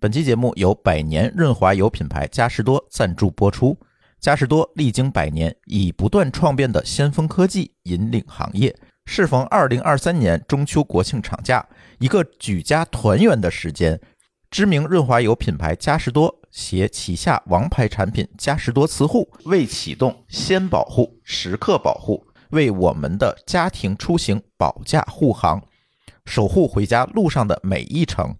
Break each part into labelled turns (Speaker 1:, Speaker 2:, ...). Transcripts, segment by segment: Speaker 1: 本期节目由百年润滑油品牌嘉实多赞助播出。嘉实多历经百年，以不断创变的先锋科技引领行业。适逢二零二三年中秋国庆长假，一个举家团圆的时间，知名润滑油品牌嘉实多携旗下王牌产品嘉实多磁护，为启动先保护，时刻保护，为我们的家庭出行保驾护航，守护回家路上的每一程。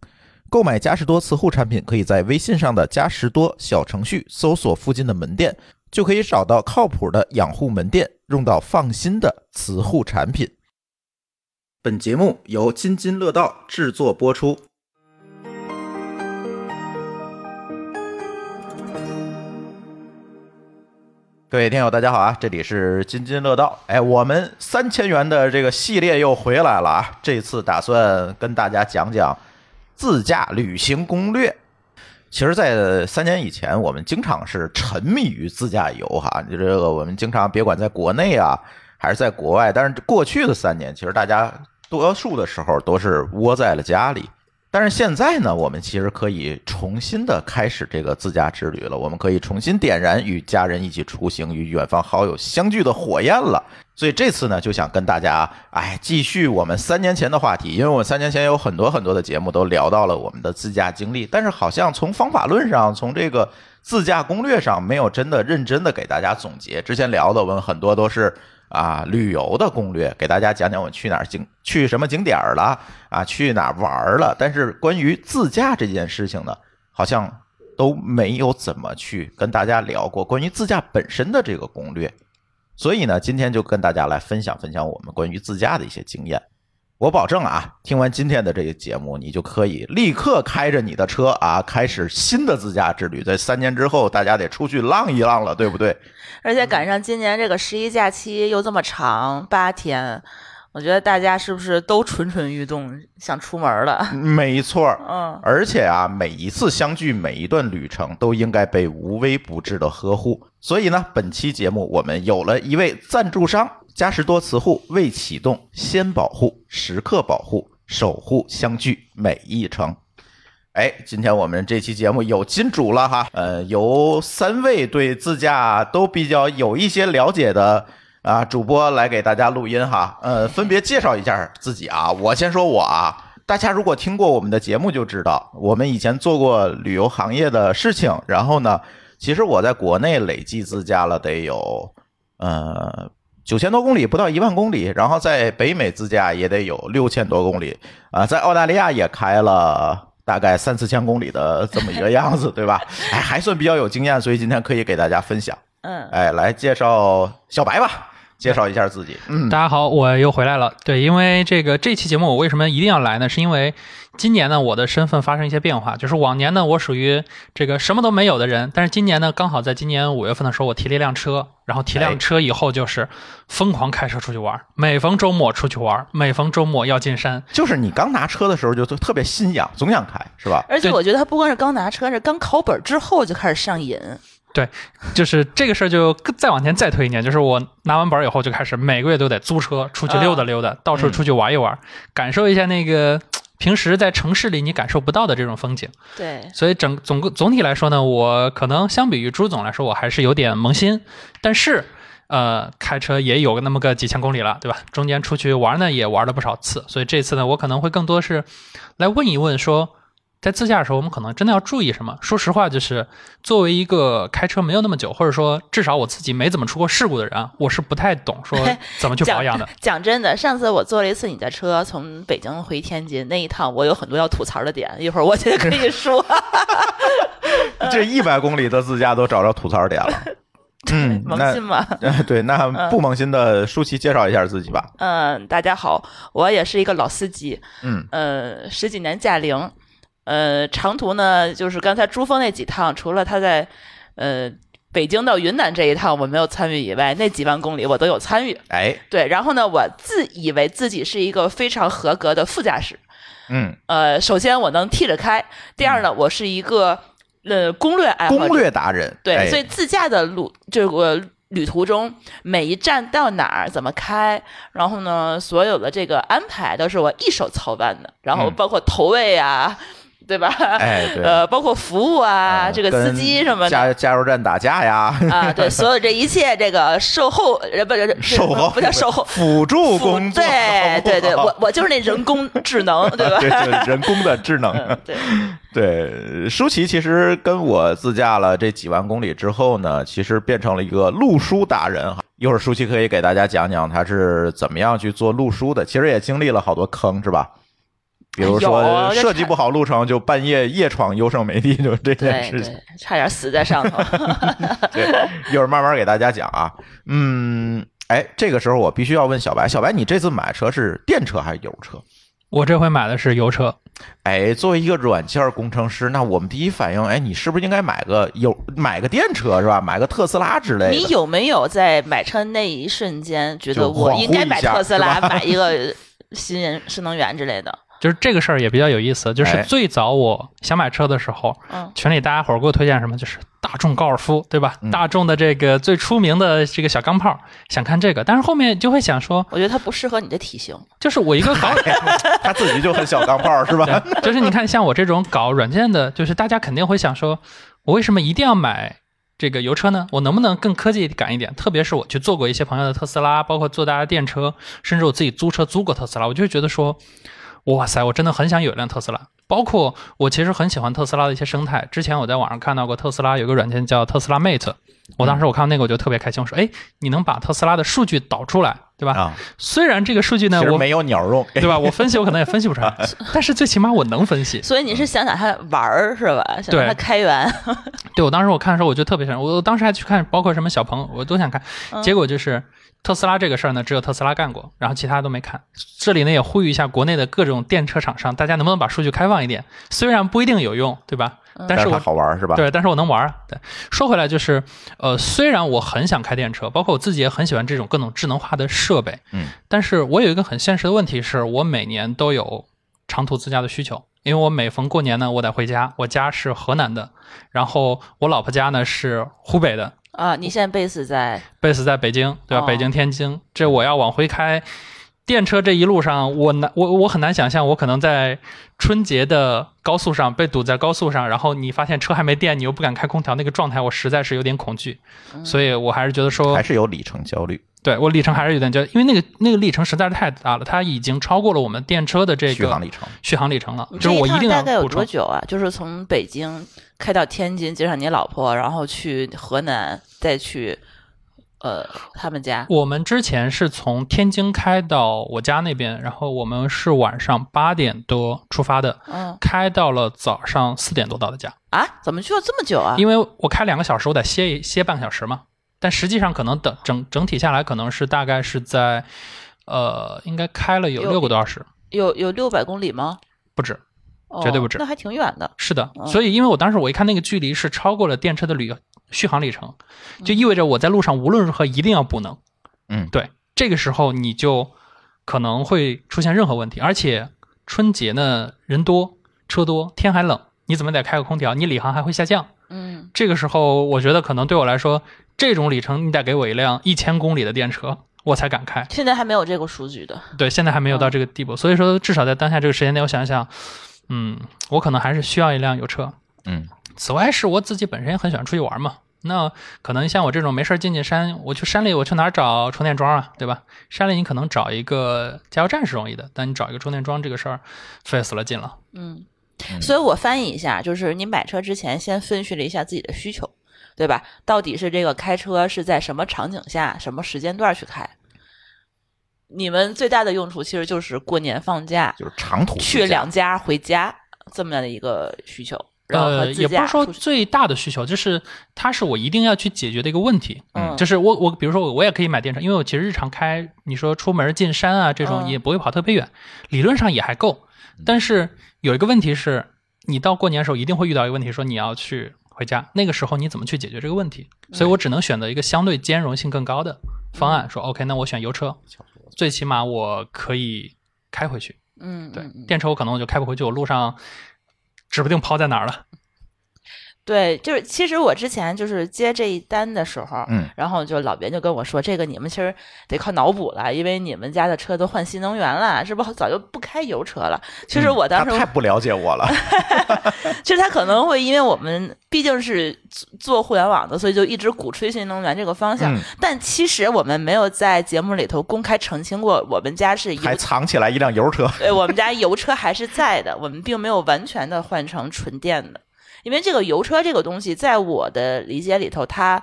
Speaker 1: 购买嘉实多磁护产品，可以在微信上的嘉实多小程序搜索附近的门店，就可以找到靠谱的养护门店，用到放心的磁护产品。本节目由津津乐道制作播出。各位听友，大家好啊！这里是津津乐道。哎，我们三千元的这个系列又回来了啊！这次打算跟大家讲讲自驾旅行攻略。其实，在三年以前，我们经常是沉迷于自驾游哈。就这个，我们经常别管在国内啊，还是在国外，但是过去的三年，其实大家多数的时候都是窝在了家里。但是现在呢，我们其实可以重新的开始这个自驾之旅了。我们可以重新点燃与家人一起出行、与远方好友相聚的火焰了。所以这次呢，就想跟大家，哎，继续我们三年前的话题，因为我们三年前有很多很多的节目都聊到了我们的自驾经历，但是好像从方法论上，从这个自驾攻略上，没有真的认真的给大家总结。之前聊的我们很多都是啊旅游的攻略，给大家讲讲我去哪儿景去什么景点儿了啊，去哪儿玩儿了。但是关于自驾这件事情呢，好像都没有怎么去跟大家聊过关于自驾本身的这个攻略。所以呢，今天就跟大家来分享分享我们关于自驾的一些经验。我保证啊，听完今天的这个节目，你就可以立刻开着你的车啊，开始新的自驾之旅。在三年之后，大家得出去浪一浪了，对不对？
Speaker 2: 而
Speaker 3: 嗯
Speaker 2: 且赶上今年这个十一假期又这么长，八天，我觉得大家是不是都蠢蠢欲动，想出门了？
Speaker 1: 没错儿。
Speaker 2: 嗯，
Speaker 1: 而且啊，每一次相聚，每一段旅程都应该被无微不至的呵护。所以呢，本期节目我们有了一位赞助商——嘉实多磁护，为启动先保护，时刻保护，守护相聚每一程。哎，今天我们这期节目有金主了哈，呃，由三位对自驾都比较有一些了解的啊主播来给大家录音哈，呃，分别介绍一下自己啊，我先说我啊。大家如果听过我们的节目，就知道我们以前做过旅游行业的事情。然后呢，其实我在国内累计自驾了得有呃九千多公里，不到一万公里。然后在北美自驾也得有六千多公里啊、在澳大利亚也开了。大概三四千公里的这么一个样子，对吧？哎，还算比较有经验，所以今天可以给大家分享。
Speaker 2: 嗯，
Speaker 1: 哎，来介绍小白吧，介绍一下自己。嗯，
Speaker 3: 大家好，我又回来了。对，因为这个这期节目我为什么一定要来呢？是因为今年呢我的身份发生一些变化，就是往年呢我属于这个什么都没有的人，但是今年呢刚好在今年五月份的时候我提了一辆车，然后提
Speaker 1: 哎
Speaker 3: 辆车以后就是疯狂开车出去玩，每逢周末出去玩，每逢周末要进山。
Speaker 1: 就是你刚拿车的时候就特别心痒，总想开，是吧？
Speaker 2: 而且
Speaker 3: 对
Speaker 2: 我觉得他不光是刚拿车，是刚考本之后就开始上瘾。
Speaker 3: 就是这个事儿就更再往前再推一年，就是我拿完本儿以后就开始每个月都得租车出去溜达溜达，到处出去玩一玩，感受一下那个嘖平时在城市里你感受不到的这种风景。
Speaker 2: 对，
Speaker 3: 所以整总个总体来说呢，我可能相比于朱总来说，我还是有点萌新，但是呃，开车也有那么个几千公里了，对吧？中间出去玩呢，也玩了不少次，所以这次呢，我可能会更多是来问一问说。在自驾的时候，我们可能真的要注意什么？说实话，就是作为一个开车没有那么久，或者说至少我自己没怎么出过事故的人啊，我是不太懂说怎么去 保养的。
Speaker 2: 讲真的，上次我坐了一次你的车，从北京回天津那一趟，我有很多要吐槽的点，一会儿我觉得可以说。 呃
Speaker 1: 这一百公里的自驾都找着吐槽点 了。嗯，
Speaker 2: 萌
Speaker 1: 那
Speaker 2: 新吗？
Speaker 1: 呃对，那不萌新的舒淇介绍一下自己吧。
Speaker 2: 嗯，大家好，我也是一个老司机，
Speaker 1: 嗯，
Speaker 2: 呃，十几年驾龄，呃，长途呢，就是刚才珠峰那几趟，除了他在呃北京到云南这一趟我没有参与以外，那几万公里我都有参与。
Speaker 1: 哎，
Speaker 2: 对，然后呢，我自以为自己是一个非常合格的副驾驶，
Speaker 1: 嗯，
Speaker 2: 呃，首先我能替着开，第二呢，我是一个呃攻略爱好者，
Speaker 1: 嗯攻略达人。
Speaker 2: 对，
Speaker 1: 哎
Speaker 2: 所以自驾的路这个呃旅途中，每一站到哪儿怎么开，然后呢，所有的这个安排都是我一手操办的，然后
Speaker 1: 嗯
Speaker 2: 包括头位啊。 对吧？
Speaker 1: 哎，对，
Speaker 2: 呃，包括服务啊，
Speaker 1: 呃
Speaker 2: 这个司机
Speaker 1: 跟
Speaker 2: 什么的
Speaker 1: 加加油站打架呀，
Speaker 2: 啊，对，所有这一切这个售后，呃，不是
Speaker 1: 售后
Speaker 2: 不叫售后，
Speaker 1: 辅助工作，
Speaker 2: 对 对对，我我就是那人工智能，对吧？
Speaker 1: 对对人工的智能，
Speaker 2: 嗯，对，
Speaker 1: 对，舒淇其实跟我自驾了这几万公里之后呢，其实变成了一个路书达人哈。一会儿舒淇可以给大家讲讲他是怎么样去做路书的，其实也经历了好多坑，是吧？比如说
Speaker 2: 有
Speaker 1: 设计不好路程，就半夜夜闯优胜美地，就是这件
Speaker 2: 对
Speaker 1: 事情。
Speaker 2: 对，差点死在上头。
Speaker 1: 对，一会儿慢慢给大家讲啊。嗯，哎，这个时候我必须要问小白，小白，你这次买车是电车还是油车？
Speaker 3: 我这回买的是油车，
Speaker 1: 哎，作为一个软件工程师，那我们第一反应，哎，你是不是应该买个有买个电车是吧？买个特斯拉之类
Speaker 2: 你
Speaker 1: 的？
Speaker 2: 有没有在买车那一瞬间觉得
Speaker 1: 就
Speaker 2: 我
Speaker 1: 恍
Speaker 2: 应
Speaker 1: 惚
Speaker 2: 该
Speaker 1: 一
Speaker 2: 买
Speaker 1: 下
Speaker 2: 特斯拉，
Speaker 1: 是吧
Speaker 2: 买一个新人 新能源之类的？
Speaker 3: 就是这个事儿也比较有意思。就
Speaker 1: 哎
Speaker 3: 是最早我想买车的时候，
Speaker 2: 嗯，
Speaker 3: 群里大家伙儿给我推荐什么，就是大众高尔夫，对吧？
Speaker 1: 嗯
Speaker 3: 大众的这个最出名的这个小钢炮，想看这个，但是后面就会想说，
Speaker 2: 我觉得它不适合你的体型。
Speaker 3: 就是我一个搞，
Speaker 1: 他自己就很小钢炮是吧？
Speaker 3: 对 就是你看像我这种搞软件的，就是大家肯定会想说，我为什么一定要买？这个油车呢，我能不能更科技感一点？特别是我去坐过一些朋友的特斯拉，包括坐大家电车，甚至我自己租车租过特斯拉，我就会觉得说，哇塞，我真的很想有一辆特斯拉。包括我其实很喜欢特斯拉的一些生态。之前我在网上看到过特斯拉有个软件叫特斯拉 Mate，我当时我看到那个我就特别开心，我说，哎，你能把特斯拉的数据导出来，对吧？
Speaker 1: 啊，
Speaker 3: 虽然这个数据呢
Speaker 1: 其，实
Speaker 3: 我
Speaker 1: 没有鸟用。
Speaker 3: 对吧？我分析我可能也分析不出来，但是最起码我能分析。
Speaker 2: 所以
Speaker 1: 嗯
Speaker 2: 你是想想它玩儿是吧？想让
Speaker 3: 对
Speaker 2: 它开源。
Speaker 3: 对我当时我看的时候，我就特别想，我我当时还去看，包括什么小鹏，我都想看。结果就是特斯拉这个事儿呢，只有特斯拉干过，然后其他都没看。这里呢也呼吁一下国内的各种电车厂商，大家能不能把数据开放一点？虽然不一定有用，对吧？但
Speaker 1: 但
Speaker 3: 是
Speaker 1: 是它
Speaker 3: 我
Speaker 1: 好玩是吧？
Speaker 3: 对，但是我能玩儿啊。对，说回来就是，呃，虽然我很想开电车，包括我自己也很喜欢这种各种智能化的设备，
Speaker 1: 嗯，
Speaker 3: 但是我有一个很现实的问题是，我每年都有长途自驾的需求，因为我每逢过年呢，我得回家，我家是河南的，然后我老婆家呢是湖北的，
Speaker 2: 啊，你现在 base 在
Speaker 3: base 在北京，对吧？
Speaker 2: 哦
Speaker 3: 北京、天津，这我要往回开，电车这一路上，我难，我我很难想象，我可能在春节的高速上被堵在高速上，然后你发现车还没电，你又不敢开空调，那个状态我实在是有点恐惧，
Speaker 2: 嗯
Speaker 3: 所以我还是觉得说
Speaker 1: 还，是有里程焦虑，
Speaker 3: 对我里程还是有点焦，因为那个那个里程实在是太大了，它已经超过了我们电车的这
Speaker 1: 续航
Speaker 3: 个
Speaker 1: 里程。
Speaker 3: 续航里程了
Speaker 2: 你，
Speaker 3: 就
Speaker 2: 这
Speaker 3: 是我
Speaker 2: 一趟
Speaker 3: 定要
Speaker 2: 大概有
Speaker 3: 补
Speaker 2: 多
Speaker 3: 充。
Speaker 2: 久啊？就是从北京开到天津，接上你老婆，然后去河南，再去呃他们家。
Speaker 3: 我们之前是从天津开到我家那边，然后我们是晚上八点多出发的，
Speaker 2: 嗯
Speaker 3: 开到了早上四点多到的家，
Speaker 2: 啊，怎么去了这么久啊？
Speaker 3: 因为我开两个小时，我得歇一歇半个小时嘛。但实际上可能等整整体下来，可能是大概是在，呃，应该开了有
Speaker 2: 有
Speaker 3: 六个多小时，
Speaker 2: 有有六百公里吗？
Speaker 3: 不止。
Speaker 2: 哦
Speaker 3: 绝对不止
Speaker 2: 那还挺远的。
Speaker 3: 是的，
Speaker 2: 嗯
Speaker 3: 所以因为我当时我一看那个距离是超过了电车的旅续航里程，就意味着我在路上无论如何一定要补能。
Speaker 1: 嗯
Speaker 3: 对，这个时候你就可能会出现任何问题，而且春节呢人多车多，天还冷，你怎么得开个空调？你里航还会下降。
Speaker 2: 嗯，
Speaker 3: 这个时候，我觉得可能对我来说，这种里程你得给我一辆一千公里的电车，我才敢开。
Speaker 2: 现在还没有这个数据的。
Speaker 3: 对，现在还没有
Speaker 2: 嗯
Speaker 3: 到这个地步，所以说至少在当下这个时间点，我想一想，嗯，我可能还是需要一辆油车。
Speaker 1: 嗯，
Speaker 3: 此外，是我自己本身也很喜欢出去玩嘛。那可能像我这种没事儿进进山，我去山里，我去哪儿找充电桩啊？对吧？山里你可能找一个加油站是容易的，但你找一个充电桩这个事儿费死了劲了。
Speaker 2: 嗯，所以我翻译一下，就是你买车之前先分析了一下自己的需求，对吧？到底是这个开车是在什么场景下、什么时间段去开？你们最大的用处其实就是过年放假
Speaker 1: 就是长途
Speaker 2: 去
Speaker 1: 自驾
Speaker 2: 两家回家这么样的一个需求，然后和
Speaker 3: 呃，
Speaker 2: 自驾
Speaker 3: 也不是说
Speaker 2: 出去
Speaker 3: 最大的需求，就是它是我一定要去解决的一个问题。
Speaker 2: 嗯，
Speaker 3: 就是是我我比如说我我也可以买电车，因为我其实日常开，你说出门进山啊这种
Speaker 2: 嗯
Speaker 3: 也不会跑特别远，理论上也还够。但是有一个问题是，你到过年的时候一定会遇到一个问题，说你要去回家，那个时候你怎么去解决这个问题？所以我只能选择一个相对兼容性更高的
Speaker 2: 嗯
Speaker 3: 方案，说 OK，那我选油车，最起码我可以开回去。
Speaker 2: 嗯，
Speaker 3: 对
Speaker 2: 嗯，嗯
Speaker 3: 电车我可能我就开不回去，我路上指不定抛在哪儿了。
Speaker 2: 对，就是其实我之前就是接这一单的时候，
Speaker 1: 嗯，
Speaker 2: 然后就老袁就跟我说，这个你们其实得靠脑补了，因为你们家的车都换新能源了，是不 是早就不开油车了？其实我当
Speaker 1: 嗯
Speaker 2: 时
Speaker 1: 他太不了解 我了，
Speaker 2: 其实他可能会因为我们毕竟是做做互联网的，所以就一直鼓吹新能源这个方向。
Speaker 1: 嗯
Speaker 2: 但其实我们没有在节目里头公开澄清过，我们家是油
Speaker 1: 还，藏起来一辆油车。
Speaker 2: 对，呃我们家油车还是在的，我们并没有完全的换成纯电的，因为这个油车这个东西，在我的理解里头，它。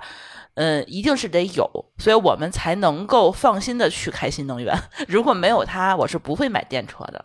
Speaker 2: 嗯，一定是得有，所以我们才能够放心的去开新能源。 如果没有它，我是不会买电车的。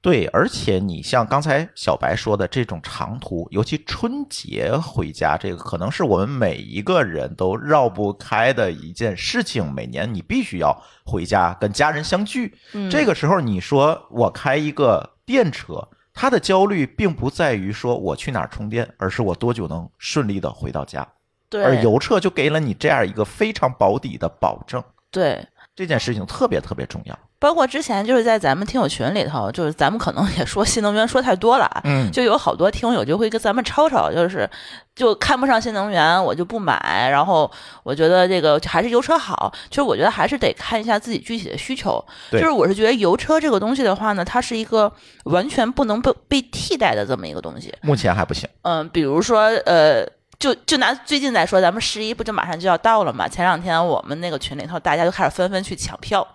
Speaker 1: 对，而且你像刚才小白说的这种长途，尤其春节回家，这个可能是我们每一个人都绕不开的一件事情。每年你必须要回家跟家人相聚，
Speaker 2: 嗯
Speaker 1: 这个时候你说我开一个电车，他的焦虑并不在于说我去哪儿充电，而是我多久能顺利的回到家。
Speaker 2: 对，
Speaker 1: 而油车就给了你这样一个非常保底的保证，
Speaker 2: 对，
Speaker 1: 这件事情特别特别重要。
Speaker 2: 包括之前就是在咱们听友群里头，就是咱们可能也说新能源说太多了啊，
Speaker 1: 嗯
Speaker 2: 就有好多听友就会跟咱们吵吵，就是就看不上新能源，我就不买。然后我觉得这个还是油车好，其实我觉得还是得看一下自己具体的需求。
Speaker 1: 对
Speaker 2: 就是我是觉得油车这个东西的话呢，它是一个完全不能被被替代的这么一个东西。
Speaker 1: 目前还不行，
Speaker 2: 嗯，比如说呃。就就拿最近来说，咱们十一不就马上就要到了嘛？前两天我们那个群里头，大家就开始纷纷去抢票。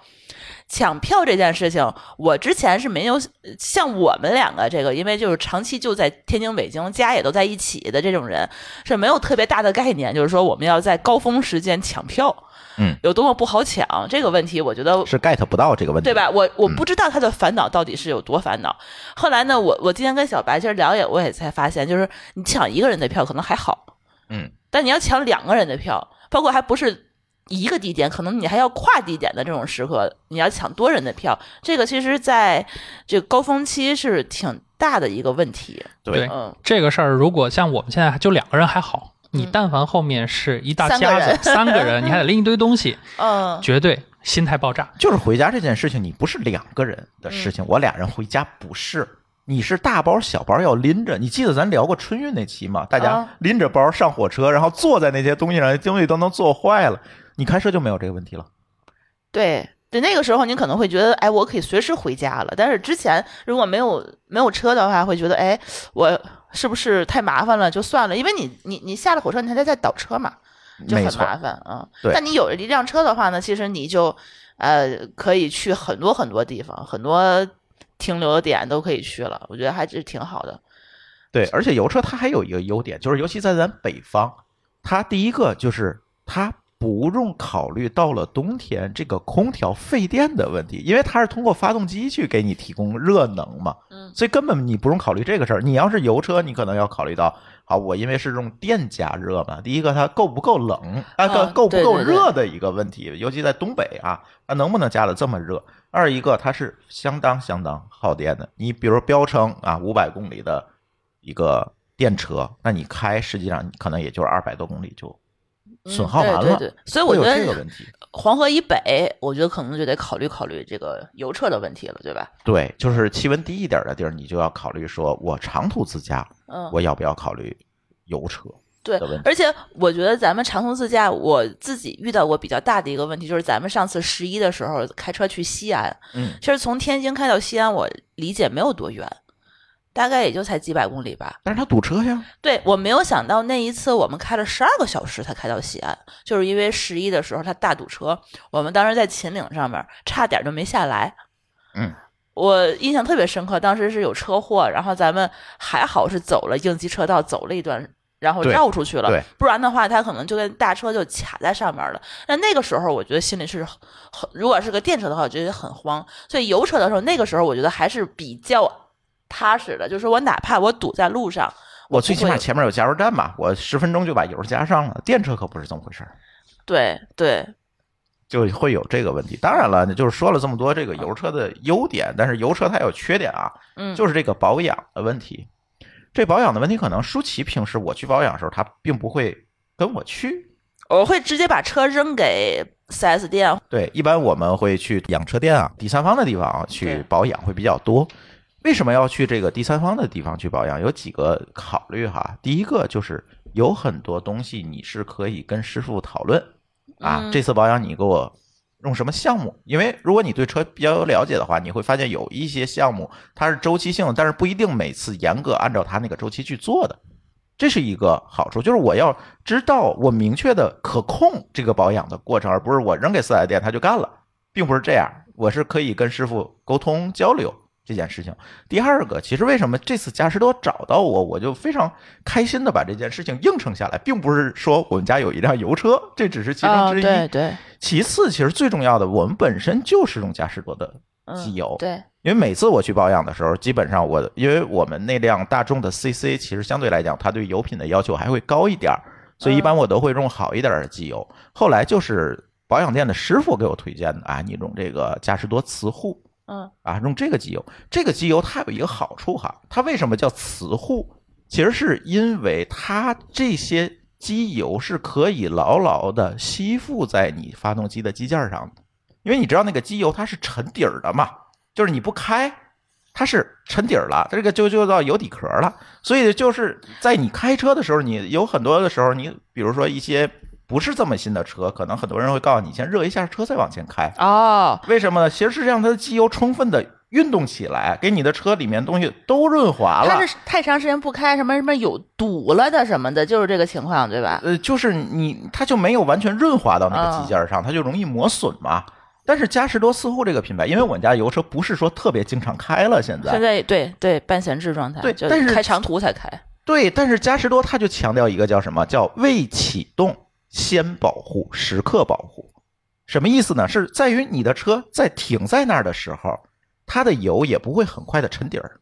Speaker 2: 抢票这件事情，我之前是没有像我们两个这个，因为就是长期就在天津、北京，家也都在一起的这种人，是没有特别大的概念，就是说我们要在高峰时间抢票，
Speaker 1: 嗯，
Speaker 2: 有多么不好抢这个问题，我觉得
Speaker 1: 是 get 不到这个问题，
Speaker 2: 对？吧？我我不知道他的烦恼到底是有多烦恼。后来呢，我我今天跟小白其实聊也，我也才发现，就是你抢一个人的票可能还好，
Speaker 1: 嗯，
Speaker 2: 但你要抢两个人的票，包括还不是一个地点，可能你还要跨地点的这种时刻，你要抢多人的票，这个其实在这个高峰期是挺大的一个问题。
Speaker 1: 对
Speaker 2: 嗯，
Speaker 3: 这个事儿，如果像我们现在就两个人还好，你
Speaker 2: 嗯
Speaker 3: 但凡后面是一大
Speaker 2: 三个
Speaker 3: 家子三 个人，你还得拎一堆东西，
Speaker 2: 嗯，
Speaker 3: 绝对心态爆炸。
Speaker 1: 就是回家这件事情，你不是两个人的事
Speaker 2: 嗯
Speaker 1: 情，我俩人回家不是，你是大包小包要拎着。你记得咱聊过春运那期吗？大家
Speaker 2: 啊
Speaker 1: 拎着包上火车，然后坐在那些东西上，东西都能坐坏了。你开车就没有这个问题了，
Speaker 2: 对。对，那个时候你可能会觉得，哎，我可以随时回家了。但是之前如果没有没有车的话，会觉得，哎，我是不是太麻烦了？就算了，因为你你你下了火车，你还得再倒车嘛，就很
Speaker 1: 没错
Speaker 2: 麻，烦啊。
Speaker 1: 对
Speaker 2: 但你有了一辆车的话呢，其实你就呃可以去很多很多地方，很多停留的点都可以去了。我觉得还是挺好的。
Speaker 1: 对。而且油车它还有一个优点，就是尤其在咱北方，它第一个就是它不用考虑到了冬天这个空调费电的问题，因为它是通过发动机去给你提供热能嘛。
Speaker 2: 嗯
Speaker 1: 所以根本你不用考虑这个事儿。你要是油车，你可能要考虑到，啊，我因为是用电加热嘛，第一个它够不够冷，啊，够
Speaker 2: 嗯
Speaker 1: 够不够
Speaker 2: 对对对
Speaker 1: 热的一个问题，尤其在东北啊，它能不能加的这么热？二一个它是相当相当耗电的。你比如标称啊，五百公里的一个电车，那你开实际上你可能也就是二百多公里就损耗完了。
Speaker 2: 嗯对对对，所以我
Speaker 1: 会
Speaker 2: 觉
Speaker 1: 有
Speaker 2: 得
Speaker 1: 这个问题，
Speaker 2: 黄河以北，我觉得可能就得考虑考虑这个油车的问题了，对吧？
Speaker 1: 对，就是气温低一点的地儿，你就要考虑说，我长途自驾，
Speaker 2: 嗯，
Speaker 1: 我要不要考虑油车？
Speaker 2: 对
Speaker 1: 的问题，
Speaker 2: 而且我觉得咱们长途自驾，我自己遇到过比较大的一个问题，就是咱们上次十一的时候开车去西安，
Speaker 1: 嗯，
Speaker 2: 其实从天津开到西安，我理解没有多远，大概也就才几百公里吧。
Speaker 1: 但是它堵车呀。
Speaker 2: 对我没有想到那一次我们开了十二个小时才开到西安，就是因为十一的时候它大堵车，我们当时在秦岭上面差点就没下来。
Speaker 1: 嗯，
Speaker 2: 我印象特别深刻，当时是有车祸，然后咱们还好是走了应急车道，走了一段。然后
Speaker 1: 对
Speaker 2: 绕出去了
Speaker 1: 对，
Speaker 2: 不然的话，它可能就跟大车就卡在上面了。那那个时候，我觉得心里是很，很如果是个电车的话，我觉得很慌。所以油车的时候，那个时候我觉得还是比较踏实的，就是我哪怕我堵在路上，
Speaker 1: 我最起
Speaker 2: 不
Speaker 1: 码
Speaker 2: 会
Speaker 1: 前面有加油站吧，我十分钟就把油加上了。电车可不是这么回事儿，
Speaker 2: 对对，
Speaker 1: 就会有这个问题。当然了，就是说了这么多这个油车的优点，但是油车它有缺点啊，
Speaker 2: 嗯，
Speaker 1: 就是这个保养的问题。这保养的问题，可能舒淇平时我去保养的时候，她并不会跟我去。
Speaker 2: 我会直接把车扔给 4S 店，
Speaker 1: 对，一般我们会去养车店啊、第三方的地方啊
Speaker 2: 对
Speaker 1: 去保养会比较多。为什么要去这个第三方的地方去保养？有几个考虑哈。第一个就是有很多东西你是可以跟师傅讨论啊，
Speaker 2: 嗯
Speaker 1: 这次保养你给我用什么项目？因为如果你对车比较有了解的话，你会发现有一些项目它是周期性的，但是不一定每次严格按照它那个周期去做的。这是一个好处，就是我要知道我明确的可控这个保养的过程，而不是我扔给四 S 店他就干了，并不是这样。我是可以跟师傅沟通交流这件事情。第二个，其实为什么这次嘉实多找到我，我就非常开心的把这件事情应承下来，并不是说我们家有一辆油车，这只是其中
Speaker 2: 啊，
Speaker 1: 之一。
Speaker 2: 对对，
Speaker 1: 其次，其实最重要的，我们本身就是用嘉实多的
Speaker 2: 嗯
Speaker 1: 机油，
Speaker 2: 对，
Speaker 1: 因为每次我去保养的时候，基本上我因为我们那辆大众的 CC 其实相对来讲，它对油品的要求还会高一点儿，所以一般我都会用好一点儿的机油。后来就是保养店的师傅给我推荐的啊，你用这个嘉实多磁护
Speaker 2: 嗯
Speaker 1: 啊，用这个机油。这个机油它有一个好处哈，它为什么叫磁护？其实是因为它这些机油是可以牢牢的吸附在你发动机的机件上的，因为你知道那个机油它是沉底儿的嘛，就是你不开。它是沉底儿了，这个就就到油底壳了，所以就是在你开车的时候，你有很多的时候，你比如说一些不是这么新的车，可能很多人会告诉你，先热一下车再往前开。
Speaker 2: 哦，
Speaker 1: 为什么呢？其实是让它的机油充分的运动起来，给你的车里面东西都润滑了
Speaker 2: 它。是太长时间不开，什么什么有堵了的什么的，就是这个情况，对吧？
Speaker 1: 呃，就是你它就没有完全润滑到那个机件上，它就容易磨损嘛。但是嘉实多似乎这个品牌，因为我们家油车不是说特别经常开了，现在
Speaker 2: 现在对对半闲置状态，
Speaker 1: 对
Speaker 2: 就
Speaker 1: 但是
Speaker 2: 开长途才开，
Speaker 1: 对，但是嘉实多它就强调一个叫什么叫未启动先保护，时刻保护。什么意思呢？是在于你的车在停在那儿的时候，它的油也不会很快的沉底儿，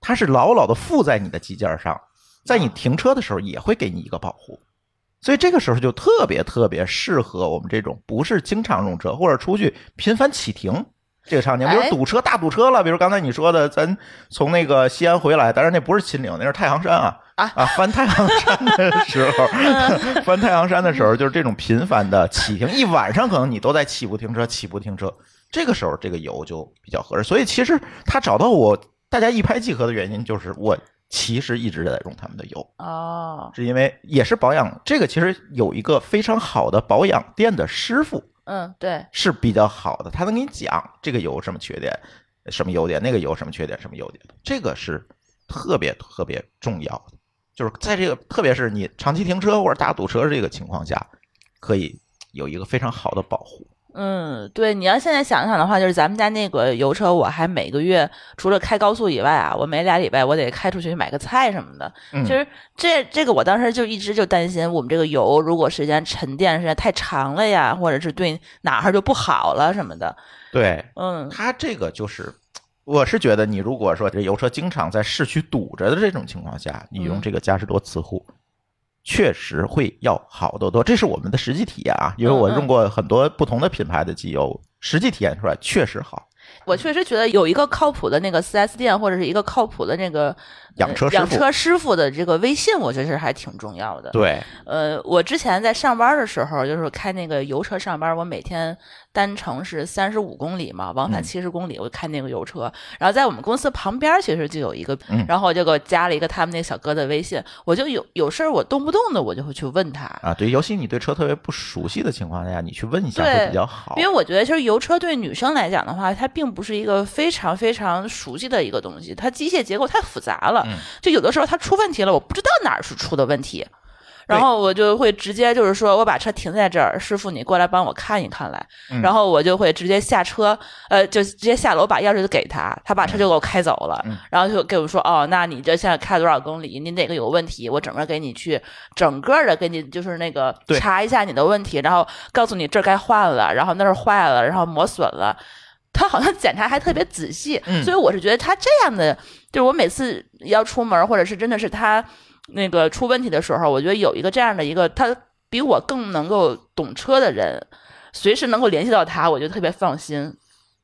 Speaker 1: 它是牢牢的附在你的机件上，在你停车的时候也会给你一个保护。所以这个时候就特别特别适合我们这种不是经常用车或者出去频繁启停这个场景，比如
Speaker 2: 哎
Speaker 1: 堵车大堵车了，比如刚才你说的，咱从那个西安回来，当然那不是秦岭，那是太行山啊
Speaker 2: 啊嗯
Speaker 1: 翻太行山的时 候，翻太行山的时候就是这种频繁的启停，一晚上可能你都在起步停车，起步停车，这个时候这个油就比较合适。所以其实他找到我，大家一拍即合的原因就是我其实一直在用他们的油。
Speaker 2: 哦，
Speaker 1: 是因为也是保养，这个其实有一个非常好的保养店的师傅
Speaker 2: 嗯，对，
Speaker 1: 是比较好的，他能给你讲这个有什么缺点，什么优点，那个有什么缺点，什么优点，这个是特别特别重要的，就是在这个特别是你长期停车或者大堵车这个情况下，可以有一个非常好的保护。
Speaker 2: 嗯，对，你要现在想想的话，就是咱们家那个油车，我还每个月除了开高速以外啊，我每俩礼拜我得开出去买个菜什么的。
Speaker 1: 嗯
Speaker 2: 其实这这个我当时就一直就担心，我们这个油如果时间沉淀时间太长了呀，或者是对哪儿就不好了什么的。
Speaker 1: 对，
Speaker 2: 嗯，
Speaker 1: 它这个就是，我是觉得你如果说这油车经常在市区堵着的这种情况下，你
Speaker 2: 嗯
Speaker 1: 用这个嘉实多磁护，确实会要好得多。这是我们的实际体验啊，
Speaker 2: 嗯
Speaker 1: 因为我用过很多不同的品牌的机油，实际体验出来确实好。
Speaker 2: 我确实觉得有一个靠谱的那个 4S 店或者是一个靠谱的那个
Speaker 1: 养车
Speaker 2: 呃
Speaker 1: 师
Speaker 2: 养
Speaker 1: 傅
Speaker 2: 车师傅的这个微信，我觉得是还挺重要的。
Speaker 1: 对，
Speaker 2: 呃，我之前在上班的时候，就是开那个油车上班，我每天单程是三十五公里嘛，往返
Speaker 1: 嗯
Speaker 2: 七十公里，我开那个油车。然后在我们公司旁边其实就有一个，
Speaker 1: 嗯
Speaker 2: 然后我就给我加了一个他们那小哥的微信，我就有有事儿我动不动的我就会去问他。
Speaker 1: 啊，对，尤其你对车特别不熟悉的情况下，你去问一下
Speaker 2: 对
Speaker 1: 会比较好
Speaker 2: 因。为我觉得，其实油车对女生来讲的话，它并不是一个非常非常熟悉的一个东西，它机械结构太复杂了，
Speaker 1: 嗯
Speaker 2: 就有的时候它出问题了，我不知道哪儿是出的问题。
Speaker 1: 对
Speaker 2: 然后我就会直接就是说，我把车停在这儿，师傅你过来帮我看一看来。
Speaker 1: 嗯
Speaker 2: 然后我就会直接下车，呃，就直接下楼把钥匙就给他，他把车就给我开走了。
Speaker 1: 嗯
Speaker 2: 然后就给我说，哦，那你这现在开多少公里？你哪个有问题？我整个给你去整个的给你就是那个
Speaker 1: 对
Speaker 2: 查一下你的问题，然后告诉你这儿该换了，然后那儿坏了，然后磨损了。他好像检查还特别仔细，
Speaker 1: 嗯
Speaker 2: 所以我是觉得他这样的，就是我每次要出门，或者是真的是他那个出问题的时候，我觉得有一个这样的一个，他比我更能够懂车的人，随时能够联系到他，我就特别放心。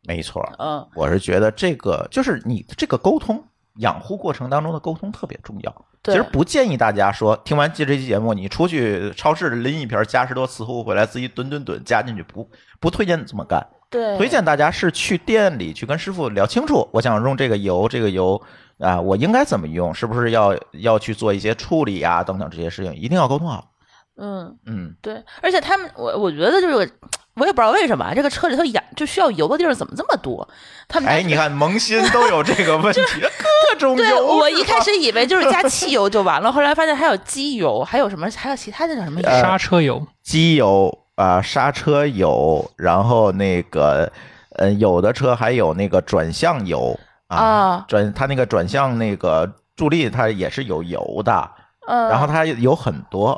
Speaker 1: 没错，
Speaker 2: 嗯
Speaker 1: 我是觉得这个就是你这个沟通养护过程当中的沟通特别重要。其
Speaker 2: 对
Speaker 1: 实不建议大家说，听完这这期节目，你出去超市拎一瓶嘉实多磁护回来，自己吨吨吨加进去，不不推荐你这么干。
Speaker 2: 对，
Speaker 1: 推荐大家是去店里去跟师傅聊清楚，我想用这个油，这个油啊，我应该怎么用？是不是要要去做一些处理啊，等等这些事情，一定要沟通好。
Speaker 2: 嗯，
Speaker 1: 嗯，
Speaker 2: 对，而且他们，我我觉得就是我也不知道为什么啊这个车里头养就需要油的地儿怎么这么多？他们
Speaker 1: 哎，你看萌新都有这个 问题，各种
Speaker 2: 对
Speaker 1: 油。
Speaker 2: 我一开始以为就是加汽油就完了，后来发现还有机油，还有什么，还有其他的叫什么油？
Speaker 1: 呃
Speaker 3: 刹车油，
Speaker 1: 机油啊、刹车油，然后那个，呃，有的车还有那个转向油啊，
Speaker 2: 啊
Speaker 1: 转它那个转向那个助力，它也是有油的，
Speaker 2: 嗯，
Speaker 1: 然后它有很多，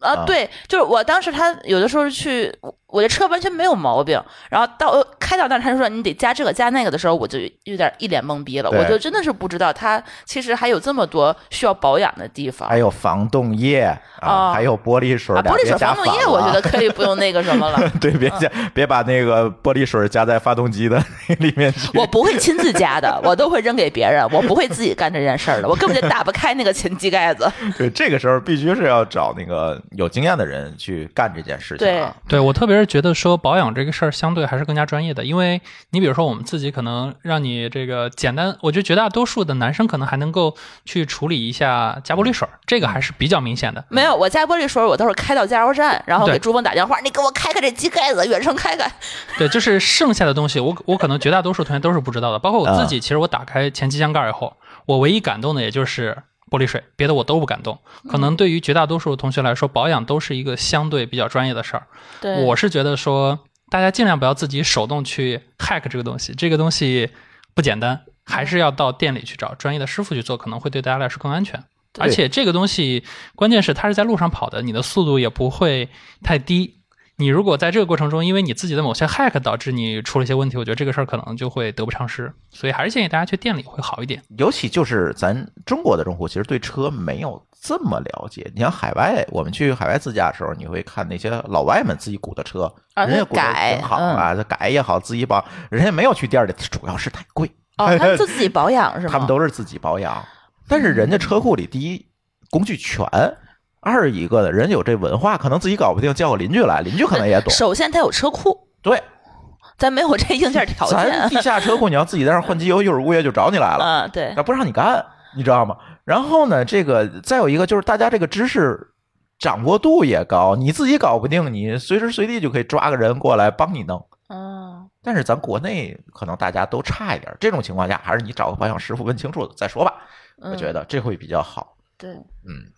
Speaker 1: 啊
Speaker 2: 啊，对，就是我当时他有的时候去，我我这车完全没有毛病，然后到开到那儿，他就说你得加这个加那个的时候，我就有点一脸懵逼了，
Speaker 1: 对
Speaker 2: 我就真的是不知道他其实还有这么多需要保养的地方。
Speaker 1: 还有防冻液啊，
Speaker 2: 哦
Speaker 1: 还有玻璃水，
Speaker 2: 啊，玻璃
Speaker 1: 别
Speaker 2: 水
Speaker 1: 加
Speaker 2: 防冻液，
Speaker 1: 反
Speaker 2: 我
Speaker 1: 了。
Speaker 2: 觉得嗯可以不用那个什么了
Speaker 1: 对，别加，别把那个玻璃水加在发动机的 里面去。
Speaker 2: 我不会亲自加的， 我都会扔给别人，我不会自己干这件事儿的，我根本就打不开那个前机 盖子。
Speaker 1: 对，这个时候必须是要找那个有经验的人去干这件事情啊。
Speaker 3: 对我特别是觉得说保养这个事儿相对还是更加专业的，因为你比如说我们自己可能让你这个简单，我觉得绝大多数的男生可能还能够去处理一下加玻璃水儿，这个还是比较明显的。
Speaker 2: 没有，我加玻璃水，我都是开到加油站，然后
Speaker 3: 对
Speaker 2: 给朱峰打电话，你给我开开这机盖子，远程开开。
Speaker 3: 对，就是剩下的东西我，我可能绝大多数同学都是不知道的，包括我自己。其实我打开前机箱盖以后，我唯一感动的也就是玻璃水，别的我都不感动。可能对于绝大多数同学来说，保养都是一个相对比较专业的事儿。
Speaker 2: 对，
Speaker 3: 我是觉得说，大家尽量不要自己手动去 hack 这个东西，这个东西不简单，还是要到店里去找专业的师傅去做，可能会对大家来说更安全。
Speaker 1: 对
Speaker 3: 而且这个东西，关键是它是在路上跑的，你的速度也不会太低。你如果在这个过程中，因为你自己的某些 hack 导致你出了一些问题，我觉得这个事儿可能就会得不偿失。所以还是建议大家去店里会好一点。
Speaker 1: 尤其就是咱中国的用户，其实对车没有这么了解。你像海外，我们去海外自驾的时候，你会看那些老外们自己鼓的车，
Speaker 2: 啊
Speaker 1: 人家
Speaker 2: 他
Speaker 1: 鼓的
Speaker 2: 改嗯
Speaker 1: 挺好啊，他改也好，自己保，人家没有去店里，主要是太贵，
Speaker 2: 哦，他们就自己保养是吗？嗯
Speaker 1: 他们都是自己保养。但是人家车库里，第一工具全，二一个呢，人家有这文化，可能自己搞不定，叫个邻居来，邻居可能也懂。
Speaker 2: 首先他有车库，
Speaker 1: 对，
Speaker 2: 咱没有这硬件条
Speaker 1: 咱
Speaker 2: 件。
Speaker 1: 地下车库，你要自己在那儿换机油，一会儿物业就找你来了。
Speaker 2: 嗯，对
Speaker 1: 他不让你干，你知道吗？然后呢，这个再有一个就是大家这个知识掌握度也高，你自己搞不定，你随时随地就可以抓个人过来帮你弄。
Speaker 2: 嗯，
Speaker 1: 但是咱国内可能大家都差一点，这种情况下还是你找个保养师傅问清楚再说吧，我觉
Speaker 2: 得
Speaker 1: 得这会比较好。
Speaker 2: 嗯对。
Speaker 1: 嗯，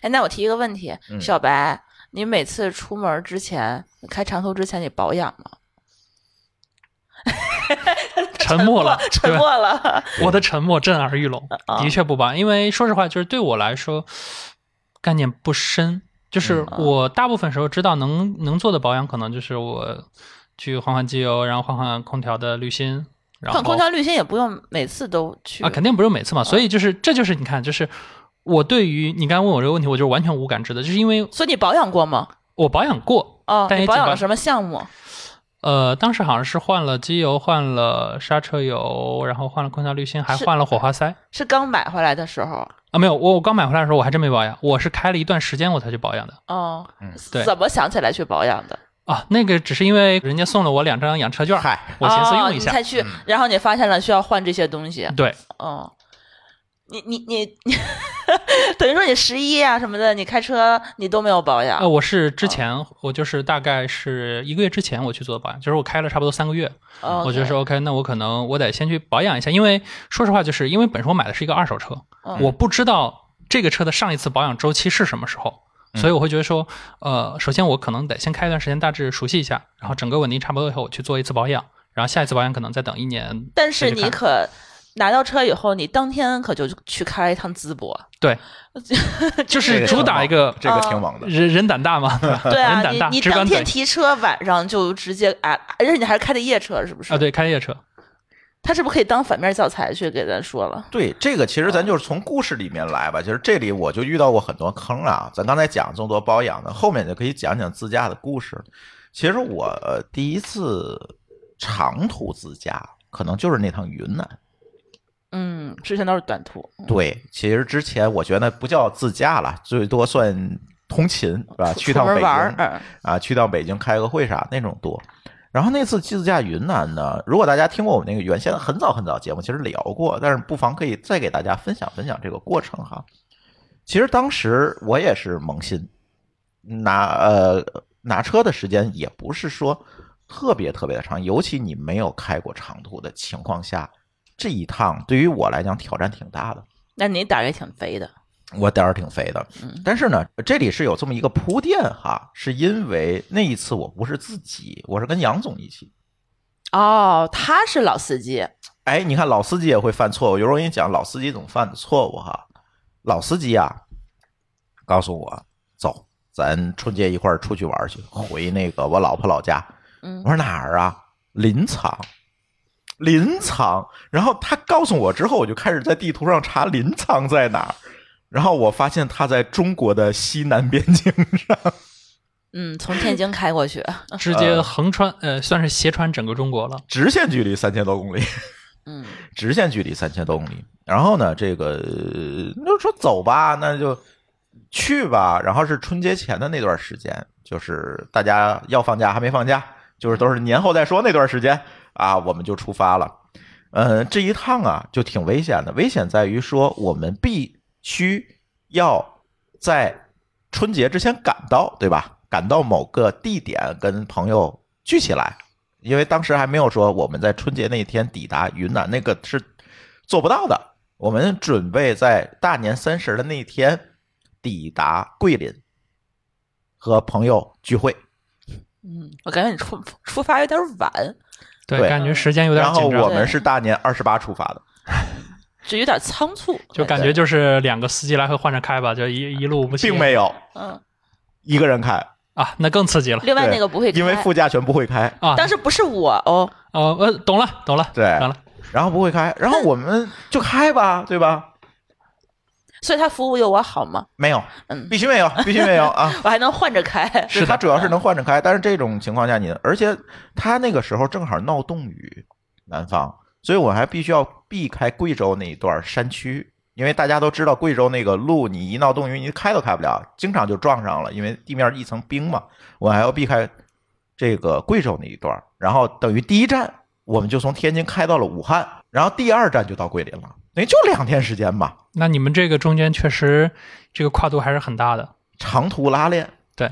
Speaker 2: 哎，那我提一个问题，
Speaker 1: 嗯
Speaker 2: 小白，你每次出门之前，开长途之前，你保养吗？
Speaker 3: 沉默了，对
Speaker 2: 沉
Speaker 3: 吧？
Speaker 2: 默了。
Speaker 3: 我的沉默震耳欲聋，
Speaker 2: 啊
Speaker 3: 的确不吧？因为说实话，就是对我来说，概念不深。就是
Speaker 2: 嗯
Speaker 3: 我大部分时候知道能能做的保养，可能就是我去换换机油，然后换换空调的滤芯，然后
Speaker 2: 换空调滤芯也不用每次都去
Speaker 3: 啊，肯定不是每次嘛。所以就是这就是你看，就是我对于你刚刚问我这个问题，我就是完全无感知的，就是因为
Speaker 2: 所以你保养过吗？
Speaker 3: 我保养过，
Speaker 2: 哦，
Speaker 3: 但也
Speaker 2: 你
Speaker 3: 只
Speaker 2: 保养
Speaker 3: 保
Speaker 2: 了什么项目？
Speaker 3: 呃，当时好像是换了机油，换了刹车油，然后换了空调滤芯，还
Speaker 2: 是
Speaker 3: 换了火花塞。
Speaker 2: 是刚买回来的时候。
Speaker 3: 啊，没有，我我刚买回来的时候我还真没保养，我是开了一段时间我才去保养的。
Speaker 2: 哦，
Speaker 1: 嗯
Speaker 3: 对
Speaker 2: 怎么想起来去保养的？
Speaker 3: 啊，那个只是因为人家送了我两张养车券，
Speaker 1: 嗨，
Speaker 3: 我寻思
Speaker 2: 哦
Speaker 3: 用一
Speaker 2: 你
Speaker 3: 下。嗯
Speaker 2: 才去，然后你发现了需要换这些东西。
Speaker 3: 对，
Speaker 2: 哦，你你你， 你等于说你十一啊什么的，你开车你都没有保养
Speaker 3: 呃，我是之前我就是大概是一个月之前我去做的保养，就是我开了差不多三个月，
Speaker 2: 哦，
Speaker 3: 我就说 OK，那我可能我得先去保养一下，因为说实话，就是因为本身我买的是一个二手车，
Speaker 2: 嗯
Speaker 3: 我不知道这个车的上一次保养周期是什么时候。所以我会觉得说，呃，首先我可能得先开一段时间，大致熟悉一下，然后整个稳定差不多以后，我去做一次保养，然后下一次保养可能再等一年。
Speaker 2: 但是
Speaker 3: 就
Speaker 2: 你
Speaker 3: 看
Speaker 2: 可拿到车以后，你当天可就去开了一趟淄博。
Speaker 3: 对，就
Speaker 1: 这
Speaker 3: 是
Speaker 1: 个
Speaker 3: 主打一个
Speaker 1: 这个挺猛的。
Speaker 3: 人人胆大嘛，对吧
Speaker 2: 对啊
Speaker 3: 呃 人，胆大，
Speaker 2: 你你
Speaker 3: 只
Speaker 2: 当
Speaker 3: 管
Speaker 2: 天
Speaker 3: 怼
Speaker 2: 提车，晚上就直接啊，而且你还是开的夜车，是不是？
Speaker 3: 啊，，对，开夜车，
Speaker 2: 他是不是可以当反面教材去给咱说了？
Speaker 1: 对，这个
Speaker 2: 啊
Speaker 1: 其实咱就是从故事里面来吧。其实这里我就遇到过很多坑啊。咱刚才讲众多包养的，后面就可以讲讲自驾的故事。其实我呃第一次长途自驾，可能就是那趟云南。
Speaker 2: 嗯，之前都是短途，
Speaker 1: 对，其实之前我觉得不叫自驾了，最多算通勤，是吧？
Speaker 2: 出
Speaker 1: 啊去
Speaker 2: 出
Speaker 1: 趟
Speaker 2: 门
Speaker 1: 北
Speaker 2: 玩儿
Speaker 1: 京，
Speaker 2: 嗯
Speaker 1: 啊，去趟北京开个会啥那种多。然后那次自驾云南呢，如果大家听过我们那个原先很早很早节目，其实聊过，但是不妨可以再给大家分享分享这个过程哈。其实当时我也是萌新，拿呃拿车的时间也不是说特别特别的长，尤其你没有开过长途的情况下，这一趟对于我来讲挑战挺大的。
Speaker 2: 那你胆儿也挺肥的，
Speaker 1: 我胆儿挺肥的
Speaker 2: 嗯，
Speaker 1: 但是呢，这里是有这么一个铺垫哈，是因为那一次我不是自己，我是跟杨总一起。
Speaker 2: 哦，他是老司机，
Speaker 1: 哎，你看老司机也会犯错误，有时候我跟你讲老司机总犯的错误哈。老司机啊，告诉我走，咱春节一块儿出去玩儿去，回那个我老婆老家。
Speaker 2: 嗯
Speaker 1: 我，说哪儿啊？临沧，临沧。然后他告诉我之后，我就开始在地图上查临沧在哪儿。然后我发现它在中国的西南边境 上，
Speaker 2: 嗯，从天津开 过去，
Speaker 1: 啊
Speaker 3: 直接横穿，呃，算是斜穿整个中国了。
Speaker 1: 直线距离三千多公里，
Speaker 2: 嗯
Speaker 1: 直线距离三千多公里。然后呢，这个呃那就说走吧，那就去吧。然后是春节前的那段时间，就是大家要放假还没放假，就是都是年后再说那段时间啊，我们就出发了。嗯，这一趟啊就挺危险的，危险在于说我们必须要在春节之前赶到，对吧？赶到某个地点跟朋友聚起来，因为当时还没有说我们在春节那一天抵达云南，那个是做不到的。我们准备在大年三十的那一天抵达桂林，和朋友聚会。
Speaker 2: 嗯，我感觉你出出发有点晚，
Speaker 3: 对，
Speaker 1: 对
Speaker 3: 感觉时间有点
Speaker 1: 然后
Speaker 3: 紧
Speaker 1: 我
Speaker 3: 张，
Speaker 1: 们是大年二十八出发的，
Speaker 2: 就有点仓促，
Speaker 3: 就感觉就是两个司机来回换着开吧，就一一路不行。
Speaker 1: 并没有
Speaker 2: 嗯。
Speaker 1: 一个人开，
Speaker 3: 啊，那更刺 激了
Speaker 2: 另外
Speaker 1: 对
Speaker 2: 那个不会开，
Speaker 1: 因为副驾全不会开。
Speaker 3: 啊！
Speaker 2: 当时不是我哦，
Speaker 3: 哦呃，懂了懂了，
Speaker 1: 对
Speaker 3: 懂了。
Speaker 1: 然后不会开，然后我们就开吧，对吧？
Speaker 2: 所以他服务有我好吗？
Speaker 1: 没有，
Speaker 2: 嗯
Speaker 1: 必须没有，必须没有啊！
Speaker 2: 我还能换着开，
Speaker 1: 对它主要是能换着开，但是这种情况下你，而且它那个时候正好闹冻雨，南方，所以我还必须要避开贵州那一段山区，因为大家都知道贵州那个路，你一闹冻雨，你开都开不了，经常就撞上了，因为地面一层冰嘛。我还要避开这个贵州那一段，然后等于第一站我们就从天津开到了武汉，然后第二站就到桂林了，等于就两天时间吧，
Speaker 3: 那你们这个中间确实这个跨度还是很大的。
Speaker 1: 长途拉练。
Speaker 3: 对，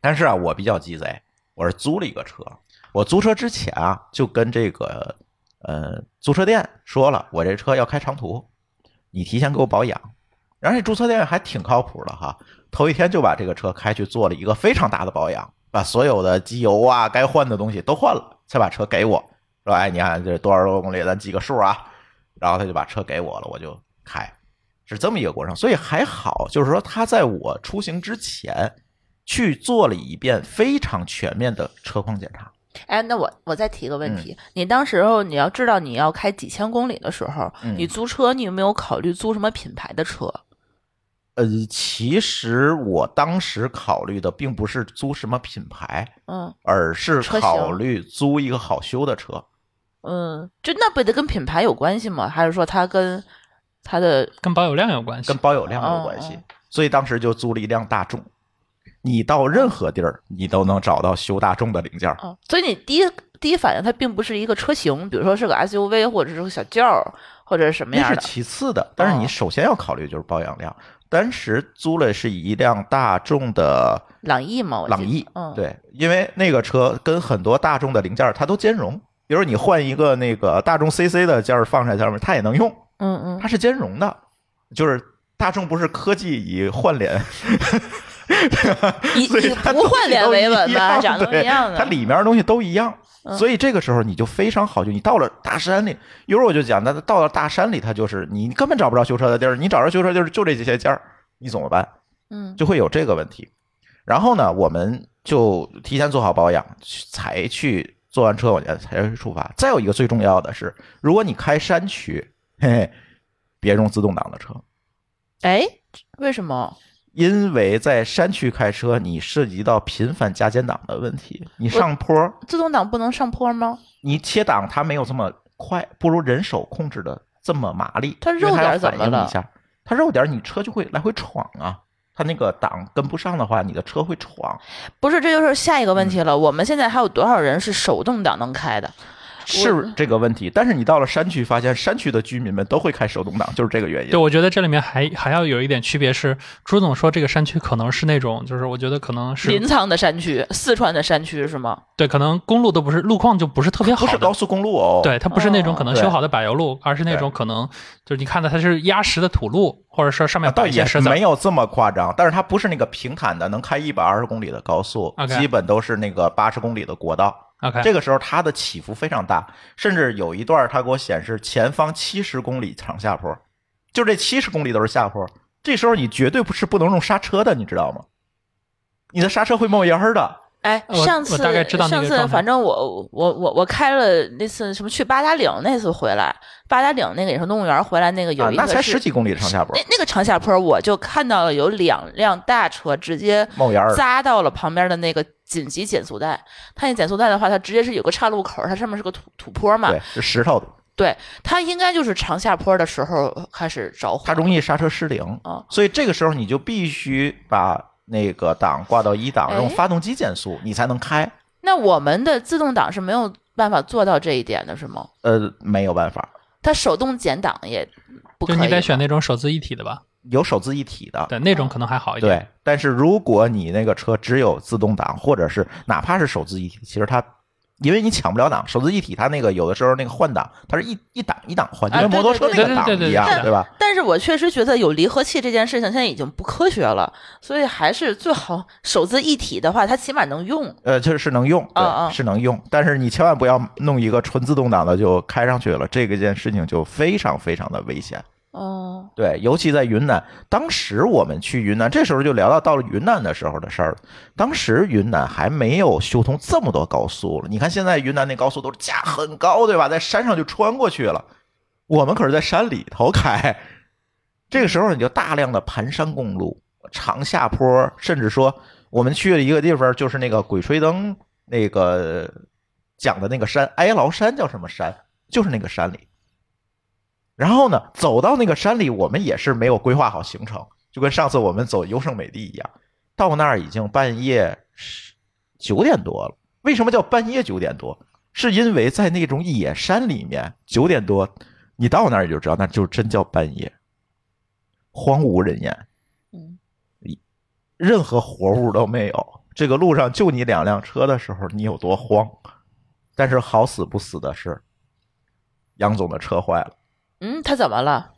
Speaker 1: 但是啊，我比较鸡贼，我是租了一个车。我租车之前啊，就跟这个呃租车店说了，我这车要开长途，你提前给我保养。然后这租车店还挺靠谱的哈，头一天就把这个车开去做了一个非常大的保养，把所有的机油啊、该换的东西都换了，才把车给我。说哎，你看这多少多公里，咱记个数啊。然后他就把车给我了，我就开，是这么一个过程。所以还好，就是说他在我出行之前，去做了一遍非常全面的车况检查。
Speaker 2: 哎，那我我再提个问
Speaker 1: 嗯
Speaker 2: 题，你当时候你要知道你要开几千公里的时候，
Speaker 1: 嗯
Speaker 2: 你租车你有没有考虑租什么品牌的车？
Speaker 1: 呃，其实我当时考虑的并不是租什么品牌，
Speaker 2: 嗯
Speaker 1: 而是
Speaker 2: 车型
Speaker 1: 考虑租一个好修的车。
Speaker 2: 嗯，就那不得跟品牌有关系吗？还是说它跟它的
Speaker 3: 跟保有量有关系
Speaker 1: 跟。保有量有关系
Speaker 2: 哦，
Speaker 1: 所以当时就租了一辆大众。你到任何地儿，你都能找到修大众的零件儿。
Speaker 2: 嗯，所以你第一第一反应它并不是一个车型，比如说是个 SUV 或者是个小轿儿或者是什么
Speaker 1: 那
Speaker 2: 样
Speaker 1: 是
Speaker 2: 的？
Speaker 1: 其次的，但是你
Speaker 2: 哦
Speaker 1: 首先要考虑就是保养量。当时租了是一辆大众的
Speaker 2: 朗逸吗？我记得
Speaker 1: 朗逸，
Speaker 2: 嗯，，
Speaker 1: 对，因为那个车跟很多大众的零件儿它都兼容，比如你换一个那个大众 CC 的件儿放在上面，它也能用，
Speaker 2: 嗯嗯，
Speaker 1: 它是兼容的，就是。大众不是科技以换脸，
Speaker 2: 以
Speaker 1: 所以
Speaker 2: 以
Speaker 1: 它
Speaker 2: 不换脸为稳吧，
Speaker 1: 吧，
Speaker 2: 长得都
Speaker 1: 对
Speaker 2: 一样的。啊
Speaker 1: 它里面的东西都一样，
Speaker 2: 嗯
Speaker 1: 所以这个时候你就非常好就你到了大山里，一会儿我就讲，那到了大山里，它就是你根本找不着修车的地儿，你找着修车地儿就这几些件儿，你怎么办？
Speaker 2: 嗯
Speaker 1: 就会有这个问题。然后呢，我们就提前做好保养，去才去做完车，我觉得才去出发。再有一个最重要的是，如果你开山区，嘿嘿，别用自动挡的车，
Speaker 2: 哎，为什么？
Speaker 1: 因为在山区开车，你涉及到频繁加减档的问题。你上坡，
Speaker 2: 自动挡不能上坡吗？
Speaker 1: 你切档它没有这么快，不如人手控制的这么麻利。
Speaker 2: 它
Speaker 1: 因为
Speaker 2: 肉
Speaker 1: 它
Speaker 2: 点
Speaker 1: 要
Speaker 2: 儿怎
Speaker 1: 反
Speaker 2: 么
Speaker 1: 应
Speaker 2: 了
Speaker 1: 一下，它肉点儿你车就会来回闯啊。它那个档跟不上的话，你的车会闯。
Speaker 2: 不是，这就是下一个问题
Speaker 1: 嗯
Speaker 2: 了。我们现在还有多少人是手动挡能开的？
Speaker 1: 是这个问题，但是你到了山区，发现山区的居民们都会开手动挡，就是这个原因
Speaker 3: 对，。我觉得这里面还还要有一点区别是，朱总说这个山区可能是那种，就是我觉得可能
Speaker 2: 临
Speaker 3: 是
Speaker 2: 沧的山区，四川的山区是吗？
Speaker 3: 对，可能公路都不是路况就不是特别
Speaker 1: 不
Speaker 3: 好
Speaker 1: 是
Speaker 3: 的
Speaker 1: 高。速公路哦，，
Speaker 3: 对，它不是那种可能
Speaker 1: 哦
Speaker 3: 修好的柏油路，而是那
Speaker 1: 对
Speaker 3: 种可能就是你看到它是压实的土路，或者说上面
Speaker 1: 啊倒
Speaker 3: 摆一些
Speaker 1: 也
Speaker 3: 石子儿
Speaker 1: 没有这么夸张，但是它不是那个平坦的，能开一百二十公里的高速
Speaker 3: OK
Speaker 1: 基本都是那个八十公里的国道。
Speaker 3: OK，
Speaker 1: 这个时候它的起伏非常大，甚至有一段它给我显示前方七十公里长下坡，就这七十公里都是下坡。这时候你绝对不是不能用刹车的，你知道吗？你的刹车会冒烟儿的。
Speaker 2: 哎，
Speaker 3: 呃我
Speaker 2: 上次
Speaker 3: 我大概知道那个
Speaker 2: 上次
Speaker 3: 状态
Speaker 2: 反正我我我我开了那次什么去八达岭那次回来，八达岭那个也是动物园回来那个有
Speaker 1: 啊，
Speaker 2: 一
Speaker 1: 那
Speaker 2: 个
Speaker 1: 才
Speaker 2: 是
Speaker 1: 十几公里的上下坡
Speaker 2: 那，那个长下坡，我就看到了有两辆大车直接
Speaker 1: 冒烟儿。
Speaker 2: 扎到了旁边的那个紧急减速带。它那减速带的话，它直接是有个岔路口，它上面是个土土坡嘛
Speaker 1: 对，，是石头的，
Speaker 2: 它应该就是长下坡的时候开始着火
Speaker 1: 它。容易刹车失灵
Speaker 2: 哦，
Speaker 1: 所以这个时候你就必须把那个档挂到一档，
Speaker 2: 哎
Speaker 1: 用发动机减速，你才能开。
Speaker 2: 那我们的自动挡是没有办法做到这一点的，是吗？
Speaker 1: 呃，没有办法，
Speaker 2: 它手动减档也不可
Speaker 3: 就
Speaker 2: 以。
Speaker 3: 你得选那种手自一体的吧，
Speaker 1: 有手自一体的，
Speaker 3: 对，那种可能还好一点。
Speaker 1: 对。但是如果你那个车只有自动挡，或者是哪怕是手自一体，其实它。因为你抢不了档，手自一体它那个有的时候那个换挡，它是一一档一档换，就
Speaker 2: 啊
Speaker 1: 跟摩托车
Speaker 2: 对
Speaker 1: 那
Speaker 2: 对
Speaker 1: 个档
Speaker 3: 对对对
Speaker 1: 一样
Speaker 3: 对，对
Speaker 1: 对吧？
Speaker 2: 但是我确实觉得有离合器这件事情现在已经不科学了，所以还是最好手自一体的话，它起码能用。
Speaker 1: 呃，就是是能用，
Speaker 2: 嗯嗯
Speaker 1: 对，是能用，但是你千万不要弄一个纯自动挡的就开上去了，这个件事情就非常非常的危险。
Speaker 2: 哦，
Speaker 1: 对，尤其在云南，当时我们去云南，这时候就聊到到了云南的时候的事儿了。当时云南还没有修通这么多高速了，你看现在云南那高速都是架很高，对吧？在山上就穿过去了，我们可是在山里头开。这个时候你就大量的盘山公路、长下坡，甚至说我们去了一个地方，就是那个《鬼吹灯》那个讲的那个山，哀牢山叫什么山？就是那个山里。然后呢，走到那个山里，我们也是没有规划好行程，就跟上次我们走优胜美地一样，到那儿已经半夜十九点多了。为什么叫半夜九点多？是因为在那种野山里面，九点多你到那儿你就知道，那就真叫半夜，荒无人烟，
Speaker 2: 嗯，
Speaker 1: 任何活物都没有。这个路上就你两辆车的时候，你有多慌？但是好死不死的是，杨总的车坏了。
Speaker 2: 嗯，它怎么了？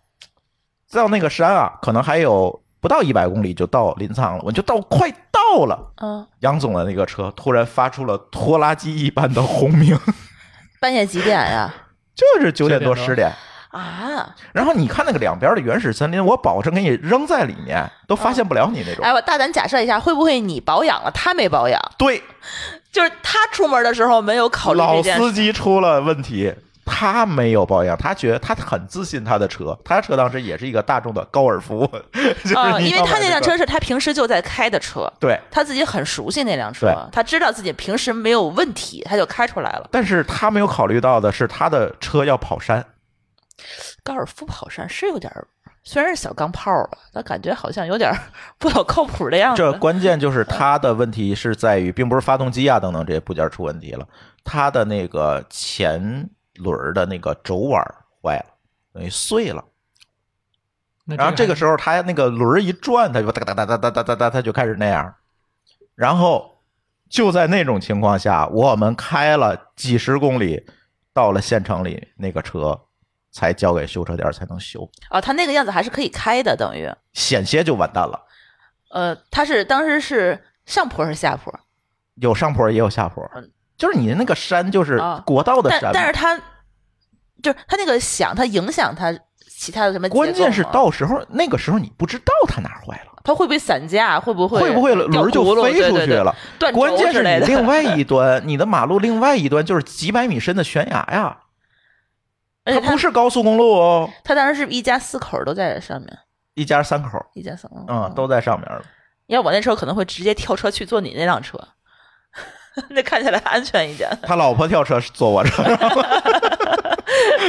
Speaker 1: 到那个山啊，可能还有不到一百公里就到临沧了，我就到快到了，
Speaker 2: 嗯，
Speaker 1: 杨总的那个车突然发出了拖拉机一般的轰鸣，
Speaker 2: 半夜几点呀？
Speaker 1: 就是九点多
Speaker 3: 9点
Speaker 1: 十
Speaker 3: 多
Speaker 1: 点。
Speaker 2: 啊！
Speaker 1: 然后你看那个两边的原始森林，我保证给你扔在里面都发现不了你那种。
Speaker 2: 哎，我大胆假设一下，会不会你保养了，他没保养？
Speaker 1: 对，
Speaker 2: 就是他出门的时候没有考虑
Speaker 1: 老
Speaker 2: 这件事。
Speaker 1: 司机出了问题，他没有保养，他觉得他很自信他的车，他车当时也是一个大众的高尔夫， 就是
Speaker 2: 嗯，
Speaker 1: 你
Speaker 2: 因为
Speaker 1: 要
Speaker 2: 他
Speaker 1: 买
Speaker 2: 那辆
Speaker 1: 个
Speaker 2: 车是他平时就在开的车，
Speaker 1: 对。
Speaker 2: 他自己很熟悉那辆车
Speaker 1: 对，
Speaker 2: 他知道自己平时没有问题，他就开出来了。
Speaker 1: 但是他没有考虑到的是，他的车要跑山，
Speaker 2: 高尔夫跑山是有点儿，虽然是小钢炮吧，但感觉好像有点儿 不老靠谱的样子。
Speaker 1: 这关键就是
Speaker 2: 嗯
Speaker 1: 它的问题是在于，并不是发动机啊等等这些部件出问题了，它的那个前轮儿的那个轴碗儿坏了，等于碎了。
Speaker 3: 那
Speaker 1: 然后这个时
Speaker 3: 候
Speaker 1: 候它那个轮儿一转，它就哒哒哒哒哒哒哒哒，它就开始那样。然后就在那种情况下，我们开了几十公里，到了县城里，那个车才交给修车店儿才能修，
Speaker 2: 哦，他那个样子还是可以开的，等于，
Speaker 1: 险些就完蛋了。
Speaker 2: 呃，他是当时是上坡是下坡，
Speaker 1: 有上坡也有下坡
Speaker 2: 嗯，
Speaker 1: 就是你那个山就是
Speaker 2: 啊
Speaker 1: 国道的
Speaker 2: 但
Speaker 1: 山嘛，
Speaker 2: 但是他就是他那个响，他影响他其他的什么结构吗？
Speaker 1: 关键是到时候那个时候你不知道它哪儿坏了，
Speaker 2: 他会不会散架，会不会
Speaker 1: 会
Speaker 2: 会
Speaker 1: 不会轮儿就飞出去了？
Speaker 2: 断轴
Speaker 1: 关键是
Speaker 2: 之类
Speaker 1: 你
Speaker 2: 的
Speaker 1: 另 外一端，你的马路另外一端就是几百米深的悬崖呀，
Speaker 2: 而
Speaker 1: 它
Speaker 2: 且
Speaker 1: 不
Speaker 2: 他
Speaker 1: 是高速公路哦，
Speaker 2: 他当时是一家四口都在上面，
Speaker 1: 一家三口，
Speaker 2: 一家三口，
Speaker 1: 嗯，都在上面了。
Speaker 2: 要我那时候可能会直接跳车去坐你那辆车， 那看起来安全一点。
Speaker 1: 他老婆跳车坐我车上了，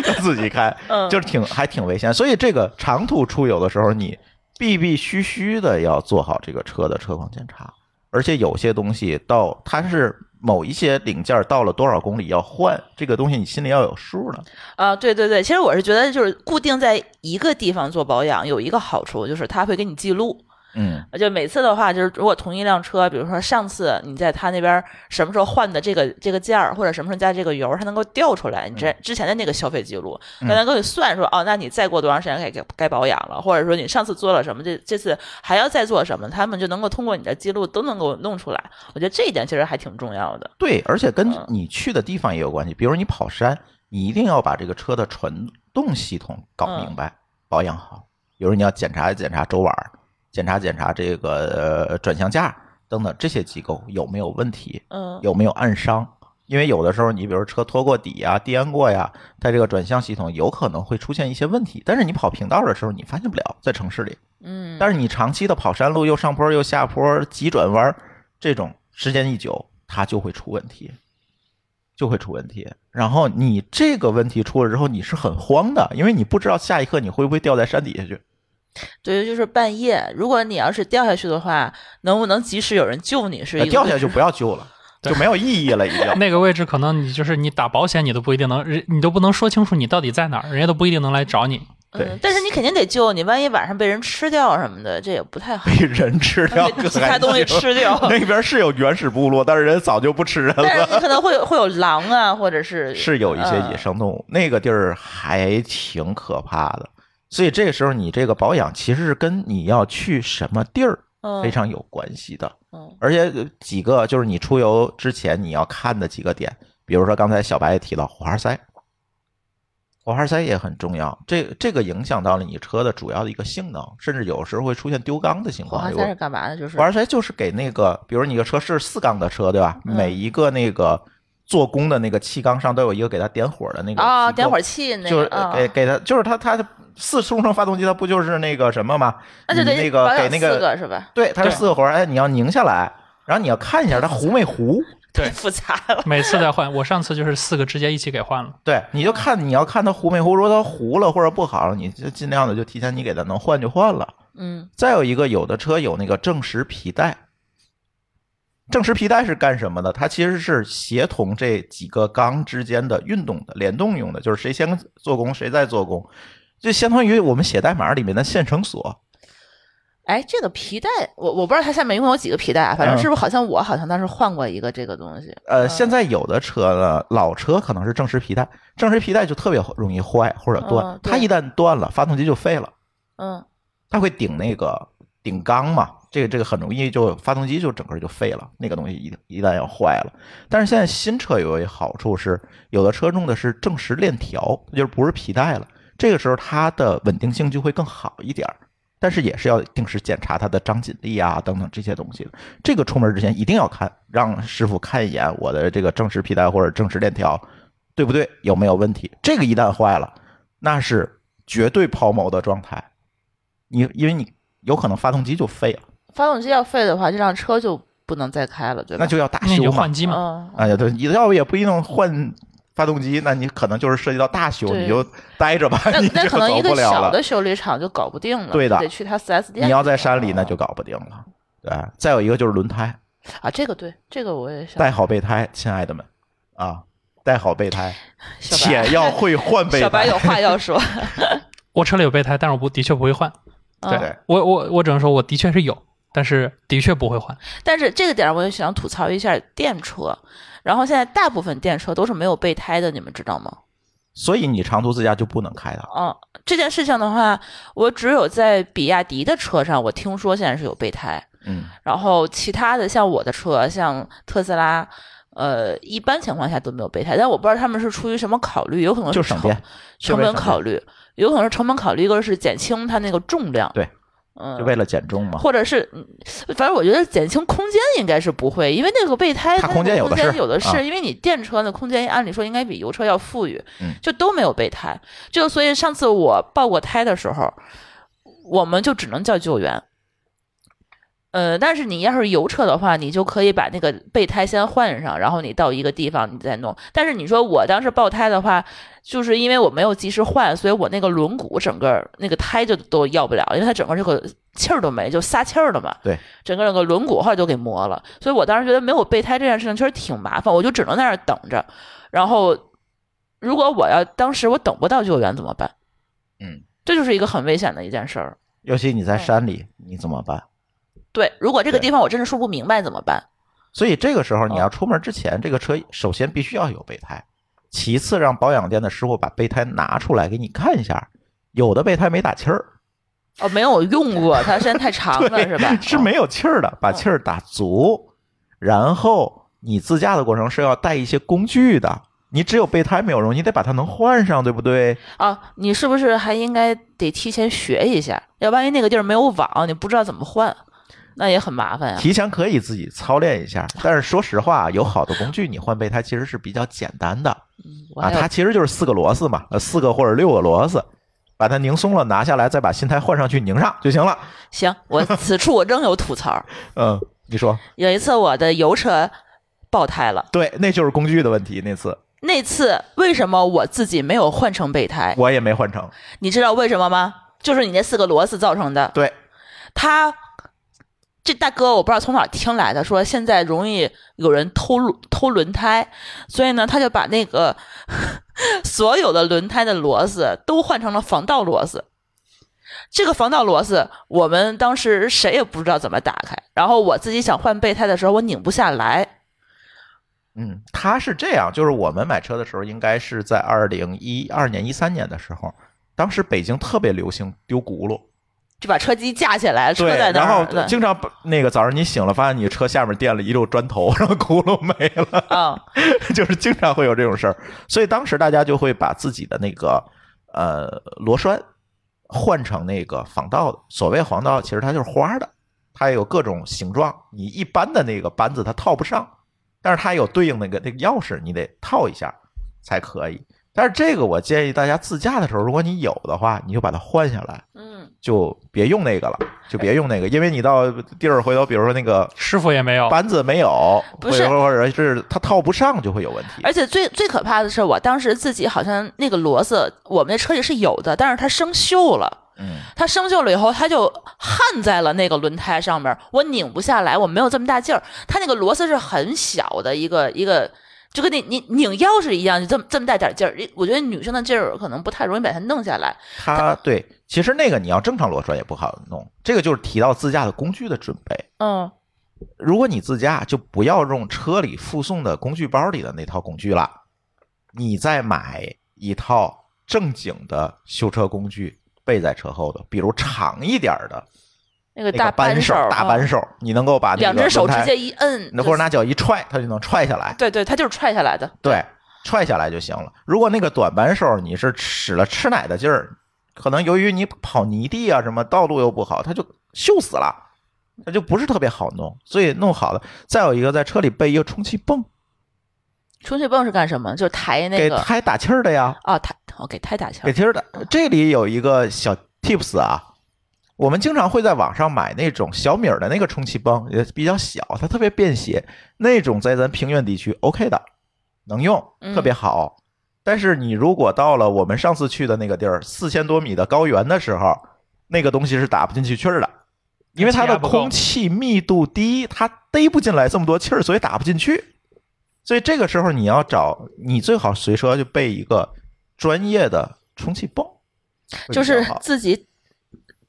Speaker 1: 他自己开，
Speaker 2: 嗯
Speaker 1: 就是挺还挺危险。所以这个长途出游的时候，你必必须须的要做好这个车的车况检查，而且有些东西到它是某一些零件到了多少公里要换，这个东西你心里要有数的。
Speaker 2: 啊，对对对，其实我是觉得就是固定在一个地方做保养有一个好处，就是它会给你记录。呃
Speaker 1: 嗯，
Speaker 2: 就每次的话，就是如果同一辆车，比如说上次你在他那边什么时候换的这个这个件儿，或者什么时候加这个油，它能够调出来
Speaker 1: 嗯
Speaker 2: 你之之前的那个消费记录，它能够给算说，哦，那你再过多长时间该该该保养了，或者说你上次做了什么，这这次还要再做什么，他们就能够通过你的记录都能够弄出来。我觉得这一点其实还挺重要的。
Speaker 1: 对，而且跟
Speaker 2: 嗯
Speaker 1: 你去的地方也有关系。比如你跑山，你一定要把这个车的传动系统
Speaker 2: 嗯
Speaker 1: 搞明白，保养好。比如你要检查检查轴碗，检查检查这个呃转向架等等这些机构有没有问题。
Speaker 2: 嗯，
Speaker 1: 有没有暗伤？因为有的时候你比如车拖过底呀、颠过呀，它这个转向系统有可能会出现一些问题。但是你跑平道的时候你发现不了，在城市里。
Speaker 2: 嗯，
Speaker 1: 但是你长期的跑山路，又上坡又下坡，急转弯，这种时间一久，它就会出问题，就会出问题。然后你这个问题出了之后，你是很慌的，因为你不知道下一刻你会不会掉在山底下去。
Speaker 2: 对，就是半夜，如果你要是掉下去的话，能不能及时有人救你是一个
Speaker 1: 呃哎掉下去就不要救了，就没有意义了，已经。
Speaker 3: 那个位置可能你就是你打保险，你都不一定能，人你都不能说清楚你到底在哪儿，人家都不一定能来找你。
Speaker 1: 对
Speaker 2: 嗯，但是你肯定得救，你万一晚上被人吃掉什么的，这也不太好
Speaker 1: 被。人吃 掉，
Speaker 2: 被其他东西 吃掉
Speaker 1: 那边是有原始部落，但是人早就不吃人
Speaker 2: 但是
Speaker 1: 了。
Speaker 2: 你可能会有会有狼啊，或者 是
Speaker 1: 是有一些野
Speaker 2: 嗯
Speaker 1: 生动物，那个地儿还挺可怕的。所以这个时候，你这个保养其实是跟你要去什么地儿
Speaker 2: 嗯
Speaker 1: 非常有关系的。
Speaker 2: 嗯
Speaker 1: 而且几个就是你出游之前你要看的几个点，比如说刚才小白也提到火花塞，火花塞也很重要。这这个影响到了你车的主要的一个性能，甚至有时候会出现丢缸的情
Speaker 2: 火
Speaker 1: 况。
Speaker 2: 花
Speaker 1: 有
Speaker 2: 塞是干嘛的？就是
Speaker 1: 火花塞就是给那个，比如你个车是四缸的车，对吧？
Speaker 2: 嗯
Speaker 1: 每一个那个做工的那个气缸上都有一个给它点火的那个
Speaker 2: 啊，
Speaker 1: 机构
Speaker 2: 点火，器那
Speaker 1: 就是
Speaker 2: 个
Speaker 1: 呃
Speaker 2: 啊，
Speaker 1: 给给它，就是它它四冲程发动机，它不就是那个什么吗？
Speaker 2: 那就
Speaker 1: 你
Speaker 2: 得
Speaker 1: 那
Speaker 2: 啊保
Speaker 1: 个
Speaker 2: 养
Speaker 1: 给那个，
Speaker 2: 四个是吧？
Speaker 1: 对，它是
Speaker 3: 对
Speaker 1: 四个火花，哎，你要拧下来，然后你要看一下它糊没糊，
Speaker 3: 对
Speaker 2: 太 复杂了。
Speaker 3: 每次再换，我上次就是四个直接一起给换了。
Speaker 1: 对，你就看你要看它糊没糊，如果它糊了或者不好，你就尽量的就提前你给它能换就换了。
Speaker 2: 嗯，
Speaker 1: 再有一个，有的车有那个正时皮带。正时皮带是干什么的？它其实是协同这几个缸之间的运动的、联动用的，就是谁先做工，谁再做工，就相当于我们写代码里面的线程锁。
Speaker 2: 哎，这个皮带，我我不知道它下面一共有几个皮带啊，反正
Speaker 1: 嗯
Speaker 2: 是不是好像我好像当时换过一个这个东西。
Speaker 1: 呃，现在有的车呢，老车可能是正时皮带，正时皮带就特别容易坏或者断
Speaker 2: 嗯，对
Speaker 1: 它一旦断了，发动机就废了，
Speaker 2: 嗯
Speaker 1: 它会顶那个顶缸嘛，这个这个很容易就发动机就整个就废了，那个东西一一旦要坏了。但是现在新车有一个好处是，有的车用的是正时链条，就是不是皮带了，这个时候它的稳定性就会更好一点儿。但是也是要定时检查它的张紧力啊等等这些东西的。这个出门之前一定要看，让师傅看一眼我的这个正时皮带或者正时链条对不对，有没有问题。这个一旦坏了，那是绝对抛锚的状态。你因为你有可能发动机就废了，
Speaker 2: 发动机要废的话，这辆车就不能再开了，对吧？
Speaker 1: 那就要大
Speaker 3: 那你
Speaker 1: 修
Speaker 3: 就
Speaker 1: 嘛
Speaker 3: 换。机嘛，
Speaker 2: 嗯，
Speaker 1: 哎呀，对，你要不也不一定换发动机，那你可能就是涉及到大修，
Speaker 2: 对
Speaker 1: 你就待着吧，
Speaker 2: 那
Speaker 1: 你
Speaker 2: 那
Speaker 1: 就
Speaker 2: 可能一
Speaker 1: 走
Speaker 2: 个
Speaker 1: 不了
Speaker 2: 小
Speaker 1: 了。
Speaker 2: 的修理厂就搞不定了，
Speaker 1: 对的
Speaker 2: 就得去他四 S 店。
Speaker 1: 你要在山里，那就搞不定了。对，再有一个就是轮胎，
Speaker 2: 啊，这个对，这个我也想。
Speaker 1: 带好备胎，亲爱的们啊，带好备胎，
Speaker 2: 小白
Speaker 1: 且要会换备
Speaker 2: 小白
Speaker 1: 胎。
Speaker 2: 有话 要说，
Speaker 3: 我车里有备胎，但是我不的确不会换。
Speaker 2: 嗯
Speaker 1: 对，
Speaker 3: 我我我只能说我的确是有，但是的确不会换。
Speaker 2: 但是这个点儿我也想吐槽一下电车，然后现在大部分电车都是没有备胎的，你们知道吗？
Speaker 1: 所以你长途自驾就不能开它。
Speaker 2: 嗯，这件事情的话，我只有在比亚迪的车上，我听说现在是有备胎，
Speaker 1: 嗯，
Speaker 2: 然后其他的像我的车，像特斯拉。呃，一般情况下都没有备胎，但我不知道他们是出于什么考虑，有可能是
Speaker 1: 就省
Speaker 2: 成
Speaker 1: 电，就
Speaker 2: 成
Speaker 1: 为
Speaker 2: 本
Speaker 1: 省
Speaker 2: 考虑，有可能是成本考虑，一个是减轻它那个重量，
Speaker 1: 对，
Speaker 2: 嗯，
Speaker 1: 就为了减重嘛。
Speaker 2: 或者是，嗯反正我觉得减轻空间应该是不会，因为那个备胎
Speaker 1: 它
Speaker 2: 它那
Speaker 1: 空间
Speaker 2: 个
Speaker 1: 有的
Speaker 2: 空间
Speaker 1: 是
Speaker 2: 有的
Speaker 1: 啊
Speaker 2: 是，因为你电车的空间按理说应该比油车要富裕
Speaker 1: 嗯，
Speaker 2: 就都没有备胎。就所以上次我爆过胎的时候，我们就只能叫救援。呃，但是你要是油车的话，你就可以把那个备胎先换上，然后你到一个地方你再弄。但是你说我当时爆胎的话，就是因为我没有及时换，所以我那个轮毂整个儿那个胎就都要不了，因为它整个这个气儿都没，就撒气儿了嘛。
Speaker 1: 对，
Speaker 2: 整个那个轮毂后来都给磨了，所以我当时觉得没有备胎这件事情确实挺麻烦，我就只能在那儿等着。然后，如果我要当时我等不到救援怎么办？
Speaker 1: 嗯，
Speaker 2: 这就是一个很危险的一件事儿。
Speaker 1: 尤其你在山里，你怎么办？
Speaker 2: 对，如果这个
Speaker 1: 对
Speaker 2: 地方我真的说不明白怎么办？
Speaker 1: 所以这个时候你
Speaker 2: 哦
Speaker 1: 要出门之前，这个车首先必须要有备胎，其次让保养店的师傅把备胎拿出来给你看一下，有的备胎没打气儿，
Speaker 2: 哦，没有用 过，它时间太长了，是吧？嗯
Speaker 1: 是没有气儿的，把气儿打足，然后你自驾的过程是要带一些工具的。你只有备胎没有用，你得把它能换上，对不对？
Speaker 2: 啊？你是不是还应该得提前学一下？要万一那个地儿没有网，你不知道怎么换，那也很麻烦呀。
Speaker 1: 提前可以自己操练一下，但是说实话，啊有好的工具，你换备胎其实是比较简单的
Speaker 2: 我
Speaker 1: 啊。
Speaker 2: 还有
Speaker 1: 它其实就是四个螺丝嘛，呃，四个或者六个螺丝，把它拧松了拿下来，再把新胎换上去拧上就行了。
Speaker 2: 行，我此处我仍有吐槽。
Speaker 1: 嗯，你说
Speaker 2: 有一次我的油车爆胎了，
Speaker 1: 对，那就是工具的问题。那次
Speaker 2: 那次为什么我自己没有换成备胎？
Speaker 1: 我也没换成，
Speaker 2: 你知道为什么吗？就是你那四个螺丝造成的。
Speaker 1: 对，
Speaker 2: 他这大哥我不知道从哪儿听来的，说现在容易有人偷轮偷轮胎，所以呢，他就把那个 所有的轮胎的螺丝都换成了防盗螺丝。这个防盗螺丝，我们当时谁也不知道怎么打开。然后我自己想换备胎的时候，我拧不下来。
Speaker 1: 嗯，它是这样，就是我们买车的时候，应该是在二零一二年、一三年的时候，当时北京特别流行丢轱辘，
Speaker 2: 就把车机架起来，车
Speaker 1: 对
Speaker 2: 在，那
Speaker 1: 然
Speaker 2: 儿
Speaker 1: 后
Speaker 2: 了，
Speaker 1: 经常把那个早上你醒了，发现你车下面垫了一溜砖头，然后轱辘没了。
Speaker 2: 嗯，
Speaker 1: 就是经常会有这种事儿，所以当时大家就会把自己的那个呃螺栓换成那个防盗的。所谓防盗，其实它就是花的，它有各种形状，你一般的那个扳子它套不上，但是它有对应那个那个钥匙，你得套一下才可以。但是这个我建议大家自驾的时候，如果你有的话，你就把它换下来，
Speaker 2: 嗯，
Speaker 1: 就别用那个了，就别用那个，因为你到地儿回头，比如说那个
Speaker 3: 师傅也没有，
Speaker 1: 扳子没有，
Speaker 2: 哦不是
Speaker 1: 或者或者是它套不上，就会有问题。
Speaker 2: 而且最最可怕的是，我当时自己好像那个螺丝，我们那车里是有的，但是它生锈了。
Speaker 1: 嗯，
Speaker 2: 它生锈了以后，它就焊在了那个轮胎上面，我拧不下来，我没有这么大劲儿。它那个螺丝是很小的一个一个，就跟你你拧钥匙一样，就这么这么大点劲儿。我觉得女生的劲儿可能不太容易把它弄下来。
Speaker 1: 它对，其实那个你要正常螺栓也不好弄。这个就是提到自驾的工具的准备。
Speaker 2: 嗯，
Speaker 1: 如果你自驾，就不要用车里附送的工具包里的那套工具了，你再买一套正经的修车工具备在车后的，比如长一点儿的
Speaker 2: 那个
Speaker 1: 那个
Speaker 2: 大
Speaker 1: 扳
Speaker 2: 手，
Speaker 1: 大
Speaker 2: 嗯
Speaker 1: 扳手，你能够把那
Speaker 2: 两
Speaker 1: 个
Speaker 2: 只手
Speaker 1: 轮
Speaker 2: 直
Speaker 1: 胎
Speaker 2: 接一摁，
Speaker 1: 或者拿脚一踹，它就能踹下来。
Speaker 2: 对对，它就是踹下来的。
Speaker 1: 对，踹下来就行了。如果那个短扳手你是使了吃奶的劲儿，可能由于你跑泥地啊什么，道路又不好，它就锈死了，它就不是特别好弄。所以弄好了，再有一个在车里备一个充气泵，
Speaker 2: 充气泵是干什么？就是抬那
Speaker 1: 给
Speaker 2: 个
Speaker 1: 胎打气儿的呀，
Speaker 2: 啊，抬哦，给胎打气
Speaker 1: 给
Speaker 2: 儿。
Speaker 1: 气儿的。这里有一个小 tips 啊。我们经常会在网上买那种小米儿的那个充气泵，也比较小，它特别便携，那种在咱平原地区 OK 的，能用，
Speaker 2: 嗯
Speaker 1: 特别好。但是你如果到了我们上次去的那个地儿，四千多米的高原的时候，那个东西是打不进去气儿的，因为它
Speaker 3: 气
Speaker 1: 的
Speaker 3: 压不够
Speaker 1: 空气密度低，它逮不进来这么多气儿，所以打不进去。所以这个时候你要找，你最好随车就备一个专业的充气泵，会比较
Speaker 2: 就是
Speaker 1: 好
Speaker 2: 自己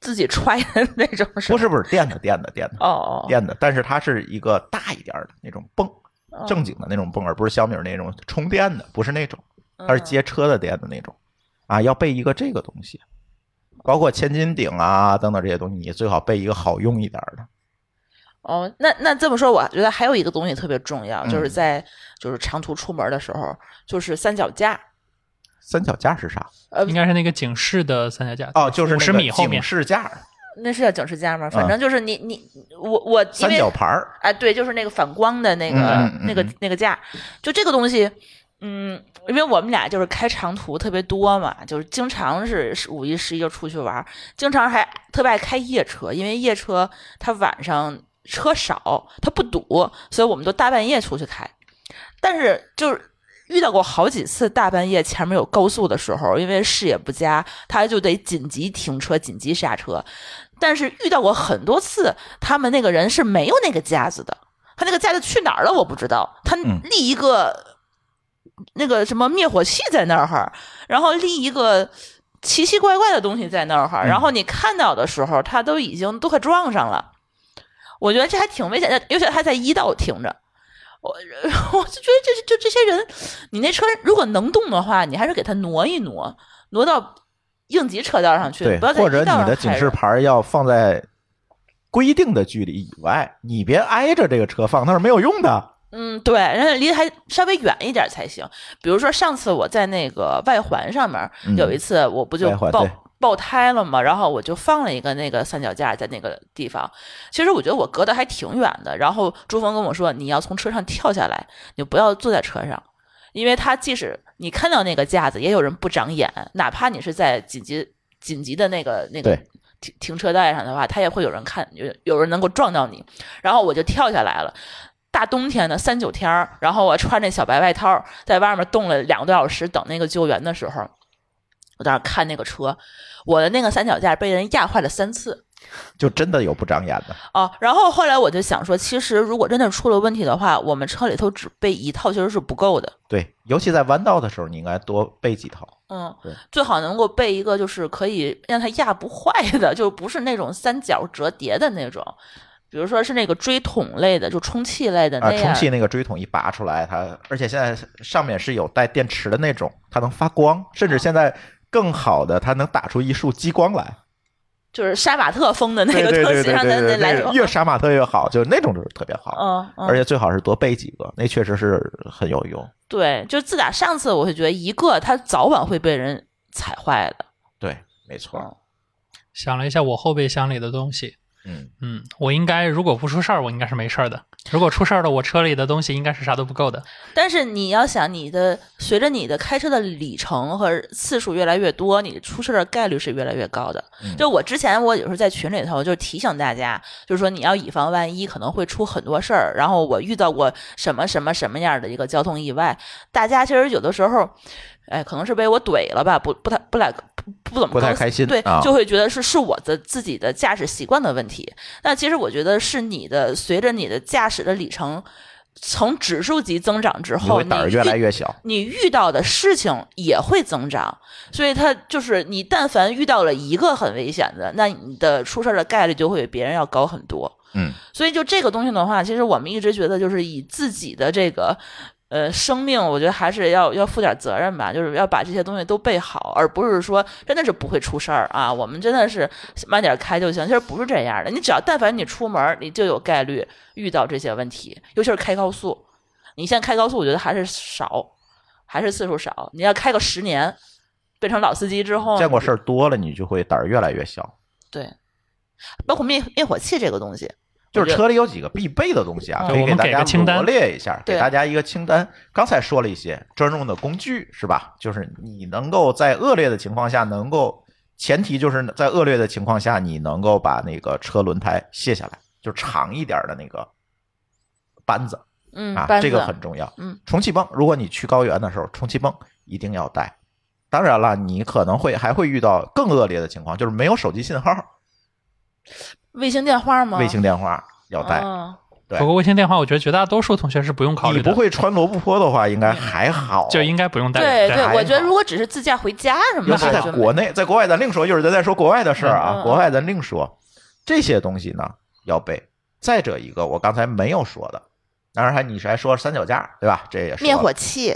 Speaker 2: 自己踹的那种，
Speaker 1: 不
Speaker 2: 是吧
Speaker 1: 是不是电的电的电的
Speaker 2: 哦
Speaker 1: 电的，但是它是一个大一点儿的那种泵，
Speaker 2: 哦，
Speaker 1: 正经的那种泵，而不是小米儿那种充电的，不是那种。
Speaker 2: 嗯
Speaker 1: 它是接车的电的那种，啊，要备一个这个东西，包括千斤顶啊等等这些东西，你最好备一个好用一点儿的。
Speaker 2: 哦，那那这么说，我觉得还有一个东西特别重要，就是
Speaker 1: 嗯
Speaker 2: 在就是长途出门的时候，就是三脚架。
Speaker 1: 三脚架是啥？
Speaker 2: 呃
Speaker 3: 应，该是那个警示的三脚架
Speaker 1: 哦，就是
Speaker 3: 五
Speaker 1: 那
Speaker 3: 十
Speaker 1: 个
Speaker 3: 米后面
Speaker 1: 警示架，
Speaker 2: 那是叫警示架吗？反
Speaker 1: 嗯
Speaker 2: 正就是你你我我因
Speaker 1: 三
Speaker 2: 为
Speaker 1: 角牌儿。
Speaker 2: 哎对，就是那个反光的那
Speaker 1: 嗯
Speaker 2: 个、
Speaker 1: 嗯嗯
Speaker 2: 那个
Speaker 1: 嗯
Speaker 2: 那个架，就这个东西，嗯，因为我们俩就是开长途特别多嘛，就是经常是十五一十一就出去玩儿，经常还特别爱开夜车，因为夜车它晚上车少，它不堵，所以我们都大半夜出去开。但是就是遇到过好几次大半夜前面有高速的时候，因为视野不佳，他就得紧急停车、紧急刹车。但是遇到过很多次，他们那个人是没有那个夹子的，他那个夹子去哪儿了我不知道，他
Speaker 1: 嗯
Speaker 2: 立一个、那个什么灭火器在那儿，然后立一个奇奇怪怪的东西在那
Speaker 1: 嗯
Speaker 2: 儿，然后你看到的时候，他都已经都快撞上了。我觉得这还挺危险的，尤其他在一道停着，我 我就觉得这是就这些人，你那车如果能动的话，你还是给他挪一挪，挪到应急车道上去，
Speaker 1: 对，
Speaker 2: 不要在
Speaker 1: 或者
Speaker 2: 一道
Speaker 1: 你的
Speaker 2: 上
Speaker 1: 警
Speaker 2: 开
Speaker 1: 示
Speaker 2: 着。
Speaker 1: 牌儿要放在规定的距离以外，你别挨着这个车放，那是没有用的。
Speaker 2: 嗯，对，然后离还稍微远一点才行。比如说上次我在那个外环上面、
Speaker 1: 嗯
Speaker 2: 有一次，我不就
Speaker 1: 外环
Speaker 2: 爆
Speaker 1: 对
Speaker 2: 爆胎了嘛，然后我就放了一个那个三脚架在那个地方。其实我觉得我隔得还挺远的。然后朱峰跟我说，你要从车上跳下来，你不要坐在车上，因为他即使你看到那个架子，也有人不长眼，哪怕你是在紧急紧急的那个那个
Speaker 1: 对
Speaker 2: 停停车带上的话，他也会有人看，有有人能够撞到你。然后我就跳下来了。大冬天的三九天儿，然后我穿着小白外套，在外面冻了两个多小时，等那个救援的时候，我在那儿看那个车，我的那个三脚架被人压坏了三次
Speaker 1: 就真的有不长眼的，
Speaker 2: 哦。然后后来我就想说，其实如果真的出了问题的话，我们车里头只备一套其实是不够的，
Speaker 1: 对，尤其在弯道的时候，你应该多备几套。
Speaker 2: 嗯
Speaker 1: 对，
Speaker 2: 最好能够备一个就是可以让它压不坏的，就不是那种三角折叠的那种，比如说是那个锥筒类的，就充气类的
Speaker 1: 啊
Speaker 2: 那，样。
Speaker 1: 充气那个锥筒一拔出来，它而且现在上面是有带电池的那种，它能发光，甚至现在更好的，它能打出一束激光 来。
Speaker 2: 就是杀马特风的那
Speaker 1: 对
Speaker 2: 个
Speaker 1: 对
Speaker 2: 东
Speaker 1: 对
Speaker 2: 西，
Speaker 1: 对
Speaker 2: 让咱
Speaker 1: 对
Speaker 2: 得
Speaker 1: 对，
Speaker 2: 来
Speaker 1: 那
Speaker 2: 一
Speaker 1: 个
Speaker 2: 个
Speaker 1: 越杀马特越好，就那种就是特别好，
Speaker 2: 嗯，嗯
Speaker 1: 而且最好是多备几个，那确实是很有用。
Speaker 2: 对，就自打上次，我会觉得一个它早晚会被人踩坏的。
Speaker 1: 对，没
Speaker 2: 哦
Speaker 1: 错。
Speaker 3: 想了一下我后备箱里的东西，
Speaker 1: 嗯，
Speaker 3: 嗯，我应该如果不出事儿，我应该是没事儿的。如果出事儿了，我车里的东西应该是啥都不够的。
Speaker 2: 但是你要想，你的随着你的开车的里程和次数越来越多，你出事的概率是越来越高的。
Speaker 1: 嗯
Speaker 2: 就我之前我有时候在群里头就提醒大家，就是说你要以防万一，可能会出很多事儿。然后我遇到过什么什么什么样的一个交通意外，大家其实有的时候，哎，可能是被我怼了吧，不 不太不来不不怎么
Speaker 1: 不太
Speaker 2: 高兴
Speaker 1: 开心
Speaker 2: 对，
Speaker 1: 啊
Speaker 2: 就会觉得是是我的自己的驾驶习惯的问题。那其实我觉得是你的随着你的驾驶的里程从指数级增长之
Speaker 1: 你
Speaker 3: 哦
Speaker 2: 后，
Speaker 1: 会
Speaker 2: 你
Speaker 1: 胆儿越来
Speaker 2: 遇
Speaker 1: 越小。
Speaker 2: 你遇到的事情也会增长，所以它就是你但凡遇到了一个很危险的，那你的出事儿的概率就会比别人要高很多。
Speaker 1: 嗯，
Speaker 2: 所以就这个东西的话，其实我们一直觉得就是以自己的这个呃生命，我觉得还是要要负点责任吧，就是要把这些东西都备好，而不是说真的是不会出事儿啊，我们真的是慢点开就行。其实不是这样的，你只要但凡你出门，你就有概率遇到这些问题，尤其是开高速。你现在开高速，我觉得还是少，还是次数少。你要开个十年，变成老司机之后，
Speaker 1: 见过事儿多了，你就会胆儿越来越小。
Speaker 2: 对，包括灭灭火器这个东西，
Speaker 1: 就是车里有几个必备的东西啊，
Speaker 3: 对
Speaker 1: 可以
Speaker 3: 嗯我
Speaker 1: 给
Speaker 3: 们
Speaker 1: 大
Speaker 3: 给个
Speaker 1: 家
Speaker 3: 清单
Speaker 1: 罗列一下，
Speaker 2: 对
Speaker 1: 给大家一个清单。刚才说了一些专用的工具，是吧？就是你能够在恶劣的情况下，能够前提就是在恶劣的情况下，你能够把那个车轮胎卸下来，就长一点的那个扳子
Speaker 2: 嗯，
Speaker 1: 啊，
Speaker 2: 扳
Speaker 1: 这个
Speaker 2: 子
Speaker 1: 很重要。
Speaker 2: 嗯，
Speaker 1: 充气泵，如果你去高原的时候，充气泵一定要带。当然了，你可能会还会遇到更恶劣的情况，就是没有手机信号，
Speaker 2: 卫星电话吗？
Speaker 1: 卫星电话要带。
Speaker 2: 嗯
Speaker 1: 对
Speaker 3: 不过卫星电话，我觉得绝大多数同学是不用考虑
Speaker 1: 你
Speaker 3: 的，
Speaker 1: 不会穿萝卜坡的话，应
Speaker 2: 嗯
Speaker 1: 该还好。
Speaker 3: 就应该不用带啊
Speaker 2: 对
Speaker 3: 带
Speaker 2: 对，
Speaker 1: 还
Speaker 2: 我觉得
Speaker 1: 好
Speaker 2: 如果只是自驾回家什么的，
Speaker 1: 尤其在
Speaker 2: 就没
Speaker 1: 国内，在国外咱另说，一会儿咱再说国外的事儿
Speaker 2: 嗯嗯
Speaker 1: 啊。
Speaker 2: 嗯
Speaker 1: 国外咱另说，这些东西呢要备。再者一个，我刚才没有说的，当然还你是还说三脚架对吧？这也是
Speaker 2: 灭火器，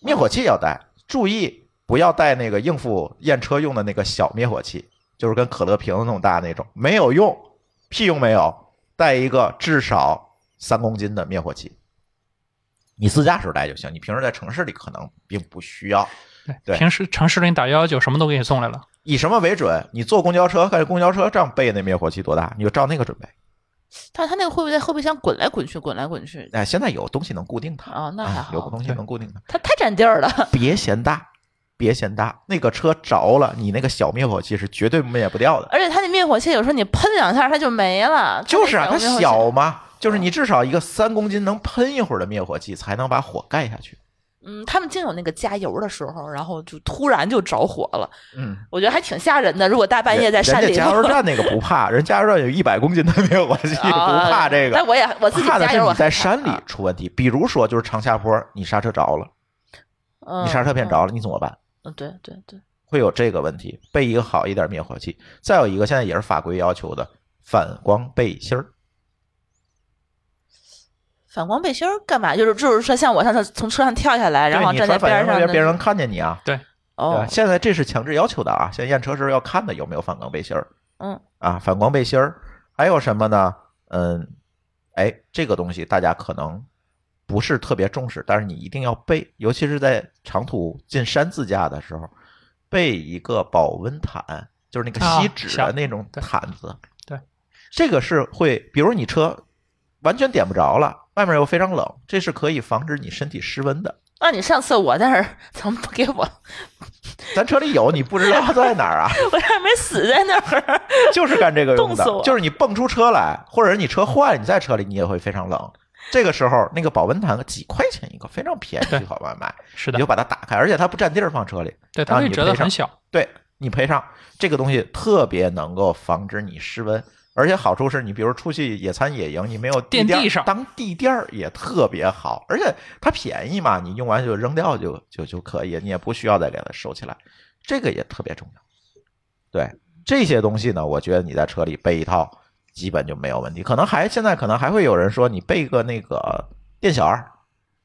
Speaker 1: 灭火器要带，注意不要带那个应付验车用的那个小灭火器，就是跟可乐瓶子那么大那种，没有用，屁用没有。带一个至少三公斤的灭火器，你自驾时候带就行，你平时在城市里可能并不需要。对
Speaker 3: 平时城市里打幺幺九，什么都给你送来了。
Speaker 1: 以什么为准？你坐公交车，看公交车上备那灭火器多大，你就照那个准备。
Speaker 2: 但是它那个会不会在后备箱滚来滚去，滚来滚去？
Speaker 1: 哎，现在有东西能固定它
Speaker 2: 哦那还
Speaker 1: 啊
Speaker 2: 好
Speaker 1: 有东西能固定它。
Speaker 2: 它太占地儿了。
Speaker 1: 别嫌大，别嫌大，那个车着了，你那个小灭火器是绝对灭不掉的。
Speaker 2: 而且它那灭火器，有时候你喷两下它就没了。
Speaker 1: 就是啊，
Speaker 2: 它
Speaker 1: 它
Speaker 2: 那种
Speaker 1: 小嘛，就是
Speaker 2: 嗯
Speaker 1: 你至少一个三公斤能喷一会儿的灭火器才能把火盖下去。
Speaker 2: 嗯，他们竟有那个加油的时候，然后就突然就着火了，
Speaker 1: 嗯，
Speaker 2: 我觉得还挺吓人的。如果大半夜在山
Speaker 1: 人
Speaker 2: 里
Speaker 1: 家加油站那个不怕，人加油站有一百公斤的灭火器，不怕这
Speaker 2: 啊但
Speaker 1: 个。
Speaker 2: 我也我自己
Speaker 1: 怕的
Speaker 2: 加
Speaker 1: 是
Speaker 2: 油，我啊
Speaker 1: 你在
Speaker 2: 害
Speaker 1: 山里
Speaker 2: 怕，
Speaker 1: 出问题，比如说就是长下坡，你刹车着了，
Speaker 2: 嗯、
Speaker 1: 你刹车片
Speaker 2: 嗯，
Speaker 1: 着了，你怎么办？
Speaker 2: 嗯，对对对，
Speaker 1: 会有这个问题。备一个好一点灭火器，再有一个现在也是法规要求的反光背心儿。
Speaker 2: 反光背心儿干嘛？就是就是说，像我上次从车上跳下来，然后
Speaker 1: 对
Speaker 2: 站
Speaker 1: 你
Speaker 2: 在
Speaker 1: 穿反
Speaker 2: 边
Speaker 1: 光背
Speaker 2: 上的，
Speaker 1: 心，别人能看见你啊。对吧
Speaker 2: 哦，
Speaker 1: 现在这是强制要求的啊，现在验车时候要看的有没有反光背心儿。
Speaker 2: 嗯，
Speaker 1: 啊，反光背心儿，还有什么呢？嗯，哎，这个东西大家可能不是特别重视，但是你一定要备，尤其是在长途进山自驾的时候，备一个保温毯，就是那个
Speaker 3: 啊
Speaker 1: 吸纸
Speaker 3: 小
Speaker 1: 的那种
Speaker 3: 对
Speaker 1: 毯子。
Speaker 3: 对
Speaker 1: 这个是会，比如你车完全点不着了，外面又非常冷，这是可以防止你身体失温的。
Speaker 2: 那你上次我在那儿 怎么不给我？
Speaker 1: 咱车里有，你不知道在哪儿啊？
Speaker 2: 我还没死在那儿。
Speaker 1: 就是干这个用
Speaker 2: 冻死
Speaker 1: 的，
Speaker 2: 我
Speaker 1: 就是你蹦出车来，或者你车坏了，你在车里你也会非常冷。这个时候，那个保温毯几块钱一个，非常便宜，
Speaker 3: 对
Speaker 1: 去好外卖，
Speaker 3: 是
Speaker 1: 你
Speaker 3: 的
Speaker 1: 就，把它打开，而且它不占地儿放车里，
Speaker 3: 对，它
Speaker 1: 让
Speaker 3: 可以
Speaker 1: 你
Speaker 3: 折得
Speaker 1: 配上
Speaker 3: 很小，
Speaker 1: 对你配上这个东西，特别能够防止你失温，而且好处是你比如出去野餐野营，你没有地
Speaker 3: 垫
Speaker 1: 垫儿
Speaker 3: 地上
Speaker 1: 当地垫儿也特别好，而且它便宜嘛，你用完就扔掉就就就可以，你也不需要再给它收起来，这个也特别重要。对这些东西呢，我觉得你在车里备一套基本就没有问题。可能还现在可能还会有人说你备个那个电小二，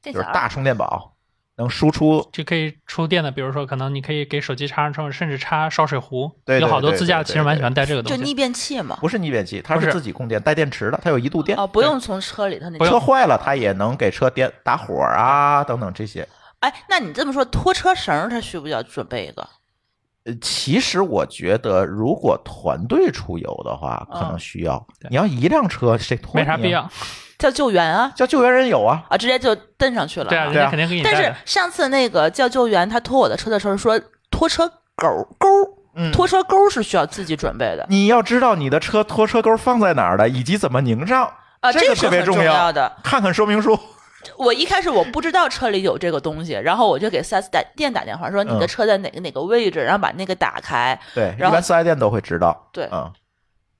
Speaker 2: 这
Speaker 1: 就是大充电宝，能输出
Speaker 3: 就可以充电的。比如说，可能你可以给手机插上充，甚至插烧水壶。
Speaker 1: 对对
Speaker 3: 有好多
Speaker 1: 对
Speaker 3: 自驾
Speaker 1: 对
Speaker 3: 其
Speaker 1: 对
Speaker 3: 实蛮
Speaker 1: 对
Speaker 3: 喜欢带这个
Speaker 2: 就
Speaker 3: 东
Speaker 2: 逆
Speaker 3: 西。
Speaker 2: 变器嘛。
Speaker 1: 不是逆变器，它
Speaker 3: 不
Speaker 1: 是
Speaker 3: 是
Speaker 1: 自己供电带电池的，它有一度电。
Speaker 2: 哦，不用从车里头那
Speaker 3: 不
Speaker 1: 车
Speaker 2: 种。
Speaker 1: 坏了，它也能给车点打火啊，等等这些。
Speaker 2: 哎，那你这么说，拖车绳儿它需不需要准备一个？
Speaker 1: 呃，其实我觉得，如果团队出游的话，
Speaker 2: 嗯
Speaker 1: 可能需要。
Speaker 3: 对
Speaker 1: 你要一辆车，谁拖
Speaker 3: 没
Speaker 1: 你啊
Speaker 3: 啥必要，
Speaker 2: 叫救援啊
Speaker 1: 叫救援人有啊。
Speaker 2: 啊，直接就蹬上去了。
Speaker 3: 对啊，人
Speaker 1: 对啊
Speaker 3: 家肯定给你
Speaker 2: 但
Speaker 3: 带
Speaker 2: 是
Speaker 3: 的。
Speaker 2: 上次那个叫救援，他拖我的车的时候说，拖车钩钩，
Speaker 1: 嗯，
Speaker 2: 拖车钩是需要自己准备的
Speaker 1: 你要知道你的车拖车钩放在哪儿的，以及怎么拧上，
Speaker 2: 啊，
Speaker 1: 这
Speaker 2: 这
Speaker 1: 个
Speaker 2: 是
Speaker 1: 特别
Speaker 2: 很
Speaker 1: 重
Speaker 2: 重
Speaker 1: 要
Speaker 2: 要的。
Speaker 1: 看看说明 书。
Speaker 2: 我一开始我不知道车里有这个东西，然后我就给四 S 店打电话说你
Speaker 1: 嗯
Speaker 2: 的车在哪个哪个位置，然后把那个打开，
Speaker 1: 对，一
Speaker 2: 然后
Speaker 1: 般四 S 店都会知道。
Speaker 2: 对
Speaker 1: 嗯，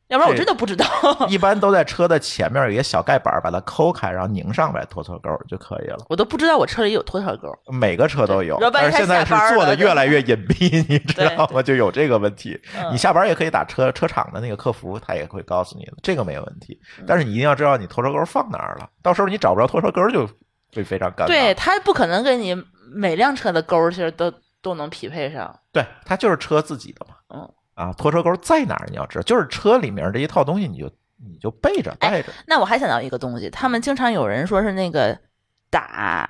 Speaker 2: 要不然我
Speaker 1: 对
Speaker 2: 真的不知道。
Speaker 1: 一般都在车的前面有一个小盖板儿，把它抠开，然后拧上呗，拖车钩就可以了。
Speaker 2: 我都不知道我车里有拖车钩，
Speaker 1: 每个车都有
Speaker 2: 对要，不
Speaker 1: 但
Speaker 2: 然
Speaker 1: 是
Speaker 2: 他
Speaker 1: 现在是
Speaker 2: 下班儿了
Speaker 1: 做的越来越隐蔽，你知
Speaker 2: 对
Speaker 1: 道吗？就有这个问题。
Speaker 2: 嗯
Speaker 1: 你下班也可以打车，车厂的那个客服他也会告诉你的，这个没有问题。但是你一定要知道你拖车钩放哪儿了，到时候你找不着拖车钩就会非常尴尬。
Speaker 2: 对，他不可能跟你每辆车的钩儿其实都都能匹配上。
Speaker 1: 对，它就是车自己的嘛。
Speaker 2: 嗯，
Speaker 1: 啊，拖车钩在哪儿你要知道，就是车里面这一套东西你就你就备着带着。
Speaker 2: 那我还想到一个东西，他们经常有人说是那个打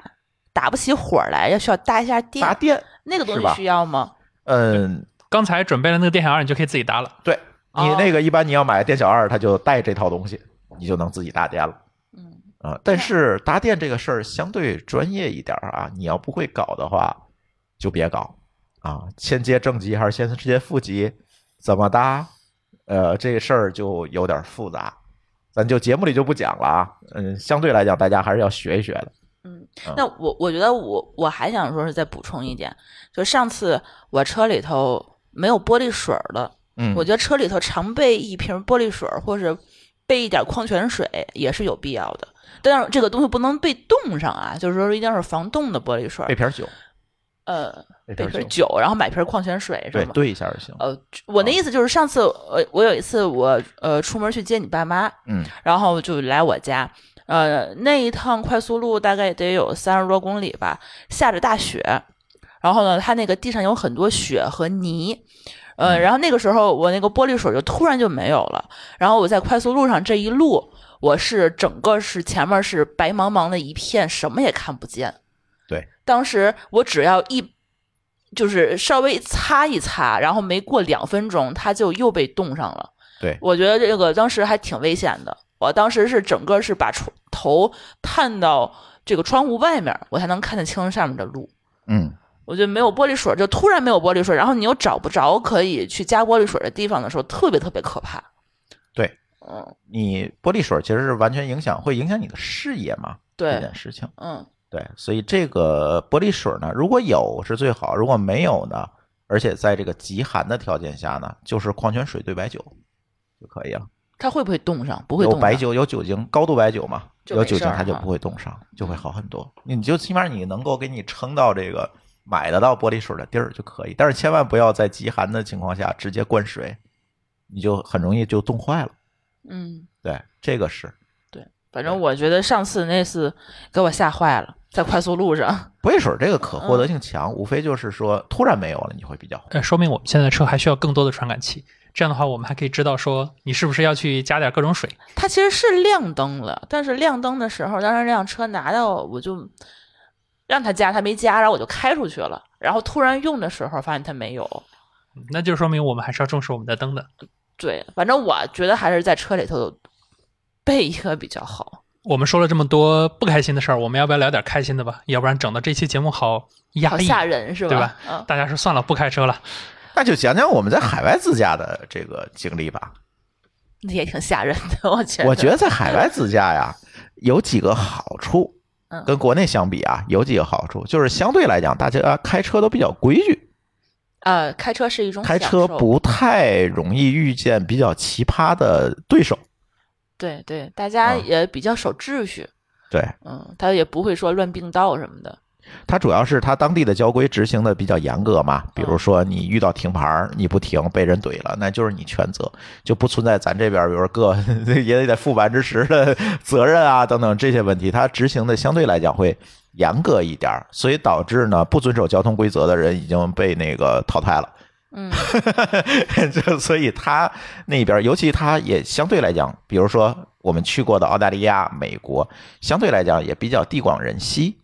Speaker 2: 打不起火来，要需要搭一下
Speaker 1: 搭
Speaker 2: 电，
Speaker 1: 电，
Speaker 2: 那个东
Speaker 1: 是
Speaker 2: 西
Speaker 1: 吧
Speaker 2: 需要吗？
Speaker 1: 嗯，
Speaker 3: 刚才准备了那个电小二，你就可以自己搭了。
Speaker 1: 对你
Speaker 2: 哦
Speaker 1: 那个一般你要买电小二，它就带这套东西，你就能自己搭电了。
Speaker 2: 嗯，
Speaker 1: 啊，但是搭电这个事儿相对专业一点儿啊，你要不会搞的话，就别搞啊。先接正极还是先接负极，怎么搭？呃，这个事儿就有点复杂，咱就节目里就不讲了啊。嗯，相对来讲，大家还是要学一学的。
Speaker 2: 嗯
Speaker 1: 嗯
Speaker 2: 那我我觉得我我还想说是再补充一点，就上次我车里头没有玻璃水儿了。
Speaker 1: 嗯，
Speaker 2: 我觉得车里头常备一瓶玻璃水儿或者备一点矿泉水也是有必要的。但是这个东西不能被冻上啊，就是说一定要是防冻的玻璃水儿
Speaker 1: 备，瓶酒，
Speaker 2: 呃，
Speaker 1: 备
Speaker 2: 备
Speaker 1: 瓶
Speaker 2: 瓶酒，然后买瓶矿泉水
Speaker 1: 对
Speaker 2: 是，吗？
Speaker 1: 兑一下就行。
Speaker 2: 呃，我的意思就是上次呃，我有一次我呃出门去接你爸妈，
Speaker 1: 嗯，
Speaker 2: 然后就来我家，呃，那一趟快速路大概得有三十多公里吧，下着大雪，然后呢，它那个地上有很多雪和泥。呃，然后那个时候我那个玻璃水就突然就没有了，然后我在快速路上这一路，我是整个是前面是白茫茫的一片，什么也看不见。
Speaker 1: 对，
Speaker 2: 当时我只要一就是稍微擦一擦，然后没过两分钟，它就又被冻上了。
Speaker 1: 对
Speaker 2: 我觉得这个当时还挺危险的。我当时是整个是把窗头探到这个窗户外面，我才能看得清上面的路。
Speaker 1: 嗯，
Speaker 2: 我觉得没有玻璃水，就突然没有玻璃水，然后你又找不着可以去加玻璃水的地方的时候，特别特别可怕。
Speaker 1: 对，
Speaker 2: 嗯，
Speaker 1: 你玻璃水其实是完全影响，会影响你的视野嘛，这
Speaker 2: 对
Speaker 1: 件，事情。
Speaker 2: 嗯，
Speaker 1: 对，所以这个玻璃水呢，如果有是最好，如果没有呢，而且在这个极寒的条件下呢，就是矿泉水兑白酒就可以了。
Speaker 2: 它会不会冻上？不会
Speaker 1: 有
Speaker 2: 冻
Speaker 1: 白
Speaker 2: 上。
Speaker 1: 酒，有酒精，高度白酒嘛，
Speaker 2: 就
Speaker 1: 有
Speaker 2: 没
Speaker 1: 酒
Speaker 2: 事
Speaker 1: 精
Speaker 2: 儿
Speaker 1: 它就
Speaker 2: 哈
Speaker 1: 不会冻伤，就会好很多。你就起码你能够给你撑到这个买得到玻璃水的地儿就可以，但是千万不要在极寒的情况下直接灌水，你就很容易就冻坏了。
Speaker 2: 嗯，
Speaker 1: 对，这个是
Speaker 2: 反正我觉得上次那次给我吓坏了，在快速路上。
Speaker 1: 玻璃水这个可
Speaker 2: 嗯
Speaker 1: 获得性强，无非就是说突然没有了你会比较
Speaker 3: 呃，说明我们现在的车还需要更多的传感器。这样的话，我们还可以知道说你是不是要去加点各种水。
Speaker 2: 它其实是亮灯了，但是亮灯的时候，当时那辆车拿到我就让他加，他没加，然后我就开出去了。然后突然用的时候发现他没有，
Speaker 3: 嗯那就说明我们还是要重视我们的灯的。
Speaker 2: 对，反正我觉得还是在车里头备一个比较好。
Speaker 3: 我们说了这么多不开心的事儿，我们要不要聊点开心的吧？要不然整的这期节目好压
Speaker 2: 好
Speaker 3: 抑。
Speaker 2: 吓人是吧？
Speaker 3: 对吧
Speaker 2: 嗯，
Speaker 3: 大家说算了，不开车了。
Speaker 1: 那就讲讲我们在海外自驾的这个经历吧。
Speaker 2: 那也挺吓人的，我觉得。
Speaker 1: 我觉得在海外自驾呀， 有几个好处
Speaker 2: 嗯，
Speaker 1: 跟国内相比啊，有几个好处，就是相对来讲，大家开车都比较规矩，
Speaker 2: 呃，开车是一种
Speaker 1: 开
Speaker 2: 享
Speaker 1: 车
Speaker 2: 受
Speaker 1: 不太容易遇见比较奇葩的对手。
Speaker 2: 对对，大家
Speaker 1: 嗯
Speaker 2: 也比较守秩序，
Speaker 1: 对，
Speaker 2: 嗯，他也不会说乱并道什 么的。
Speaker 1: 它主要是它当地的交规执行的比较严格嘛，比如说你遇到停牌儿你不停被人怼了，那就是你全责，就不存在咱这边儿，比如说各 也得负百分之十的责任啊等等这些问题，它执行的相对来讲会严格一点儿，所以导致呢不遵守交通规则的人已经被那个淘汰了。
Speaker 2: 嗯，
Speaker 1: 就所以他那边，尤其他也相对来讲，比如说我们去过的澳大利亚、美国，相对来讲也比较地广人稀，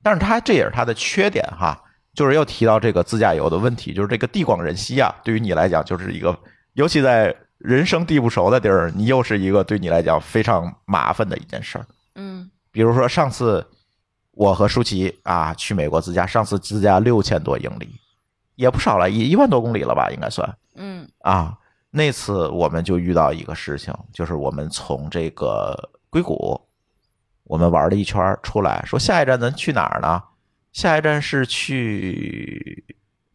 Speaker 1: 但是他这也是他的缺点哈，就是又提到这个自驾游的问题，就是这个地广人稀啊，对于你来讲就是一个，尤其在人生地不熟的地儿，你又是一个对你来讲非常麻烦的一件事儿。
Speaker 2: 嗯
Speaker 1: 比如说上次我和舒淇啊去美国自驾，上次自驾六千多英里，也不少了，一一万多公里了吧，应该算。
Speaker 2: 嗯
Speaker 1: 啊，那次我们就遇到一个事情，就是我们从这个硅谷，我们玩了一圈儿出来，说下一站咱去哪儿呢？下一站是去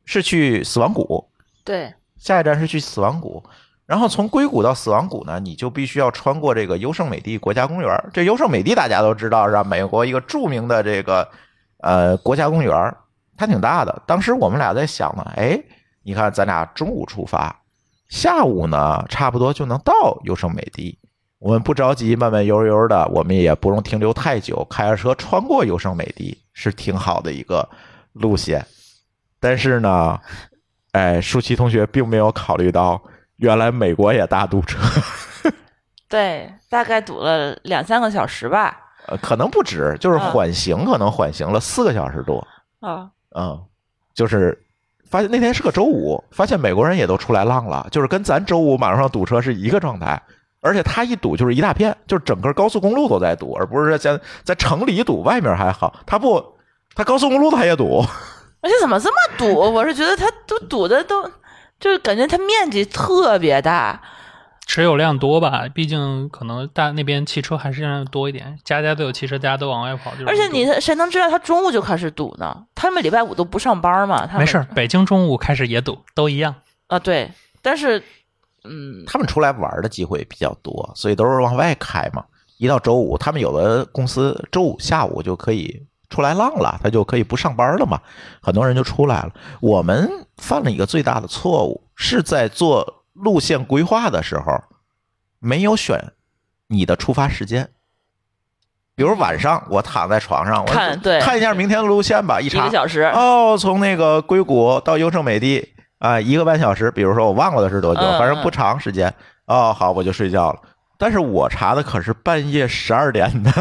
Speaker 1: 是去死亡谷，
Speaker 2: 对，
Speaker 1: 下一站是去死亡谷。然后从硅谷到死亡谷呢，你就必须要穿过这个优胜美地国家公园儿。这优胜美地大家都知道是吧？美国一个著名的这个呃国家公园儿，它挺大的。当时我们俩在想呢，哎，你看咱俩中午出发，下午呢差不多就能到优胜美地。我们不着急，慢慢悠悠的，我们也不用停留太久，开着车穿过优胜美地是挺好的一个路线。但是呢，哎，舒淇同学并没有考虑到，原来美国也大堵车，
Speaker 2: 对，大概堵了两三个小时吧。
Speaker 1: 呃可能不止，就是缓行，可能缓行了四个小时多，
Speaker 2: 啊，
Speaker 1: 嗯，就是发现那天是个周五，发现美国人也都出来浪了，就是跟咱周五马路上堵车是一个状态。而且他一堵就是一大片，就是整个高速公路都在堵，而不是在在城里堵，外面还好。他不，他高速公路他也堵，
Speaker 2: 而且怎么这么堵？我是觉得它都堵的都，就是感觉它面积特别大。
Speaker 3: 持有量多吧，毕竟可能大那边汽车还是要多一点，家家都有汽车，大家都往外跑。就是
Speaker 2: 而且你
Speaker 3: 堵
Speaker 2: 谁能知道它中午就开始堵呢？他们礼拜五都不上班嘛？他们
Speaker 3: 没事儿，北京中午开始也堵，都一 样。
Speaker 2: 啊，对，但是嗯，
Speaker 1: 他们出来玩的机会比较多，所以都是往外开嘛。一到周五，他们有的公司周五下午就可以出来浪了，他就可以不上班了嘛。很多人就出来了。我们犯了一个最大的错误，是在做路线规划的时候没有选你的出发时间。比如晚上，我躺在床上，我说
Speaker 2: 看对
Speaker 1: 看一下明天的路线吧，一
Speaker 2: 一
Speaker 1: 查
Speaker 2: 个小 时，
Speaker 3: 啊
Speaker 1: 哦，从那个硅谷到优胜美地啊、一个半小时，比如说我忘了是多久，
Speaker 2: 嗯
Speaker 1: 反正不长时间。哦，好，我就睡觉了。但是我查的可是半夜十二点的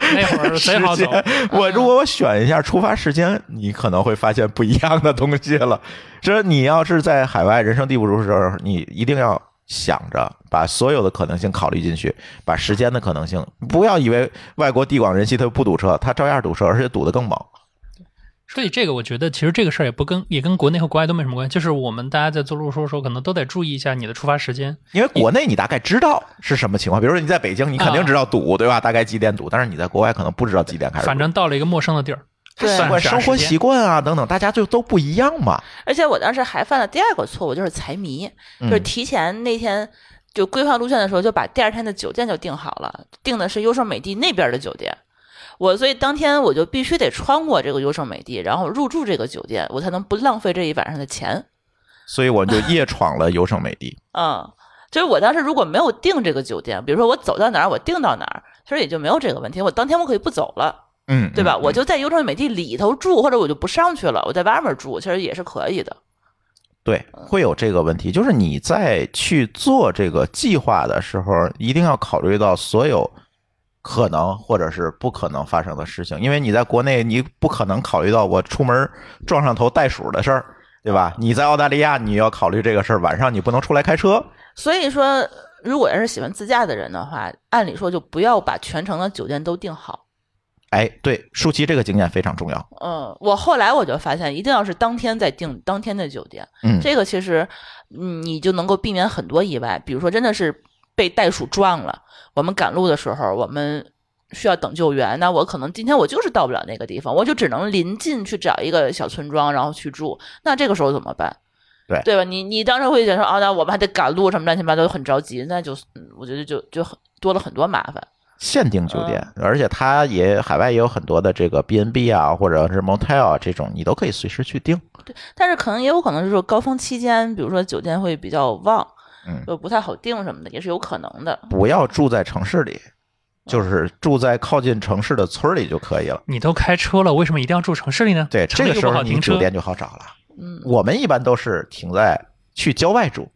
Speaker 3: 那会儿
Speaker 1: 时
Speaker 3: 贼好走
Speaker 1: 间，，
Speaker 2: 嗯
Speaker 1: 我如果我选一下出发时间，你可能会发现不一样的东西了。 这你要是在海外人生地不熟的时候，你一定要想着把所有的可能性考虑进去，把时间的可能性，不要以为外国地广人稀，它不堵车，它照样堵车，而且堵得更猛。
Speaker 3: 所以这个我觉得其实这个事儿也不跟也跟国内和国外都没什么关系，就是我们大家在做路书的时候，可能都得注意一下你的出发时间。
Speaker 1: 因为国内你大概知道是什么情况，比如说你在北京，你肯定知道堵，对吧？大概几点堵，但是你在国外可能不知道几点开始堵。
Speaker 3: 反正到了一个陌生的地儿，
Speaker 2: 对
Speaker 1: 习惯、生活习惯啊等等，大家就都不一样嘛。
Speaker 2: 而且我当时还犯了第二个错误，就是财迷，就是
Speaker 1: 嗯
Speaker 2: 提前那天就规划路线的时候，就把第二天的酒店就订好了，订的是优胜美地那边的酒店。我所以当天我就必须得穿过这个优胜美地，然后入住这个酒店，我才能不浪费这一晚上的钱。
Speaker 1: 所以我就夜闯了优胜美地。
Speaker 2: 嗯，就是我当时如果没有订这个酒店，比如说我走到哪儿我订到哪儿，其实也就没有这个问题。我当天我可以不走了，
Speaker 1: 嗯，
Speaker 2: 对吧？
Speaker 1: 嗯
Speaker 2: 我就在优胜美地里头住，或者我就不上去了，我在外面住，其实也是可以的。
Speaker 1: 对，会有这个问题，就是你在去做这个计划的时候，一定要考虑到所有可能或者是不可能发生的事情，因为你在国内你不可能考虑到我出门撞上头袋鼠的事儿，对吧？你在澳大利亚你要考虑这个事儿，晚上你不能出来开车，
Speaker 2: 所以说，如果要是喜欢自驾的人的话，按理说就不要把全程的酒店都订好。
Speaker 1: 哎，对，舒淇这个经验非常重要。
Speaker 2: 嗯，我后来我就发现，一定要是当天再订当天的酒店，
Speaker 1: 嗯，
Speaker 2: 这个其实嗯你就能够避免很多意外。比如说，真的是被袋鼠撞了，我们赶路的时候，我们需要等救援，那我可能今天我就是到不了那个地方，我就只能临近去找一个小村庄，然后去住。那这个时候怎么办？
Speaker 1: 对
Speaker 2: 对吧？你你当时会觉得说，啊，那我们还得赶路什么乱七八糟，很着急，那就嗯我觉得就就很多了很多麻烦。
Speaker 1: 限定酒店，而且它也海外也有很多的这个 B N B 啊，或者是 motel 啊这种，你都可以随时去订。
Speaker 2: 但是可能也有可能就是高峰期间，比如说酒店会比较旺，
Speaker 1: 嗯
Speaker 2: 就不太好订什么的，也是有可能的。
Speaker 1: 不要住在城市
Speaker 3: 啊
Speaker 1: 里，就是住在靠近城市的村儿里就可以了。
Speaker 3: 你都开车了，为什么一定要住城市里呢？
Speaker 1: 对，
Speaker 3: 城
Speaker 1: 这个
Speaker 3: 市又
Speaker 1: 时
Speaker 3: 不好
Speaker 1: 候你
Speaker 3: 停
Speaker 1: 酒
Speaker 3: 车。
Speaker 1: 店就好找了。
Speaker 2: 嗯，
Speaker 1: 我们一般都是停在去郊外住，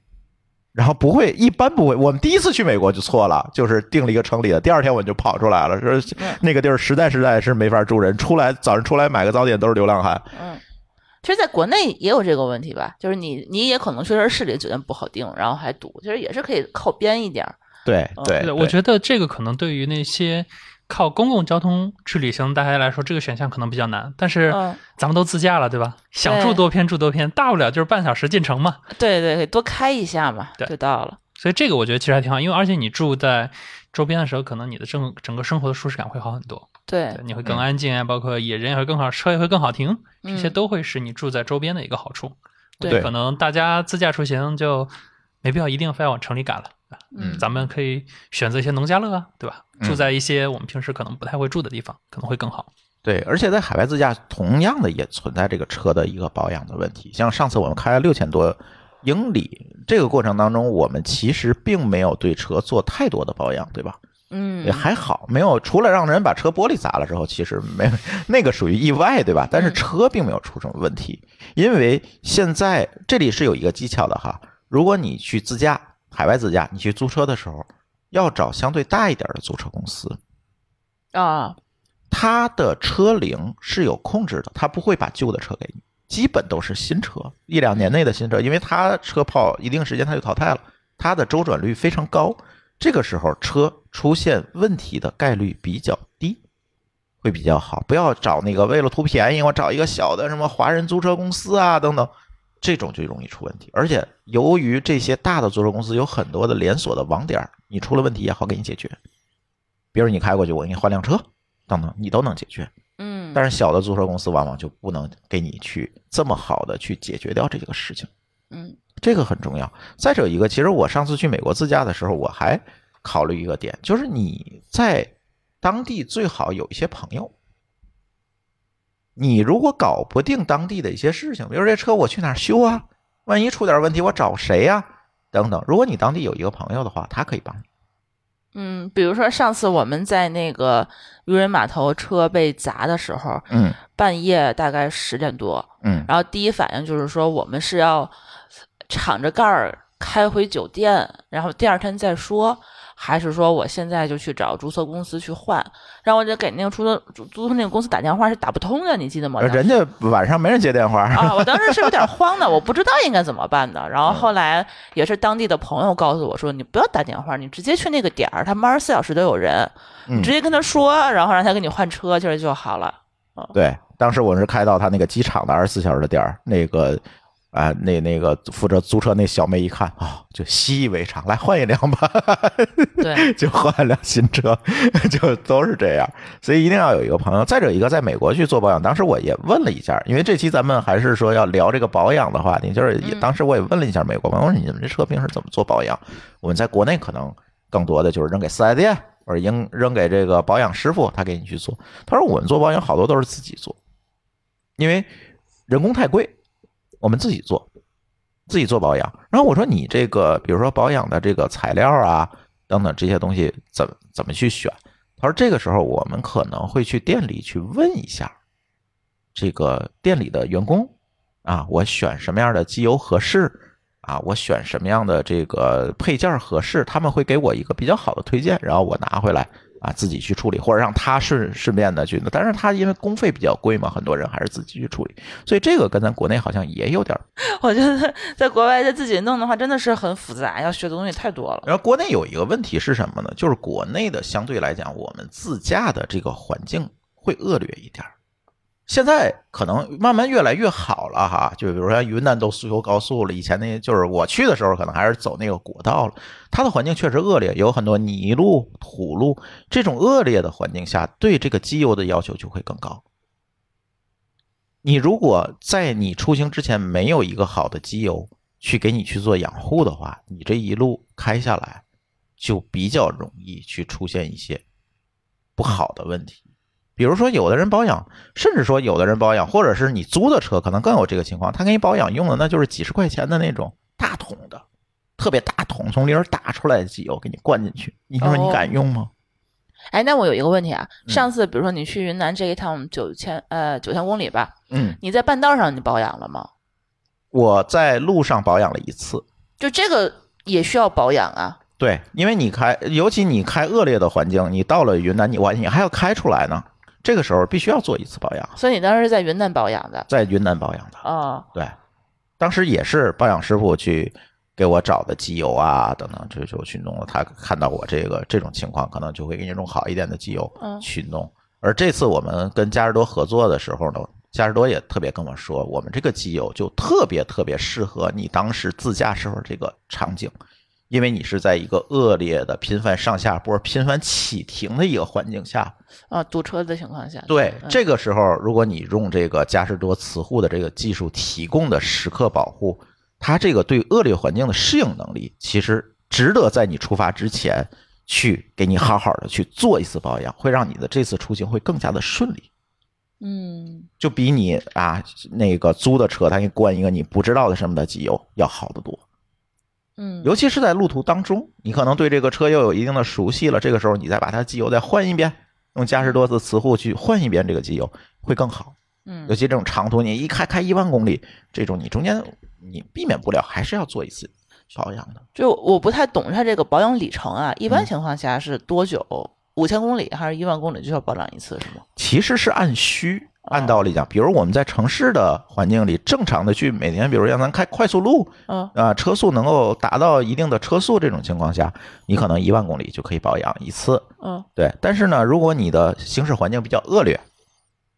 Speaker 1: 然后不会，一般不会。我们第一次去美国就错了，就是订了一个城里的，第二天我就跑出来了，说
Speaker 2: 嗯
Speaker 1: 那个地儿实在实在是没法住人，出来早上出来买个早点都是流浪汉。
Speaker 2: 嗯，其实在国内也有这个问题吧，就是你你也可能确实市里的酒店不好订，然后还堵，其实也是可以靠边一点儿。
Speaker 1: 对
Speaker 2: 哦
Speaker 1: 对，
Speaker 3: 对，
Speaker 1: 对
Speaker 3: 我觉得这个可能对于那些靠公共交通去旅行的大家来说，这个选项可能比较难。但是
Speaker 2: 嗯
Speaker 3: 咱们都自驾了，对吧？想住多偏住多偏，大不了就是半小时进城嘛。
Speaker 2: 对对，可以多开一下嘛，
Speaker 3: 对
Speaker 2: 就到了。
Speaker 3: 所以这个我觉得其实还挺好，因为而且你住在周边的时候，可能你的整整个生活的舒适感会好很多，
Speaker 2: 对
Speaker 3: 对，，你会更安静啊，包括也人也会更好，车也会更好停，这些
Speaker 2: 嗯
Speaker 3: 都会是你住在周边的一个好处。
Speaker 2: 对
Speaker 3: 我觉得可能大家自驾出行就没必要一定非要往城里赶了。啊
Speaker 1: 嗯
Speaker 3: 咱们可以选择一些农家乐啊，对吧？
Speaker 1: 嗯
Speaker 3: 住在一些我们平时可能不太会住的地方，可能会更好。
Speaker 1: 对，而且在海外自驾，同样的也存在这个车的一个保养的问题。像上次我们开了六千多英里，这个过程当中，我们其实并没有对车做太多的保养，对吧？
Speaker 2: 嗯
Speaker 1: 也还好，没有除了让人把车玻璃砸了之后，其实没那个属于意外，对吧？但是车并没有出什么问题，因为现在这里是有一个技巧的哈，如果你去自驾，海外自驾，你去租车的时候，要找相对大一点的租车公司，
Speaker 2: 啊，
Speaker 1: 它的车龄是有控制的，它不会把旧的车给你，基本都是新车，一两年内的新车，因为它车泡一定时间它就淘汰了，它的周转率非常高，这个时候车出现问题的概率比较低，会比较好。不要找那个为了图便宜，我找一个小的什么华人租车公司啊等等，这种就容易出问题。而且由于这些大的租车公司有很多的连锁的网点儿，你出了问题也好给你解决，比如你开过去，我给你换辆车。等等，你都能解决。
Speaker 2: 嗯，
Speaker 1: 但是小的租车公司往往就不能给你去这么好的去解决掉这个事情，
Speaker 2: 嗯
Speaker 1: 这个很重要。再者一个，其实我上次去美国自驾的时候，我还考虑一个点，就是你在当地最好有一些朋友。你如果搞不定当地的一些事情，比如这车我去哪儿修啊？万一出点问题，我找谁呀、等等，如果你当地有一个朋友的话，他可以帮你。
Speaker 2: 嗯，比如说上次我们在那个渔人码头车被砸的时候，
Speaker 1: 嗯
Speaker 2: 半夜大概十点多，
Speaker 1: 嗯，
Speaker 2: 然后第一反应就是说我们是要敞着盖儿开回酒店，然后第二天再说，还是说我现在就去找注册公司去换？然后我就给那个出租租租车那个公司打电话是打不通的，你记得吗？
Speaker 1: 呃人家晚上没人接电话。
Speaker 2: 啊，我当时是有点慌的，我不知道应该怎么办的。然
Speaker 1: 嗯
Speaker 2: 后后来也是当地的朋友告诉我说，你不要打电话，你直接去那个点儿，他们二十四小时都有人，
Speaker 1: 嗯
Speaker 2: 直接跟他说，然后让他给你换车，其实就好了。
Speaker 1: 对，当时我是开到他那个机场的二十四小时的点儿，那个啊、那那个负责租车那小妹一看啊、就习以为常，来换一辆吧，
Speaker 2: 对，
Speaker 1: 就换辆新车，就都是这样，所以一定要有一个朋友。再者一个，在美国去做保养，当时我也问了一下，因为这期咱们还是说要聊这个保养的话题，就是也
Speaker 2: 嗯
Speaker 1: 当时我也问了一下美国朋友，我说你们这车平时怎么做保养？我们在国内可能更多的就是扔给四 S 店，或者扔扔给这个保养师傅，他给你去做。他说我们做保养好多都是自己做，因为人工太贵，我们自己做，自己做保养。然后我说你这个，比如说保养的这个材料啊等等这些东西怎么怎么去选？他说这个时候我们可能会去店里去问一下这个店里的员工啊，我选什么样的机油合适啊，我选什么样的这个配件合适，他们会给我一个比较好的推荐，然后我拿回来。啊，自己去处理，或者让他顺顺便的去，但是他因为工费比较贵嘛，很多人还是自己去处理，所以这个跟咱国内好像也有点儿
Speaker 2: 我觉得在国外再自己弄的话，真的是很复杂，要学的东西太多了。
Speaker 1: 然后国内有一个问题是什么呢？就是国内的相对来讲，我们自驾的这个环境会恶劣一点儿。现在可能慢慢越来越好了哈，就比如说云南都修高速了，以前那就是我去的时候可能还是走那个国道了，它的环境确实恶劣，有很多泥路、土路，这种恶劣的环境下，对这个机油的要求就会更高。你如果在你出行之前没有一个好的机油去给你去做养护的话，你这一路开下来就比较容易去出现一些不好的问题。比如说，有的人保养，甚至说有的人保养，或者是你租的车，可能更有这个情况。他给你保养用的那就是几十块钱的那种大桶的，特别大桶，从里边打出来的机油给你灌进去。你说你
Speaker 2: 哦
Speaker 1: 敢用吗？
Speaker 2: 哎，那我有一个问题啊，
Speaker 1: 嗯
Speaker 2: 上次比如说你去云南这一趟九千呃九千公里吧，
Speaker 1: 嗯，
Speaker 2: 你在半道上你保养了吗？
Speaker 1: 我在路上保养了一次，
Speaker 2: 就这个也需要保养啊。
Speaker 1: 对，因为你开，尤其你开恶劣的环境，你到了云南，你我你还要开出来呢，这个时候必须要做一次保养，
Speaker 2: 所以你当时是在云南保养的
Speaker 1: 在云南保养的。
Speaker 2: 哦，
Speaker 1: 对，当时也是保养师傅去给我找的机油啊等等，这就去弄了。他看到我这个这种情况，可能就会给你弄好一点的机油
Speaker 2: 嗯
Speaker 1: 去弄。而这次我们跟嘉实多合作的时候呢，嘉实多也特别跟我说，我们这个机油就特别特别适合你当时自驾时候这个场景。因为你是在一个恶劣的频繁上下坡、频繁起停的一个环境下，
Speaker 2: 啊，堵车的情况下，
Speaker 1: 对，
Speaker 2: 嗯
Speaker 1: 这个时候如果你用这个嘉实多磁护的这个技术提供的时刻保护，它这个对恶劣环境的适应能力，其实值得在你出发之前去给你好好的去做一次保养，会让你的这次出行会更加的顺利。
Speaker 2: 嗯，
Speaker 1: 就比你啊那个租的车，它给你灌一个你不知道的什么的机油要好得多。
Speaker 2: 嗯，
Speaker 1: 尤其是在路途当中，你可能对这个车又有一定的熟悉了，这个时候你再把它机油再换一遍，用嘉实多次磁护去换一遍这个机油会更好。
Speaker 2: 嗯
Speaker 1: 尤其这种长途，你一开开一万公里，这种你中间你避免不了，还是要做一次保养的。
Speaker 2: 就我不太懂它这个保养里程啊，一般
Speaker 1: 嗯
Speaker 2: 情况下是多久？五千公里还是一万公里就要保养一次是吗？
Speaker 1: 其实是按需，
Speaker 2: 啊
Speaker 1: 按道理讲，比如我们在城市的环境里，正常的去每天，比如让咱开快速路
Speaker 2: 嗯，
Speaker 1: 啊、车速能够达到一定的车速这种情况下，你可能一万公里就可以保养一次。
Speaker 2: 嗯
Speaker 1: 对，但是呢，如果你的行驶环境比较恶劣，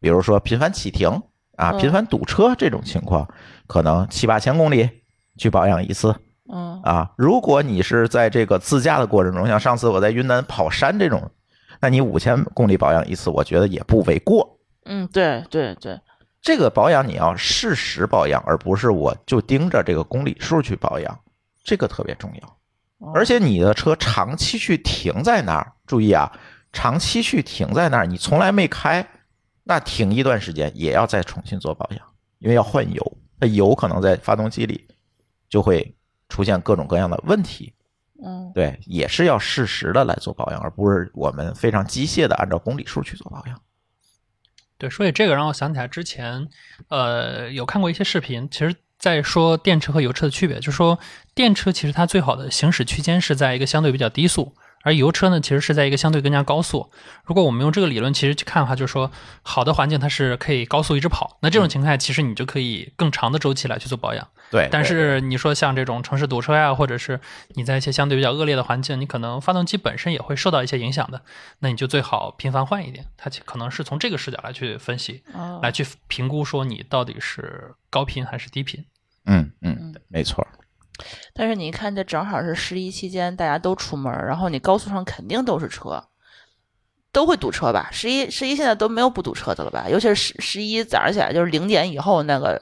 Speaker 1: 比如说频繁起停啊、
Speaker 2: 嗯
Speaker 1: 频繁堵车这种情况，可能七八千公里去保养一次。
Speaker 2: 嗯
Speaker 1: 啊，如果你是在这个自驾的过程中，像上次我在云南跑山这种，那你五千公里保养一次，我觉得也不为过。
Speaker 2: 嗯，对对对，
Speaker 1: 这个保养你要适时保养，而不是我就盯着这个公里数去保养，这个特别重要。
Speaker 2: 哦
Speaker 1: 而且你的车长期去停在那儿，注意啊，长期去停在那儿，你从来没开，那停一段时间也要再重新做保养，因为要换油，那油可能在发动机里就会出现各种各样的问题。
Speaker 2: 嗯
Speaker 1: 对，也是要适时的来做保养，而不是我们非常机械的按照公里数去做保养。
Speaker 3: 对，所以这个让我想起来之前，呃，有看过一些视频，其实在说电车和油车的区别，就是说电车其实它最好的行驶区间是在一个相对比较低速，而油车呢其实是在一个相对更加高速。如果我们用这个理论其实去看的话，就是说好的环境它是可以高速一直跑，那这种情况下其实你就可以更长的周期来去做保养。
Speaker 1: 对，
Speaker 3: 但
Speaker 1: 对
Speaker 3: 是你说像这种城市堵车呀、或者是你在一些相对比较恶劣的环境，你可能发动机本身也会受到一些影响的，那你就最好频繁换一点。它其可能是从这个视角来去分析，
Speaker 2: 哦
Speaker 3: 来去评估说你到底是高频还是低频。
Speaker 1: 嗯嗯
Speaker 2: 嗯，
Speaker 1: 没错，
Speaker 2: 但是你看，这正好是十一期间，大家都出门儿，然后你高速上肯定都是车，都会堵车吧？十一十一现在都没有不堵车的了吧？尤其是十十一早上起来就是零点以后那个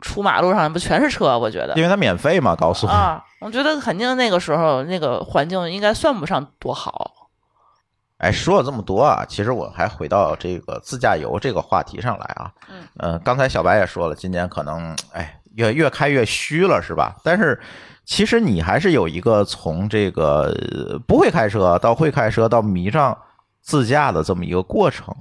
Speaker 2: 出马路上不全是车？我觉得
Speaker 1: 因为它免费嘛，高速。
Speaker 2: 啊，我觉得肯定那个时候那个环境应该算不上多好。
Speaker 1: 哎，说了这么多啊，其实我还回到这个自驾游这个话题上来啊。
Speaker 2: 嗯
Speaker 1: 呃，刚才小白也说了，今年可能哎越越开越虚了，是吧？但是其实你还是有一个从这个呃不会开车到会开车到迷上自驾的这么一个过程。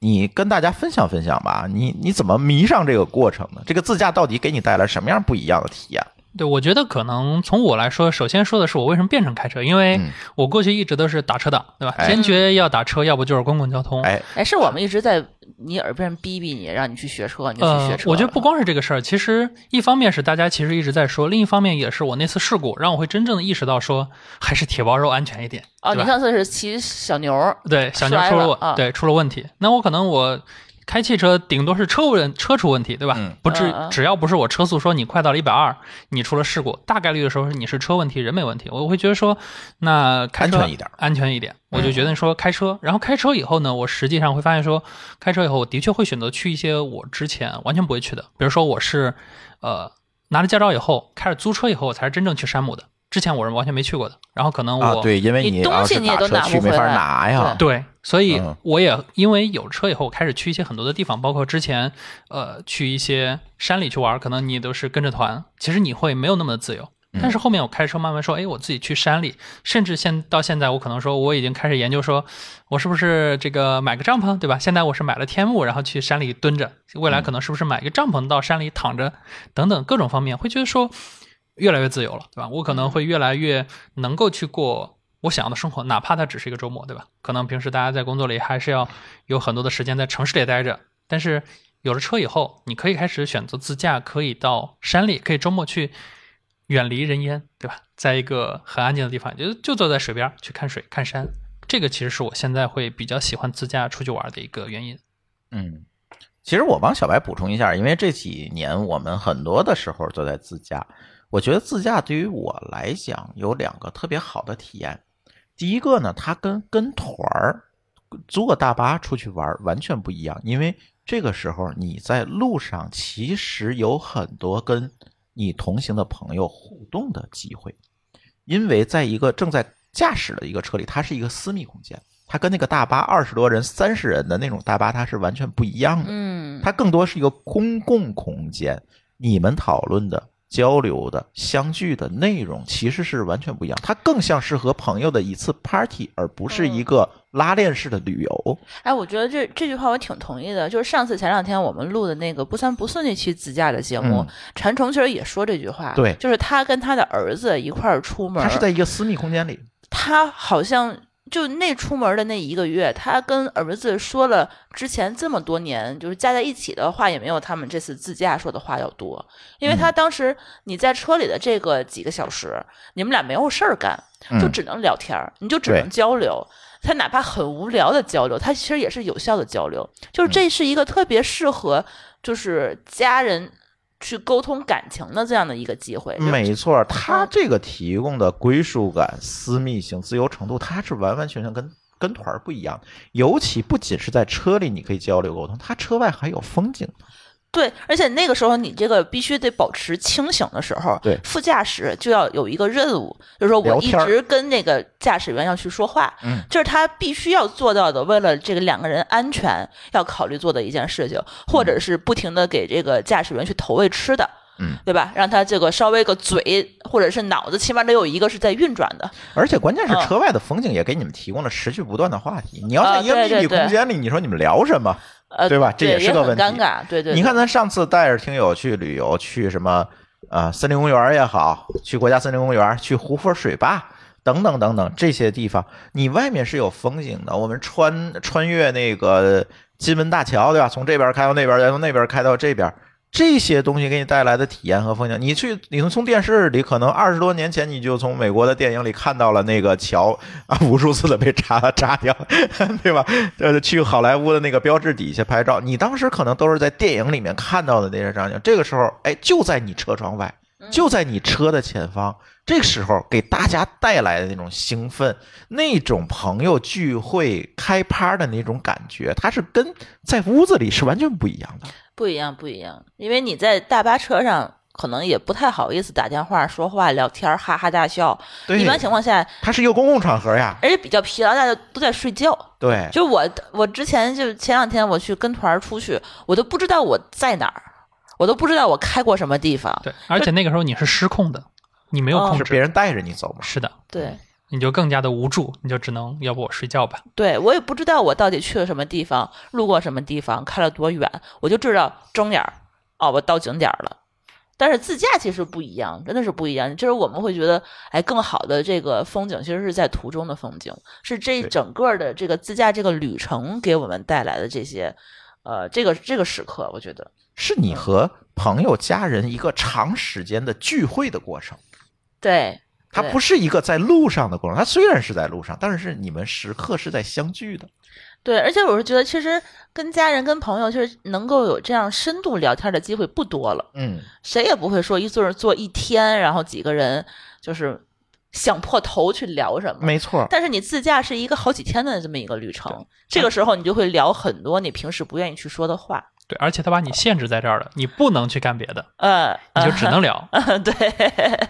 Speaker 1: 你跟大家分享分享吧，你你怎么迷上这个过程呢？这个自驾到底给你带来什么样不一样的体验？
Speaker 3: 对，我觉得可能从我来说，首先说的是我为什么变成开车，因为
Speaker 1: 嗯
Speaker 3: 我过去一直都是打车党，对吧？
Speaker 1: 哎
Speaker 3: 坚决要打车，要不就是公共交通。
Speaker 1: 哎，
Speaker 2: 哎，是我们一直在你耳边逼逼你，让你去学车，你就去
Speaker 3: 呃
Speaker 2: 学，车了。
Speaker 3: 我觉得不光是这个事儿，其实一方面是大家其实一直在说，另一方面也是我那次事故让我会真正的意识到说，还是铁包肉安全一点。
Speaker 2: 哦，
Speaker 3: 对
Speaker 2: 你
Speaker 3: 吧
Speaker 2: 上次是骑小牛儿，
Speaker 3: 对，小妞
Speaker 2: 摔
Speaker 3: 出
Speaker 2: 了
Speaker 3: 了问，
Speaker 2: 啊
Speaker 3: 对出了问题。那我可能我开汽车，顶多是车问车出问题，对吧？
Speaker 1: 嗯
Speaker 3: 不至
Speaker 2: 嗯嗯
Speaker 3: 只要不是我车速说你快到了一百二，你出了事故，大概率的时候是你是车问题，人没问题。我会觉得说，那开车
Speaker 1: 安全一点，
Speaker 3: 安全一点，我
Speaker 2: 嗯
Speaker 3: 就决定说开车。然后开车以后呢，我实际上会发现说，开车以后我的确会选择去一些我之前完全不会去的，比如说我是呃拿了驾照以后，开始租车以后，我才是真正去山姆的。之前我是完全没去过的，然后可能我、
Speaker 1: 啊，对，因为
Speaker 2: 你
Speaker 1: 你
Speaker 2: 东
Speaker 1: 要
Speaker 2: 西
Speaker 1: 是
Speaker 2: 你也
Speaker 1: 打
Speaker 2: 都
Speaker 1: 车
Speaker 2: 拿
Speaker 1: 去
Speaker 2: 不
Speaker 1: 没
Speaker 2: 回
Speaker 1: 法
Speaker 2: 来
Speaker 1: 拿呀。
Speaker 3: 对，所以
Speaker 1: 啊嗯
Speaker 3: 我也因为有车以后，我开始去一些很多的地方，包括之前呃去一些山里去玩，可能你都是跟着团，其实你会没有那么的自由。但是后面我开车慢慢说，哎，我自己去山里，甚至现到现在，我可能说我已经开始研究说，我是不是这个买个帐篷，对吧？现在我是买了天幕，然后去山里蹲着，未来可能是不是买一个帐篷到山里躺着，等等各种方面，会觉得说越来越自由了，对吧？我可能会越来越能够去过我想要的生活，哪怕它只是一个周末，对吧？可能平时大家在工作里还是要有很多的时间在城市里待着，但是有了车以后，你可以开始选择自驾，可以到山里，可以周末去远离人烟，对吧？在一个很安静的地方，就就坐在水边儿去看水、看山。这个其实是我现在会比较喜欢自驾出去玩的一个原因。
Speaker 1: 嗯，其实我帮小白补充一下，因为这几年我们很多的时候都在自驾，我觉得自驾对于我来讲有两个特别好的体验。第一个呢，它跟跟团儿租个大巴出去玩儿完全不一样，因为这个时候你在路上其实有很多跟你同行的朋友互动的机会，因为在一个正在驾驶的一个车里，它是一个私密空间，它跟那个大巴二十多人、三十人的那种大巴它是完全不一样的。
Speaker 2: 嗯，
Speaker 1: 它更多是一个公共空间，你们讨论的、交流的、相聚的内容其实是完全不一样。它更像是和朋友的一次 party，而不是一个拉链式的旅游。
Speaker 2: 哎，我觉得这这句话我挺同意的。就是上次前两天我们录的那个不三不四那期自驾的节目，
Speaker 1: 嗯
Speaker 2: 陈诚其实也说这句话，
Speaker 1: 对
Speaker 2: 就是他跟他的儿子一块儿出门，
Speaker 1: 它是在一个私密空间里，
Speaker 2: 他好像就那出门的那一个月，他跟儿子说了之前这么多年就是加在一起的话，也没有他们这次自驾说的话要多，因为
Speaker 1: 嗯
Speaker 2: 他当时你在车里的这个几个小时，你们俩没有事儿干，就
Speaker 1: 嗯
Speaker 2: 只能聊天儿，你就只
Speaker 1: 对
Speaker 2: 能交流。他哪怕很无聊的交流，他其实也是有效的交流。
Speaker 1: 嗯
Speaker 2: 就是这是一个特别适合就是家人去沟通感情的这样的一个机会。就
Speaker 1: 嗯
Speaker 2: 是
Speaker 1: 没错，它这个提供的归属感、私密性、自由程度，它是完完全全跟跟团儿不一样的。尤其不仅是在车里你可以交流沟通，它车外还有风景。
Speaker 2: 对，而且那个时候你这个必须得保持清醒的时候，
Speaker 1: 对
Speaker 2: 副驾驶就要有一个任务，就是说我
Speaker 1: 聊
Speaker 2: 一
Speaker 1: 天儿
Speaker 2: 直跟那个驾驶员要去说话，
Speaker 1: 嗯，
Speaker 2: 这是他必须要做到的，为了这个两个人安全要考虑做的一件事情，或者是不停的给这个驾驶员去投喂吃的。
Speaker 1: 嗯，
Speaker 2: 对吧？让他这个稍微个嘴或者是脑子，起码得有一个是在运转的。
Speaker 1: 而且关键是
Speaker 2: 嗯
Speaker 1: 车外的风景也给你们提供了持续不断的话题。你要在
Speaker 2: 啊
Speaker 1: 一个密
Speaker 2: 对
Speaker 1: 闭
Speaker 2: 对对
Speaker 1: 空间里，你说你们聊什么？
Speaker 2: 呃，
Speaker 1: 对吧这也
Speaker 2: 也
Speaker 1: 是个问题
Speaker 2: 很尴尬，对对。
Speaker 1: 你
Speaker 2: 对
Speaker 1: 看咱上次带着听友去旅游，去什么呃森林公园也好，去国家森林公园，去胡佛水坝等等等等这些地方，你外面是有风景的。我们穿穿越那个金门大桥，对吧？从这边开到那边，再从那边开到这边。这些东西给你带来的体验和风景，你去，你从电视里可能二十多年前你就从美国的电影里看到了那个桥啊，无数次的被炸炸掉， 对吧？呃，去好莱坞的那个标志底下拍照，你当时可能都是在电影里面看到的那些场景，这个时候，哎，就在你车窗外，就在你车的前方，这个时候给大家带来的那种兴奋，那种朋友聚会开趴的那种感觉，它是跟在屋子里是完全不一样的。
Speaker 2: 不一样，不一样，因为你在大巴车上可能也不太好意思打电话、说话、聊天儿，哈哈大笑。
Speaker 1: 对，
Speaker 2: 一般情况下，
Speaker 1: 它是一个公共场合呀。
Speaker 2: 而且比较疲劳，大家都在睡觉。
Speaker 1: 对，
Speaker 2: 就我，我之前就前两天我去跟团儿出去，我都不知道我在哪儿，我都不知道我开过什么地方。
Speaker 3: 对，而且那个时候你是失控的，你没有
Speaker 2: 哦
Speaker 3: 控
Speaker 1: 是
Speaker 3: 制，
Speaker 1: 别人带着你走嘛。
Speaker 3: 是的，
Speaker 2: 对，
Speaker 3: 你就更加的无助，你就只能要不我睡觉吧。
Speaker 2: 对我也不知道我到底去了什么地方，路过什么地方，开了多远，我就知道睁眼儿，哦，我到景点儿了。但是自驾其实不一样，真的是不一样。就是我们会觉得，哎，更好的这个风景其实是在途中的风景，是这
Speaker 1: 对
Speaker 2: 整个的这个自驾这个旅程给我们带来的这些，呃，这个这个时刻，我觉得
Speaker 1: 是你和朋友、家人一个长时间的聚会的过程，
Speaker 2: 对，
Speaker 1: 它
Speaker 2: 对
Speaker 1: 不是一个在路上的过程。它虽然是在路上，但是你们时刻是在相聚的。
Speaker 2: 对，而且我是觉得，其实跟家人、跟朋友，就是能够有这样深度聊天的机会不多了。
Speaker 1: 嗯，
Speaker 2: 谁也不会说一坐着坐一天，然后几个人就是想破头去聊什么。
Speaker 1: 没错。
Speaker 2: 但是你自驾是一个好几天的这么一个旅程，这个时候你就会聊很多你平时不愿意去说的话。
Speaker 3: 对，而且他把你限制在这儿了，你不能去干别的，
Speaker 2: 呃，
Speaker 3: 你就只能聊。
Speaker 1: 啊
Speaker 2: 呃对，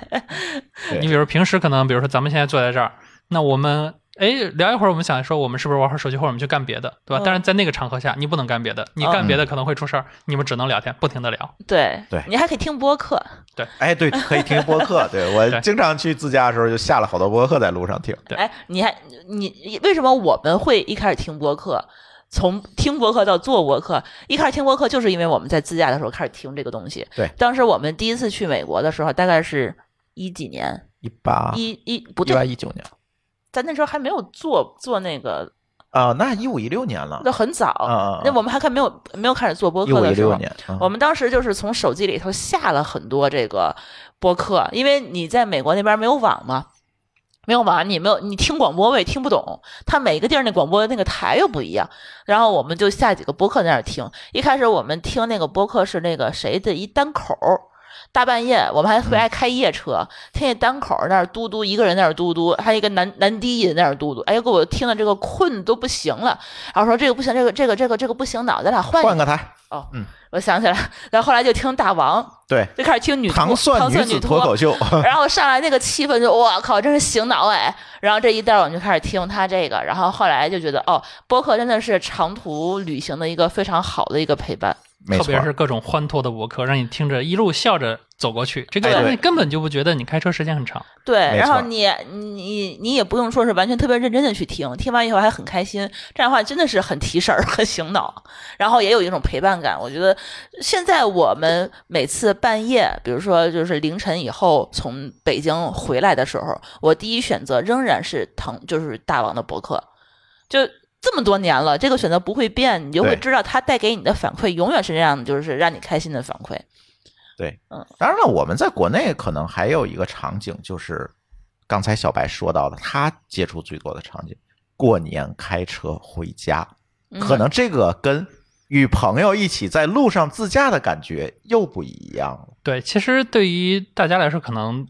Speaker 1: 对
Speaker 3: 你比如平时可能，比如说咱们现在坐在这儿，那我们哎聊一会儿，我们想说我们是不是玩会儿手机，或者我们去干别的，对吧？
Speaker 2: 嗯
Speaker 3: 但是在那个场合下，你不能干别的，你干别的可能会出事儿，你们只能聊天，不停的聊。
Speaker 2: 对，
Speaker 1: 对
Speaker 2: 你还可以听播客，
Speaker 1: 哎，对，可以听播客。对我
Speaker 3: 对
Speaker 1: 经常去自驾的时候，就下了好多播客在路上听。
Speaker 3: 对
Speaker 2: 哎，你还你你为什么我们会一开始听播客？从听播客到做播客，一开始听播客就是因为我们在自驾的时候开始听这个东西。
Speaker 1: 对，
Speaker 2: 当时我们第一次去美国的时候，大概是一几年，
Speaker 1: 一八
Speaker 2: 一一
Speaker 1: 啊
Speaker 2: 不
Speaker 1: 一
Speaker 2: 对
Speaker 1: 八，一九年
Speaker 2: 咱那时候还没有做做那个，
Speaker 1: 啊、那一五一六年了，
Speaker 2: 那很早，
Speaker 1: 啊
Speaker 2: 那我们还看没有没有开始做播
Speaker 1: 一
Speaker 2: 客
Speaker 1: 五一
Speaker 2: 的时候
Speaker 1: 六，年。嗯
Speaker 2: 我们当时就是从手机里头下了很多这个播客，因为你在美国那边没有网嘛，没有网，你没有你听广播我也听不懂，它每个地儿那广播那个台又不一样。然后我们就下几个播客在那儿听，一开始我们听那个播客是那个谁的一单口儿。大半夜，我们还特别爱开夜车， 听那单口儿那儿嘟嘟，一个人在那儿嘟嘟，还有一个男男低音在那儿嘟嘟，哎呦，给我听的这个困都不行了，然后说这个不行，这个这个这个这个不行，脑咱俩换一个
Speaker 1: 换个台，
Speaker 2: 我想起来，然后后来就听大王，
Speaker 1: 对，
Speaker 2: 就开始听女
Speaker 1: 糖蒜
Speaker 2: 蒜
Speaker 1: 女子
Speaker 2: 女
Speaker 1: 脱口 秀。
Speaker 2: 然后上来那个气氛就哇靠，真是醒脑哎！然后这一段我们就开始听他这个，然后后来就觉得哦，播客真的是长途旅行的一个非常好的一个陪伴。
Speaker 1: 没
Speaker 3: 特
Speaker 1: 错
Speaker 3: 别，是各种欢脱的博客，让你听着一路笑着走过去，这个
Speaker 1: 哎对
Speaker 3: 让你根本就不觉得你开车时间很长。
Speaker 2: 对，
Speaker 1: 没
Speaker 2: 然后
Speaker 1: 错
Speaker 2: 你你你也不用说是完全特别认真的去听，听完以后还很开心，这样的话真的是很提神儿、很醒脑，然后也有一种陪伴感。我觉得现在我们每次半夜，比如说就是凌晨以后从北京回来的时候，我第一选择仍然是腾，就是大王的博客，就。这么多年了，这个选择不会变，你就会
Speaker 1: 对
Speaker 2: 知道他带给你的反馈永远是这样的，就是让你开心的反馈。嗯
Speaker 1: 当然了，我们在国内可能还有一个场景，就是刚才小白说到的，他接触最多的场景，过年开车回家，
Speaker 2: 嗯
Speaker 1: 可能这个跟与朋友一起在路上自驾的感觉又不一样了。
Speaker 3: 对，其实对于大家来说，可能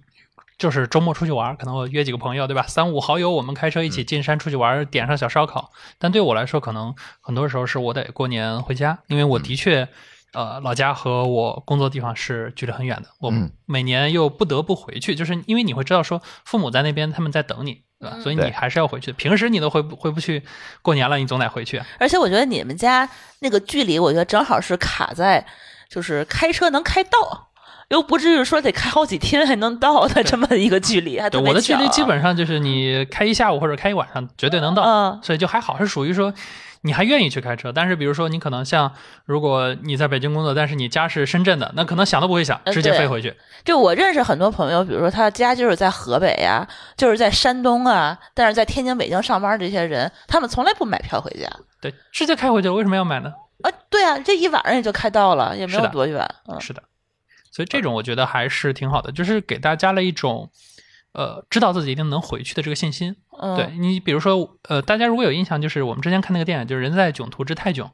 Speaker 3: 就是周末出去玩儿，可能我约几个朋友，对吧？三五好友，我们开车一
Speaker 1: 嗯
Speaker 3: 起进山出去玩儿，点上小烧烤。但对我来说，可能很多时候是我得过年回家，因为我
Speaker 1: 嗯
Speaker 3: 的确，呃，老家和我工作地方是距离很远的，我
Speaker 1: 嗯
Speaker 3: 每年又不得不回去，就是因为你会知道说父母在那边，他们在等你。对吧？
Speaker 2: 嗯
Speaker 3: 所以
Speaker 1: 对
Speaker 3: 你还是要回去。平时你都回不回不去，过年了你总得回去。啊
Speaker 2: 而且我觉得你们家那个距离，我觉得正好是卡在，就是开车能开到，又不至于说得开好几天才能到的这么一 个距离，还特
Speaker 3: 对，
Speaker 2: 别
Speaker 3: 我的距离
Speaker 2: 巧啊
Speaker 3: 基本上就是你开一下午或者开一晚上，绝对能到。
Speaker 2: 嗯
Speaker 3: 所以就还好，是属于说你还愿意去开车。但是比如说你可能像，如果你在北京工作，但是你家是深圳的，那可能想都不会想，
Speaker 2: 呃
Speaker 3: 直接
Speaker 2: 对
Speaker 3: 飞回去。
Speaker 2: 就我认识很多朋友，比如说他家就是在河北啊，就是在山东啊，但是在天津、北京上班这些人，他们从来不买票回家
Speaker 3: 对，直接开回去了，为什么要买呢？
Speaker 2: 啊。对呀、这一晚上也就开到了，也没
Speaker 3: 是
Speaker 2: 有
Speaker 3: 的
Speaker 2: 多远。嗯，
Speaker 3: 是的，所以这种我觉得还是挺好的，就是给大家了一种，呃，知道自己一定能回去的这个信心。
Speaker 2: 嗯
Speaker 3: 对，你，比如说，呃，大家如果有印象，就是我们之前看那个电影，就是《人在囧途之泰囧》，啊、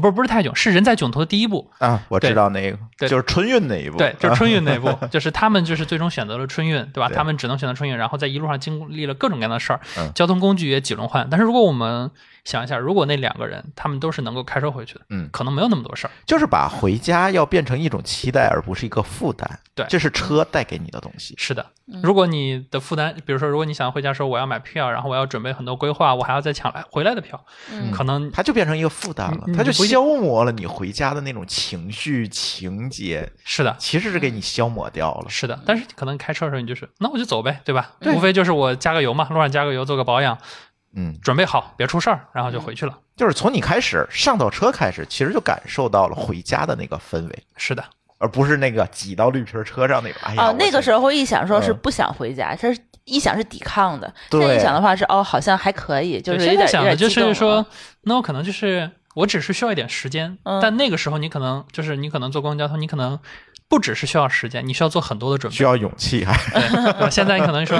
Speaker 3: 不是不是泰囧，是《人在囧途》的第一部，
Speaker 1: 啊，我知
Speaker 3: 对
Speaker 1: 道那个，
Speaker 3: 对
Speaker 1: 就是春运那一步，
Speaker 3: 对，就是
Speaker 1: 啊
Speaker 3: 春运那一部，就是他们就是最终选择了春运，对吧？
Speaker 1: 对
Speaker 3: 他们只能选择春运，然后在一路上经历了各种各样的事儿，
Speaker 1: 嗯
Speaker 3: 交通工具也几轮换。但是如果我们想一下，如果那两个人他们都是能够开车回去的，
Speaker 1: 嗯
Speaker 3: 可能没有那么多事儿。
Speaker 1: 就是把回家要变成一种期待，而不是一个负担。
Speaker 3: 对
Speaker 1: 这是车带给你的东西。
Speaker 3: 是的，如果你的负担，比如说，如果你想回家说我要买票，然后我要准备很多规划，我还要再抢来回来的票，
Speaker 2: 嗯
Speaker 3: 可能
Speaker 1: 它就变成嗯一个负担了
Speaker 3: 你，你
Speaker 1: 它就
Speaker 3: 不一
Speaker 1: 消磨了你回家的那种情绪情节，
Speaker 3: 是的，
Speaker 1: 其实是给你消磨掉了。
Speaker 3: 是的。但是可能开车的时候你就是，那我就走呗，对吧？
Speaker 1: 对
Speaker 3: 无非就是我加个油嘛，路上加个油，做个保养，
Speaker 1: 嗯，
Speaker 3: 准备好，别出事儿，然后就回去了。
Speaker 1: 就是从你开始上到车开始，其实就感受到了回家的那个氛围，
Speaker 3: 是的，
Speaker 1: 而不是那个挤到绿皮儿车上那种。哎呀，
Speaker 2: 哦，那个时
Speaker 1: 候
Speaker 2: 候会一想说是
Speaker 1: 嗯
Speaker 2: 不想回家，这是一想是抵抗的。现
Speaker 1: 对
Speaker 2: 在一想的话是哦，好像还可以，就是
Speaker 3: 对
Speaker 2: 有
Speaker 3: 现在
Speaker 2: 点
Speaker 3: 想
Speaker 2: 有
Speaker 3: 的
Speaker 2: 点激
Speaker 3: 就
Speaker 2: 动
Speaker 3: 是
Speaker 2: 了啊
Speaker 3: 说，，那我可能就是我只是需要一点时间，
Speaker 2: 嗯
Speaker 3: 但那个时候你可能就是你可能坐公共交通，你可能不只是需要时间，你需要做很多的准 备
Speaker 1: 需。要勇气，还
Speaker 3: 对吧现在你 可能说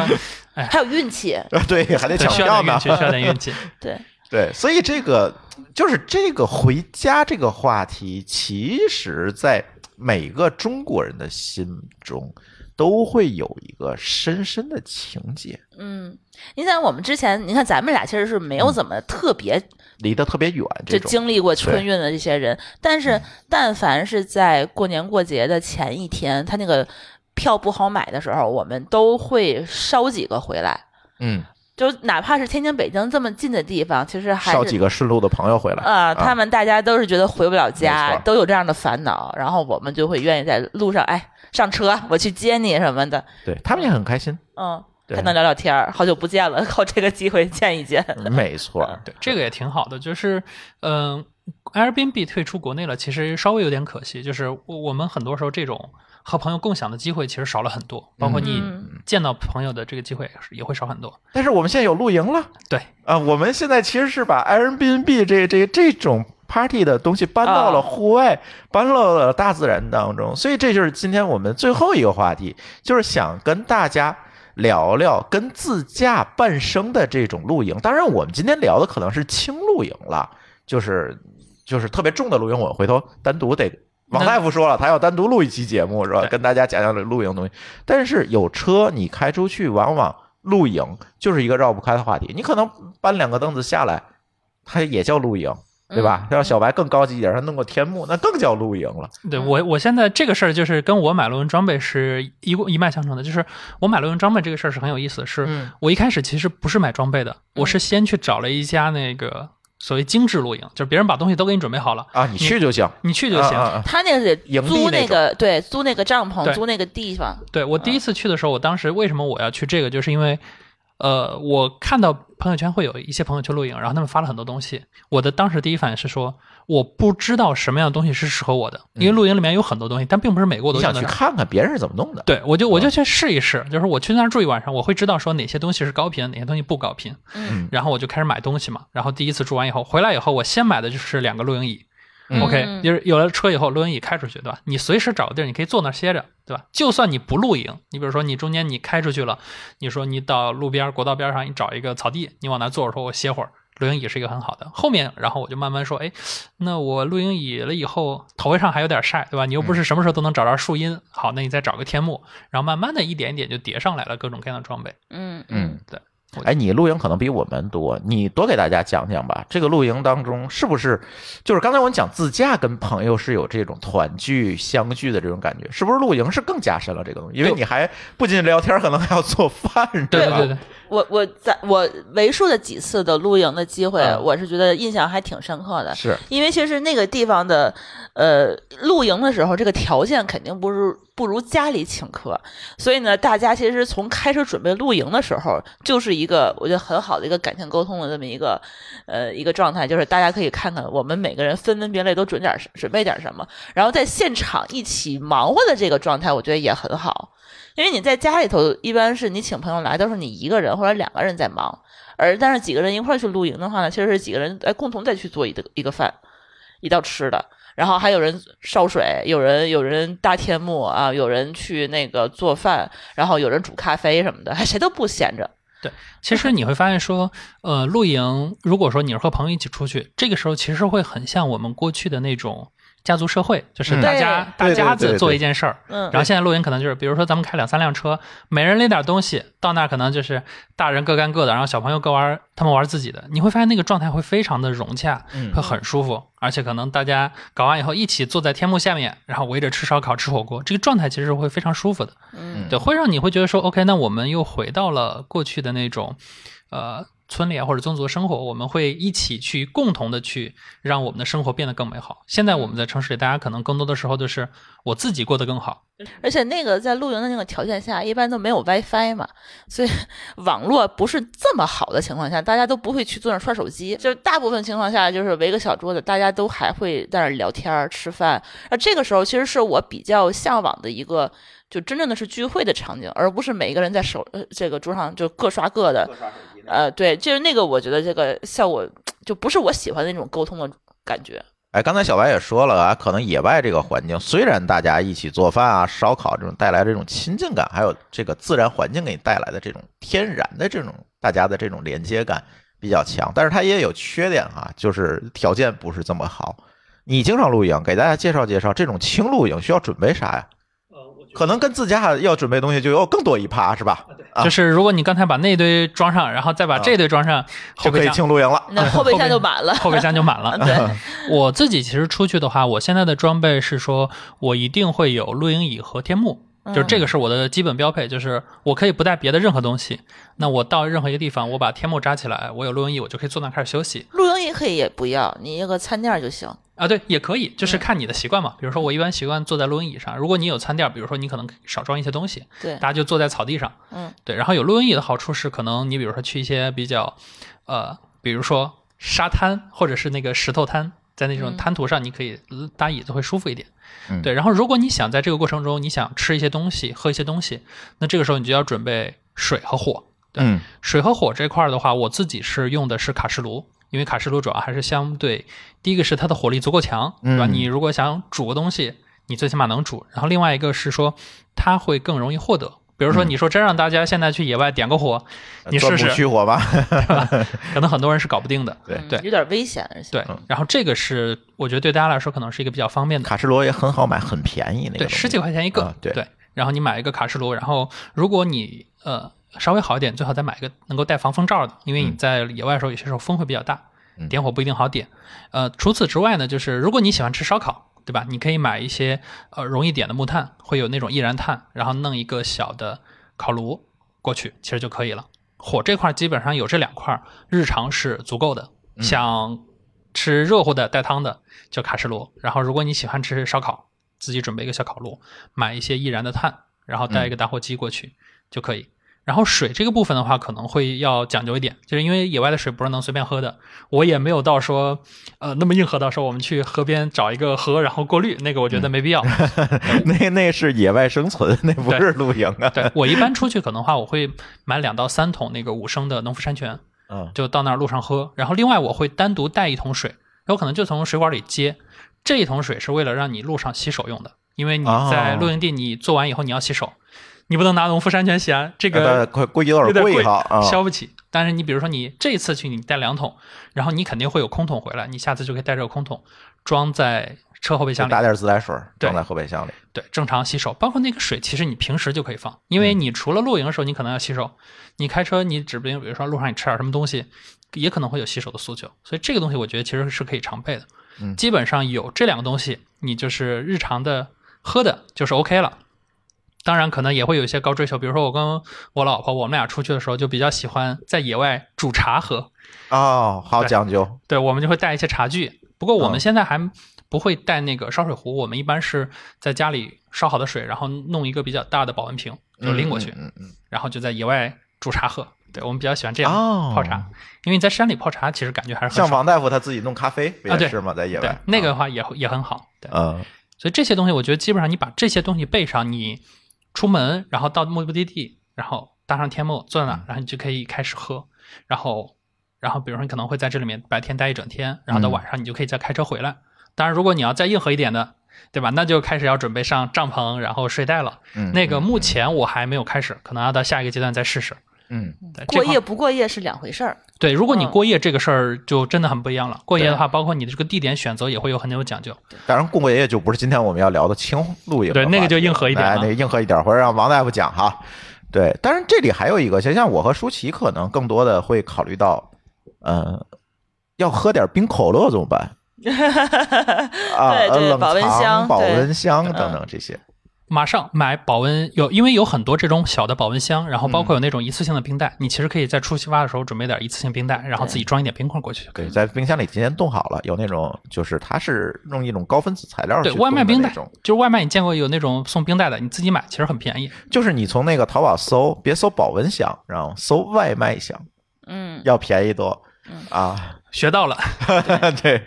Speaker 2: 还有运气，
Speaker 1: 对，还得
Speaker 3: 对
Speaker 1: 抢
Speaker 3: 需
Speaker 1: 票
Speaker 3: 要点
Speaker 1: 呢
Speaker 3: 运。气，需要点运 气。
Speaker 2: 对，
Speaker 1: 对，所以这个就是这个回家这个话题，其实在每个中国人的心中都会有一个深深的情节，
Speaker 2: 嗯，你想我们之前，你看咱们俩其实是没有怎么特别
Speaker 1: 离得特别远。嗯这
Speaker 2: 就
Speaker 1: 种嗯
Speaker 2: 经历过春运的这些人，但是但凡是在过年过节的前一天，他那个票不好买的时候，我们都会捎几个回来，
Speaker 1: 嗯，
Speaker 2: 就哪怕是天津、北京这么近的地方，其实还
Speaker 1: 捎
Speaker 2: 是
Speaker 1: 几个顺路的朋友回来
Speaker 2: 啊，他们大家都是觉得回不了
Speaker 1: 没
Speaker 2: 家
Speaker 1: 错，
Speaker 2: 都有这样的烦恼，然后我们就会愿意在路上，哎，上车，我去接你什么的，
Speaker 1: 对他们也很开心，
Speaker 2: 嗯，
Speaker 1: 对
Speaker 2: 还能聊聊天儿，好久不见了，靠这个机会见一见，
Speaker 1: 没错
Speaker 2: 嗯
Speaker 1: 儿，
Speaker 3: 对，这个也挺好的，就是嗯、Airbnb 退出国内了，其实稍微有点可惜，就是我我们很多时候这种和朋友共享的机会其实少了很多，包括你
Speaker 2: 嗯
Speaker 3: 见到朋友的这个机会也会少很多。
Speaker 1: 但是我们现在有露营了
Speaker 3: 对，
Speaker 1: 啊，我们现在其实是把 Airbnb 这这这种 party 的东西搬到了
Speaker 2: 啊
Speaker 1: 户外，搬到了大自然当中，所以这就是今天我们最后一个话题，就是想跟大家。聊聊跟自驾伴生的这种露营，当然我们今天聊的可能是轻露营了，就是就是特别重的露营，我回头单独得王大夫说了，他要单独录一期节目是吧？
Speaker 3: 对
Speaker 1: 跟大家讲讲这露营的东西。但是有车，你开出去往往露营就是一个绕不开的话题。你可能搬两个凳子下来，它也叫露营，
Speaker 3: 嗯
Speaker 1: 对
Speaker 2: 嗯
Speaker 1: 吧？让小白更高级一点，他弄个天幕，那更叫露营了。
Speaker 3: 对
Speaker 2: 嗯
Speaker 3: 我我现在这个事儿就是跟我买露营装备是一一脉相承的，就是我买露营装备这个事儿是很有意思的，是
Speaker 1: 嗯
Speaker 3: 我一开始其实不是买装备的，我是先去找了一家那个所谓精致露营，就是别人把东西都给你准备好了，
Speaker 1: 啊，你去就行，
Speaker 3: 你去就
Speaker 1: 啊
Speaker 3: 行。
Speaker 1: 啊啊
Speaker 2: 他那个得
Speaker 1: 营地
Speaker 2: 租
Speaker 1: 那
Speaker 2: 那个，对，租那个帐篷，
Speaker 3: 对
Speaker 2: 租那个地方，
Speaker 3: 对我第一次去的时候，我当时为什么我要去这个，就是因为，呃，我看到朋友圈会有一些朋友去露营，然后他们发了很多东西，我的当时第一反应是说，我不知道什么样的东西是适合我的，因为露营里面有很多东西，但并不是每个
Speaker 1: 嗯
Speaker 3: 我
Speaker 1: 你
Speaker 3: 都
Speaker 1: 想
Speaker 3: 用
Speaker 1: 去
Speaker 3: 得上。
Speaker 1: 看看别人是怎么弄的。
Speaker 3: 对，我就我就去试一试，就是我去那儿住一晚上，我会知道说哪些东西是高频，哪些东西不高频。
Speaker 2: 嗯
Speaker 3: 然后我就开始买东西嘛。然后第一次住完以后，回来以后，我先买的就是两个露营椅。
Speaker 1: 嗯
Speaker 3: OK，就是有了车以后，露营椅开出去，对吧？你随时找个地儿，你可以坐那儿歇着，对吧？就算你不露营，你比如说你中间你开出去了，你说你到路边儿国道边儿上，你找一个草地，你往那儿坐着，说我歇会儿。露营椅是一个很好的，后面然后我就慢慢说，哎，那我露营椅了以后，头上还有点晒，对吧？你又不是什么时候都能找着树荫，好，那你再找个天幕，然后慢慢的一点一点就叠上来了各种各样的装备。
Speaker 2: 嗯
Speaker 1: 嗯，
Speaker 3: 对。
Speaker 1: 哎，你露营可能比我们多，你多给大家讲讲吧。这个露营当中是不是就是刚才我们讲自驾跟朋友是有这种团聚相聚的这种感觉？是不是露营是更加深了这个东西？因为
Speaker 3: 对
Speaker 1: 你还不仅聊天，可能还要做饭，
Speaker 3: 对
Speaker 1: 吧？
Speaker 3: 对对，
Speaker 2: 我我在我为数的几次的露营的机会，
Speaker 1: 嗯
Speaker 2: 我是觉得印象还挺深刻的，
Speaker 1: 是
Speaker 2: 因为其实那个地方的呃露营的时候，这个条件肯定不如不如家里请客，所以呢，大家其实从开始准备露营的时候，就是一个我觉得很好的一个感情沟通的这么一个呃一个状态，就是大家可以看看我们每个人分门别类都准点儿准备点儿什么，然后在现场一起忙活的这个状态，我觉得也很好。因为你在家里头，一般是你请朋友来，都是你一个人或者两个人在忙，而但是几个人一块儿去露营的话呢，其实是几个人哎共同再去做一个一个饭，一道吃的。然后还有人烧水，有人有人搭天幕啊，有人去那个做饭，然后有人煮咖啡什么的，还谁都不闲着。
Speaker 3: 其实你会发现说，呃，露营如果说你是和朋友一起出去，这个时候其实会很像我们过去的那种家族社会，就是
Speaker 1: 嗯
Speaker 3: 大家、
Speaker 1: 对
Speaker 3: 大
Speaker 1: 对
Speaker 3: 家
Speaker 1: 对
Speaker 3: 子
Speaker 1: 对
Speaker 3: 做一件事儿。
Speaker 2: 嗯，
Speaker 3: 然后现在露营可能就是，比如说咱们开两三辆车，每人拎点东西，到那儿可能就是大人各干各的，然后小朋友各玩他们玩自己的，你会发现那个状态会非常的融洽，
Speaker 1: 嗯
Speaker 3: 会很舒服，而且可能大家搞完以后一起坐在天幕下面，然后围着吃烧烤、吃火锅，这个状态其实会非常舒服的。
Speaker 2: 嗯
Speaker 3: 对，会让你会觉得说，OK，那我们又回到了过去的那种，呃，村里啊或者宗族的生活，我们会一起去共同的去让我们的生活变得更美好。现在我们在城市里，大家可能更多的时候就是我自己过得更好，
Speaker 2: 而且那个在露营的那个条件下，一般都没有 WiFi 嘛，所以 网络不是这么好的情况下，大家都不会去坐那儿刷手机。就是大部分情况下，就是围个小桌子，大家都还会在那儿聊天儿、吃饭。那这个时候，其实是我比较向往的一个，就真正的是聚会的场景，而不是每一个人在手呃这个桌上就各刷各的。呃，对，就是那个，我觉得这个效果就不是我喜欢的那种沟通的感觉。
Speaker 1: 哎，刚才小白也说了啊，可能野外这个环境，虽然大家一起做饭啊、烧烤这种带来这种亲近感，还有这个自然环境给你带来的这种天然的这种大家的这种连接感比较强，但是它也有缺点啊，就是条件不是这么好。你经常露营，给大家介绍介绍，这种轻露营需要准备啥呀？
Speaker 3: 呃
Speaker 1: 可能跟自驾要准备的东西就要更多一趴，是
Speaker 3: 呃
Speaker 1: 吧？啊
Speaker 3: 就是如果你刚才把那堆装上，然后再把这堆装上，后
Speaker 1: 就可
Speaker 3: 备
Speaker 1: 以
Speaker 3: 箱。
Speaker 1: 轻露营了。
Speaker 2: 那后备箱就满了
Speaker 3: 后备箱就满了。
Speaker 2: 对，
Speaker 3: 我自己其实出去的话，我现在的装备是说我一定会有露营椅和天幕，就是这个是我的基本标配，就是我可以不带别的任何东西。那我到任何一个地方，我把天幕扎起来，我有露营椅，我就可以坐那儿开始休息
Speaker 2: 露营也可以也不要，你一个餐垫儿就行。
Speaker 3: 啊。对，也可以，就是看你的习惯嘛。比如说我一般习惯坐在露营椅上，如果你有餐垫儿，比如说你可能少装一些东西，
Speaker 2: 对
Speaker 3: 大，家就坐在草地上。
Speaker 2: 嗯，
Speaker 3: 对，然后有露营椅的好处是，可能你比如说去一些比较，呃，比如说沙滩或者是那个石头滩，在那种
Speaker 2: 嗯
Speaker 3: 滩涂上，你可以呃搭椅子会舒服一点。
Speaker 1: 嗯
Speaker 3: 对，然后如果你想在这个过程中，你想吃一些东西、喝一些东西，那这个时候你就要准备水和火。
Speaker 1: 嗯
Speaker 3: 水和火这块儿的话，我自己是用的是卡式炉，因为卡式炉主要还是相对，第一个是它的火力足够强，对吧？
Speaker 1: 嗯
Speaker 3: 你如果想煮个东西，你最起码能煮。然后另外一个是说，它会更容易获得。比如说，
Speaker 1: 嗯
Speaker 3: 你说真让大家现在去野外点个火，你试
Speaker 1: 钻木
Speaker 3: 试，
Speaker 1: 取火吧。
Speaker 3: 可能很多人是搞不定的。
Speaker 1: 对
Speaker 2: 嗯
Speaker 3: 对
Speaker 2: 有点危险，而且
Speaker 3: 对，然后这个是我觉得对大家来说可能是一个比较方便的。
Speaker 1: 卡式炉也很好买，很便宜那个
Speaker 3: 对，
Speaker 1: 东西
Speaker 3: 十几块钱一个，
Speaker 1: 啊对
Speaker 3: 然后你买一个卡式炉，然后如果你呃稍微好一点，最好再买一个能够带防风罩的，因为你
Speaker 1: 嗯
Speaker 3: 在野外的时候，有些时候风会比较大，
Speaker 1: 嗯
Speaker 3: 点火不一定好点。呃，除此之外呢，就是如果你喜欢吃烧烤。对吧？你可以买一些呃容易点的木炭，会有那种易燃炭，然后弄一个小的烤炉过去，其实就可以了。火这块基本上有这两块，日常是足够的。
Speaker 1: 嗯
Speaker 3: 想吃热乎的带汤的就卡式炉，然后如果你喜欢吃烧烤，自己准备一个小烤炉，买一些易燃的炭，然后带一个打火机过去、就可以。然后水这个部分的话，可能会要讲究一点，就是因为野外的水不是能随便喝的。我也没有到说，呃，那么硬核到说我们去河边找一个河，然后过滤，那个我觉得没必要。
Speaker 1: 那那是野外生存，那不是露营啊。
Speaker 3: 对我一般出去可能的话，我会买两到三桶那个五升的农夫山泉，
Speaker 1: 嗯，
Speaker 3: 就到那儿路上喝。然后另外我会单独带一桶水，有可能就从水管里接。这一桶水是为了让你路上洗手用的，因为你在
Speaker 1: 哦
Speaker 3: 露营地你做完以后你要洗手，你不能拿农夫山泉洗啊，这
Speaker 1: 呃
Speaker 3: 个
Speaker 1: 快估计有
Speaker 3: 有
Speaker 1: 点
Speaker 3: 点
Speaker 1: 贵
Speaker 3: 贵
Speaker 1: 哈啊。
Speaker 3: 消不起。但是你比如说你这次去你带两桶，然后你肯定会有空桶回来，你下次就可以带这个空桶装在车后备
Speaker 1: 就
Speaker 3: 箱里
Speaker 1: 打点自来水
Speaker 3: 对
Speaker 1: 装在后备箱里。
Speaker 3: 对，正常洗手，包括那个水，其实你平时就可以放，因为你除了露营的时候，你可能要洗手，你开车，你指不定，比如说路上你吃点什么东西，也可能会有洗手的诉求，所以这个东西我觉得其实是可以常备的。
Speaker 1: 嗯
Speaker 3: 基本上有这两个东西，你就是日常的喝的，就是 OK 了。当然，可能也会有一些高追求，比如说我跟我老婆，我们俩出去的时候就比较喜欢在野外煮茶喝，
Speaker 1: 哦，好
Speaker 3: 对
Speaker 1: 讲究。
Speaker 3: 对，我们就会带一些茶具。不过我
Speaker 1: 嗯
Speaker 3: 们现在还不会带那个烧水壶，我们一般是在家里烧好的水，然后弄一个比较大的保温瓶，就拎过去，
Speaker 1: 嗯嗯
Speaker 3: 然后就在野外煮茶喝。对我们比较喜欢这
Speaker 1: 嗯
Speaker 3: 样
Speaker 1: 哦，
Speaker 3: 泡茶，因为你在山里泡茶其实感觉还是很
Speaker 1: 像
Speaker 3: 爽。
Speaker 1: 王大夫他自己弄咖啡不
Speaker 3: 啊
Speaker 1: 也
Speaker 3: 对
Speaker 1: 是吗？在野
Speaker 3: 对
Speaker 1: 外，
Speaker 3: 那个的话也会也很好。对，
Speaker 1: 嗯
Speaker 3: 所以这些东西我觉得基本上你把这些东西备上，你出门然后到目的地，然后搭上天幕坐在那儿
Speaker 1: 嗯，
Speaker 3: 然后你就可以开始喝，然后然后比如说你可能会在这里面白天待一整天，然后到
Speaker 1: 嗯
Speaker 3: 晚上你就可以再开车回来。当然，如果你要再硬核一点的，对吧？那就开始要准备上帐篷，然后睡袋了。
Speaker 1: 嗯，
Speaker 3: 那个目前我还没有开始，可能要到下一个阶段再试试。
Speaker 1: 嗯，
Speaker 3: 对这
Speaker 2: 过
Speaker 3: 块
Speaker 2: 夜不过夜是两回事儿。
Speaker 3: 对，如果你
Speaker 2: 嗯
Speaker 3: 过夜这个事儿就真的很不一样了。过夜
Speaker 1: 对
Speaker 3: 的话，包括你的这个地点选择也会有很有讲究。
Speaker 1: 嗯当然，过夜就不是今天我们要聊的轻露营了吧，
Speaker 3: 对，那个就硬核一点
Speaker 1: 哎，
Speaker 3: 了
Speaker 1: 那。个硬核一点，回头让王大夫讲哈。对，当然这里还有一个，像像我和舒淇可能更多的会考虑到，呃，要喝点冰可乐怎么办？啊，呃
Speaker 2: 对对
Speaker 1: 冷
Speaker 2: 保温
Speaker 1: 藏
Speaker 2: 箱
Speaker 1: 保
Speaker 2: 对嗯
Speaker 1: 温箱等等这些。
Speaker 3: 马上买保温有，因为有很多这种小的保温箱，然后包括有那种一次性的冰袋，
Speaker 1: 嗯
Speaker 3: 你其实可以在初期挖的时候准备点一次性冰袋，然后自己装一点冰块过去就可以
Speaker 1: 对，
Speaker 3: 了。
Speaker 1: 在冰箱里提前冻好了，有那种就是它是用一种高分子材料
Speaker 3: 对
Speaker 1: 去
Speaker 3: 外卖
Speaker 1: 冻的
Speaker 3: 冰
Speaker 1: 那
Speaker 3: 袋
Speaker 1: 种，
Speaker 3: 就是外卖，你见过有那种送冰袋的，你自己买其实很便宜。
Speaker 1: 就是你从那个淘宝搜，别搜保温箱，然后搜外卖箱，
Speaker 2: 嗯，
Speaker 1: 要便宜多
Speaker 2: 嗯
Speaker 1: 啊。
Speaker 3: 学到了，
Speaker 1: 对，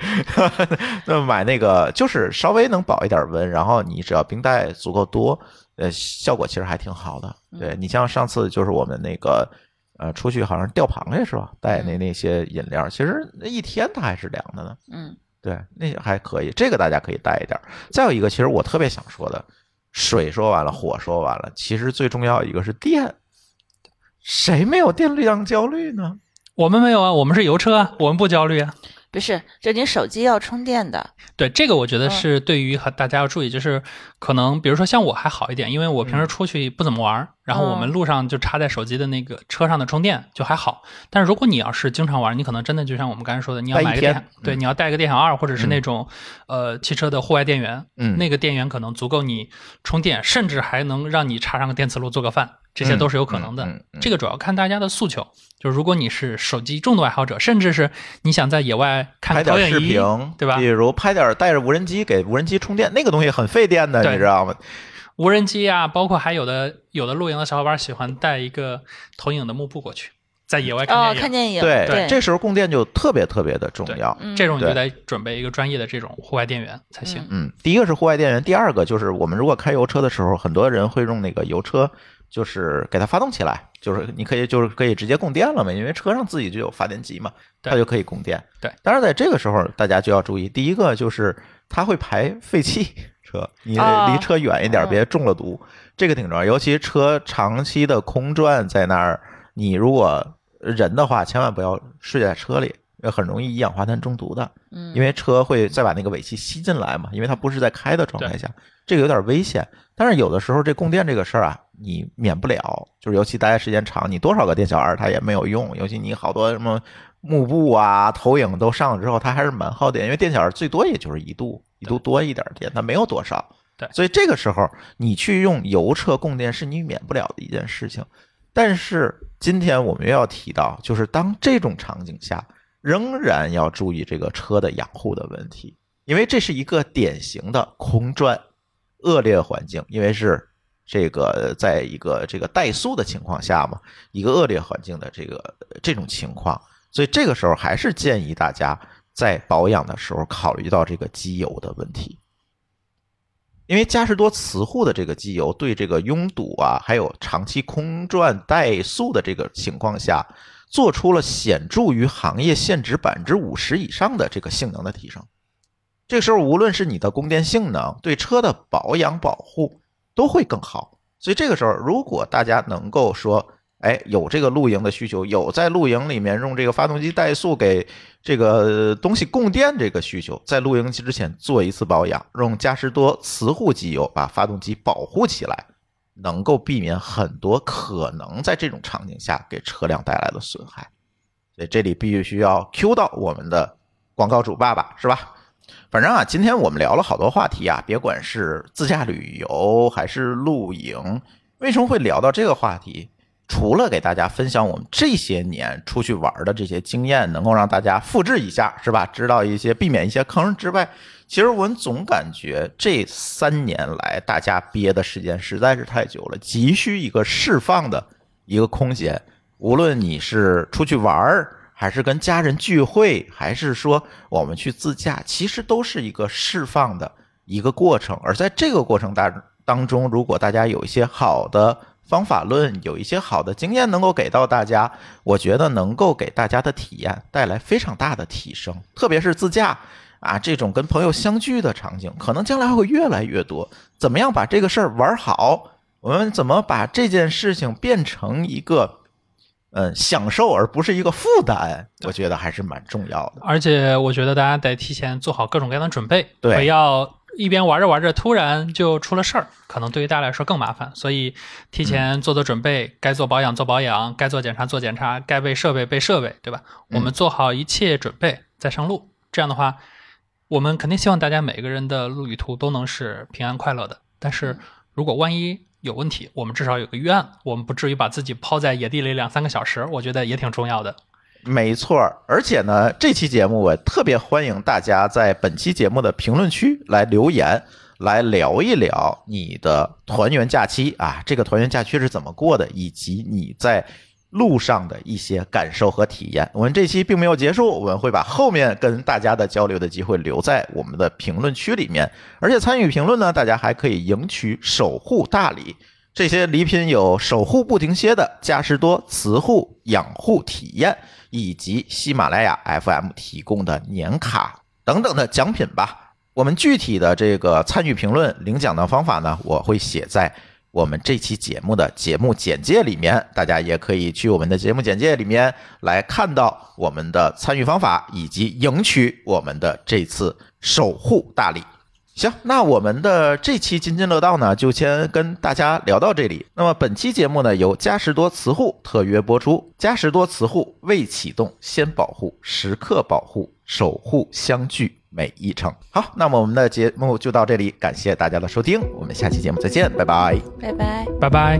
Speaker 1: 那买那个就是稍微能保一点温，然后你只要冰袋足够多，呃，效果其实还挺好的。对
Speaker 2: 嗯
Speaker 1: 你像上次就是我们那个呃出去好像钓螃蟹是吧？带
Speaker 2: 嗯
Speaker 1: 那那些饮料，其实那一天它还是凉的呢。
Speaker 2: 嗯，
Speaker 1: 对，那还可以，这个大家可以带一点儿。再有一个，其实我特别想说的，水说完了，火说完了，其实最重要一个是电。谁没有电量焦虑呢？
Speaker 3: 我们没有啊，我们是油车啊，我们不焦虑啊。
Speaker 2: 不是，这你手机要充电的。
Speaker 3: 对，这个我觉得
Speaker 2: 嗯
Speaker 3: 是对于和大家要注意，就是可能比如说像我还好一点，因为我平
Speaker 1: 嗯
Speaker 3: 时出去不怎么玩，儿，然后我们路上就插在手机的那个车上的充电就还好。但是如果你要是经常玩，你可能真的就像我们刚才说的，你要
Speaker 1: 带一
Speaker 3: 买个电
Speaker 1: 天嗯
Speaker 3: 享，对，你要带一个电享二或者是那种、呃汽车的户外电源，
Speaker 1: 嗯
Speaker 3: 那个电源可能足够你充电，甚至还能让你插上个电磁炉做个饭，这些都是有可能的。
Speaker 1: 嗯嗯嗯
Speaker 3: 这个主要看大家的诉求。就是如果你是手机重度爱好者，甚至是你想在野外
Speaker 1: 拍
Speaker 3: 看投
Speaker 1: 点视
Speaker 3: 影仪
Speaker 1: 频，，
Speaker 3: 对吧
Speaker 1: 比？如拍点带着无人机给无人机充电，那个东西很费电的，
Speaker 3: 对
Speaker 1: 你知道吗？
Speaker 3: 无人机啊，包括还有的有的露营的小伙伴喜欢带一个投影的幕布过去，在野外
Speaker 2: 哦
Speaker 3: 看，电
Speaker 2: 看
Speaker 3: 影。
Speaker 2: 电影，
Speaker 1: 对，
Speaker 2: 对，
Speaker 1: 这时候供电就特别特别的重
Speaker 3: 对
Speaker 1: 要。
Speaker 2: 嗯
Speaker 3: 这种你就
Speaker 1: 对
Speaker 3: 得准备一个专业的这种户外电源才行。
Speaker 1: 嗯，第一个是户外电源，第二个就是我们如果开油车的时候，很多人会用那个油车，就是给它发动起来，就是你可以就是可以直接供电了嘛，因为车上自己就有发电机嘛，
Speaker 3: 对
Speaker 1: 它就可以供电。
Speaker 3: 对
Speaker 1: 当然在这个时候大家就要注意，第一个就是它会排废气车，你得
Speaker 2: 哦
Speaker 1: 离车远一点，
Speaker 2: 嗯
Speaker 1: 别中了毒，这个挺重要。尤其车长期的空转在那儿，你如果人的话，千万不要睡在车里，呃很容易一氧化碳中毒的。
Speaker 2: 嗯，
Speaker 1: 因为车会再把那个尾气吸进来嘛，因为它不是在开的状态下，这个有点危险。但是有的时候这供电这个事儿啊，你免不了，就是尤其待的时间长，你多少个电小二它也没有用，尤其你好多什么幕布啊、投影都上了之后，它还是蛮耗电，因为电小二最多也就是一度一度多一点电，它没有多少。
Speaker 3: 对
Speaker 1: 所以这个时候你去用油车供电是你免不了的一件事情。但是今天我们又要提到，就是当这种场景下，仍然要注意这个车的养护的问题，因为这是一个典型的空转恶劣环境，因为是这个在一个这个怠速的情况下嘛，一个恶劣环境的这个这种情况，所以这个时候还是建议大家在保养的时候考虑到这个机油的问题。因为嘉实多磁护的这个机油对这个拥堵啊，还有长期空转怠速的这个情况下，做出了显著于行业限值百分之五十以上的这个性能的提升。这时候，无论是你的供电性能，对车的保养保护都会更好。所以这个时候，如果大家能够说，哎，有这个露营的需求，有在露营里面用这个发动机怠速给这个东西供电这个需求，在露营之前做一次保养，用嘉实多磁护机油把发动机保护起来，能够避免很多可能在这种场景下给车辆带来的损害。所以这里必须要 Q 到我们的广告主爸爸，是吧？反正啊，今天我们聊了好多话题啊，别管是自驾旅游还是露营，为什么会聊到这个话题？除了给大家分享我们这些年出去玩的这些经验，能够让大家复制一下，是吧？知道一些避免一些坑之外，其实我们总感觉这三年来大家憋的时间实在是太久了，急需一个释放的一个空间。无论你是出去玩儿，还是跟家人聚会，还是说我们去自驾，其实都是一个释放的一个过程。而在这个过程当当中，如果大家有一些好的方法论，有一些好的经验能够给到大家， 我觉得能够给大家的体验带来非常大的提升，特别是自驾。啊，这种跟朋友相聚的场景，可能将来会越来越多。怎么样把这个事儿玩好？我们怎么把这件事情变成一个嗯享受，而不是一个负担？我觉得还是蛮重要的。
Speaker 3: 而且我觉得大家得提前做好各种各样的准备，
Speaker 1: 对
Speaker 3: 不要一边玩着玩着突然就出了事儿，可能对于大家来说更麻烦。所以提前
Speaker 1: 嗯
Speaker 3: 做做准备，该做保养做保养，该做检查做检查，该备设备备设备，对吧？
Speaker 1: 嗯
Speaker 3: 我们做好一切准备再上路，这样的话，我们肯定希望大家每个人的路旅途都能是平安快乐的。但
Speaker 1: 嗯
Speaker 3: 是如果万一有问题，我们至少有个预案，我们不至于把自己抛在野地里两三个小时，我觉得也挺重要的。
Speaker 1: 没错儿，而且呢，这期节目我特别欢迎大家在本期节目的评论区来留言，来聊一聊你的团圆假期啊，这个团圆假期是怎么过的，以及你在路上的一些感受和体验。我们这期并没有结束，我们会把后面跟大家的交流的机会留在我们的评论区里面，而且参与评论呢，大家还可以赢取守护大礼。这些礼品有守护不停歇的嘉实多磁护养护体验，以及喜马拉雅 FM 提供的年卡等等的奖品吧。我们具体的这个参与评论领奖的方法呢，我会写在我们这期节目的节目简介里面，大家也可以去我们的节目简介里面来看到我们的参与方法以及赢取我们的这次守护大礼。行，那我们的这期津津乐道呢，就先跟大家聊到这里。那么本期节目呢，由嘉实多磁护特约播出。嘉实多磁护未启动先保护，时刻保护，守护相聚每一程。好，那么我们的节目就到这里，感谢大家的收听，我们下期节目再见，拜拜。
Speaker 2: 拜拜。
Speaker 3: 拜拜。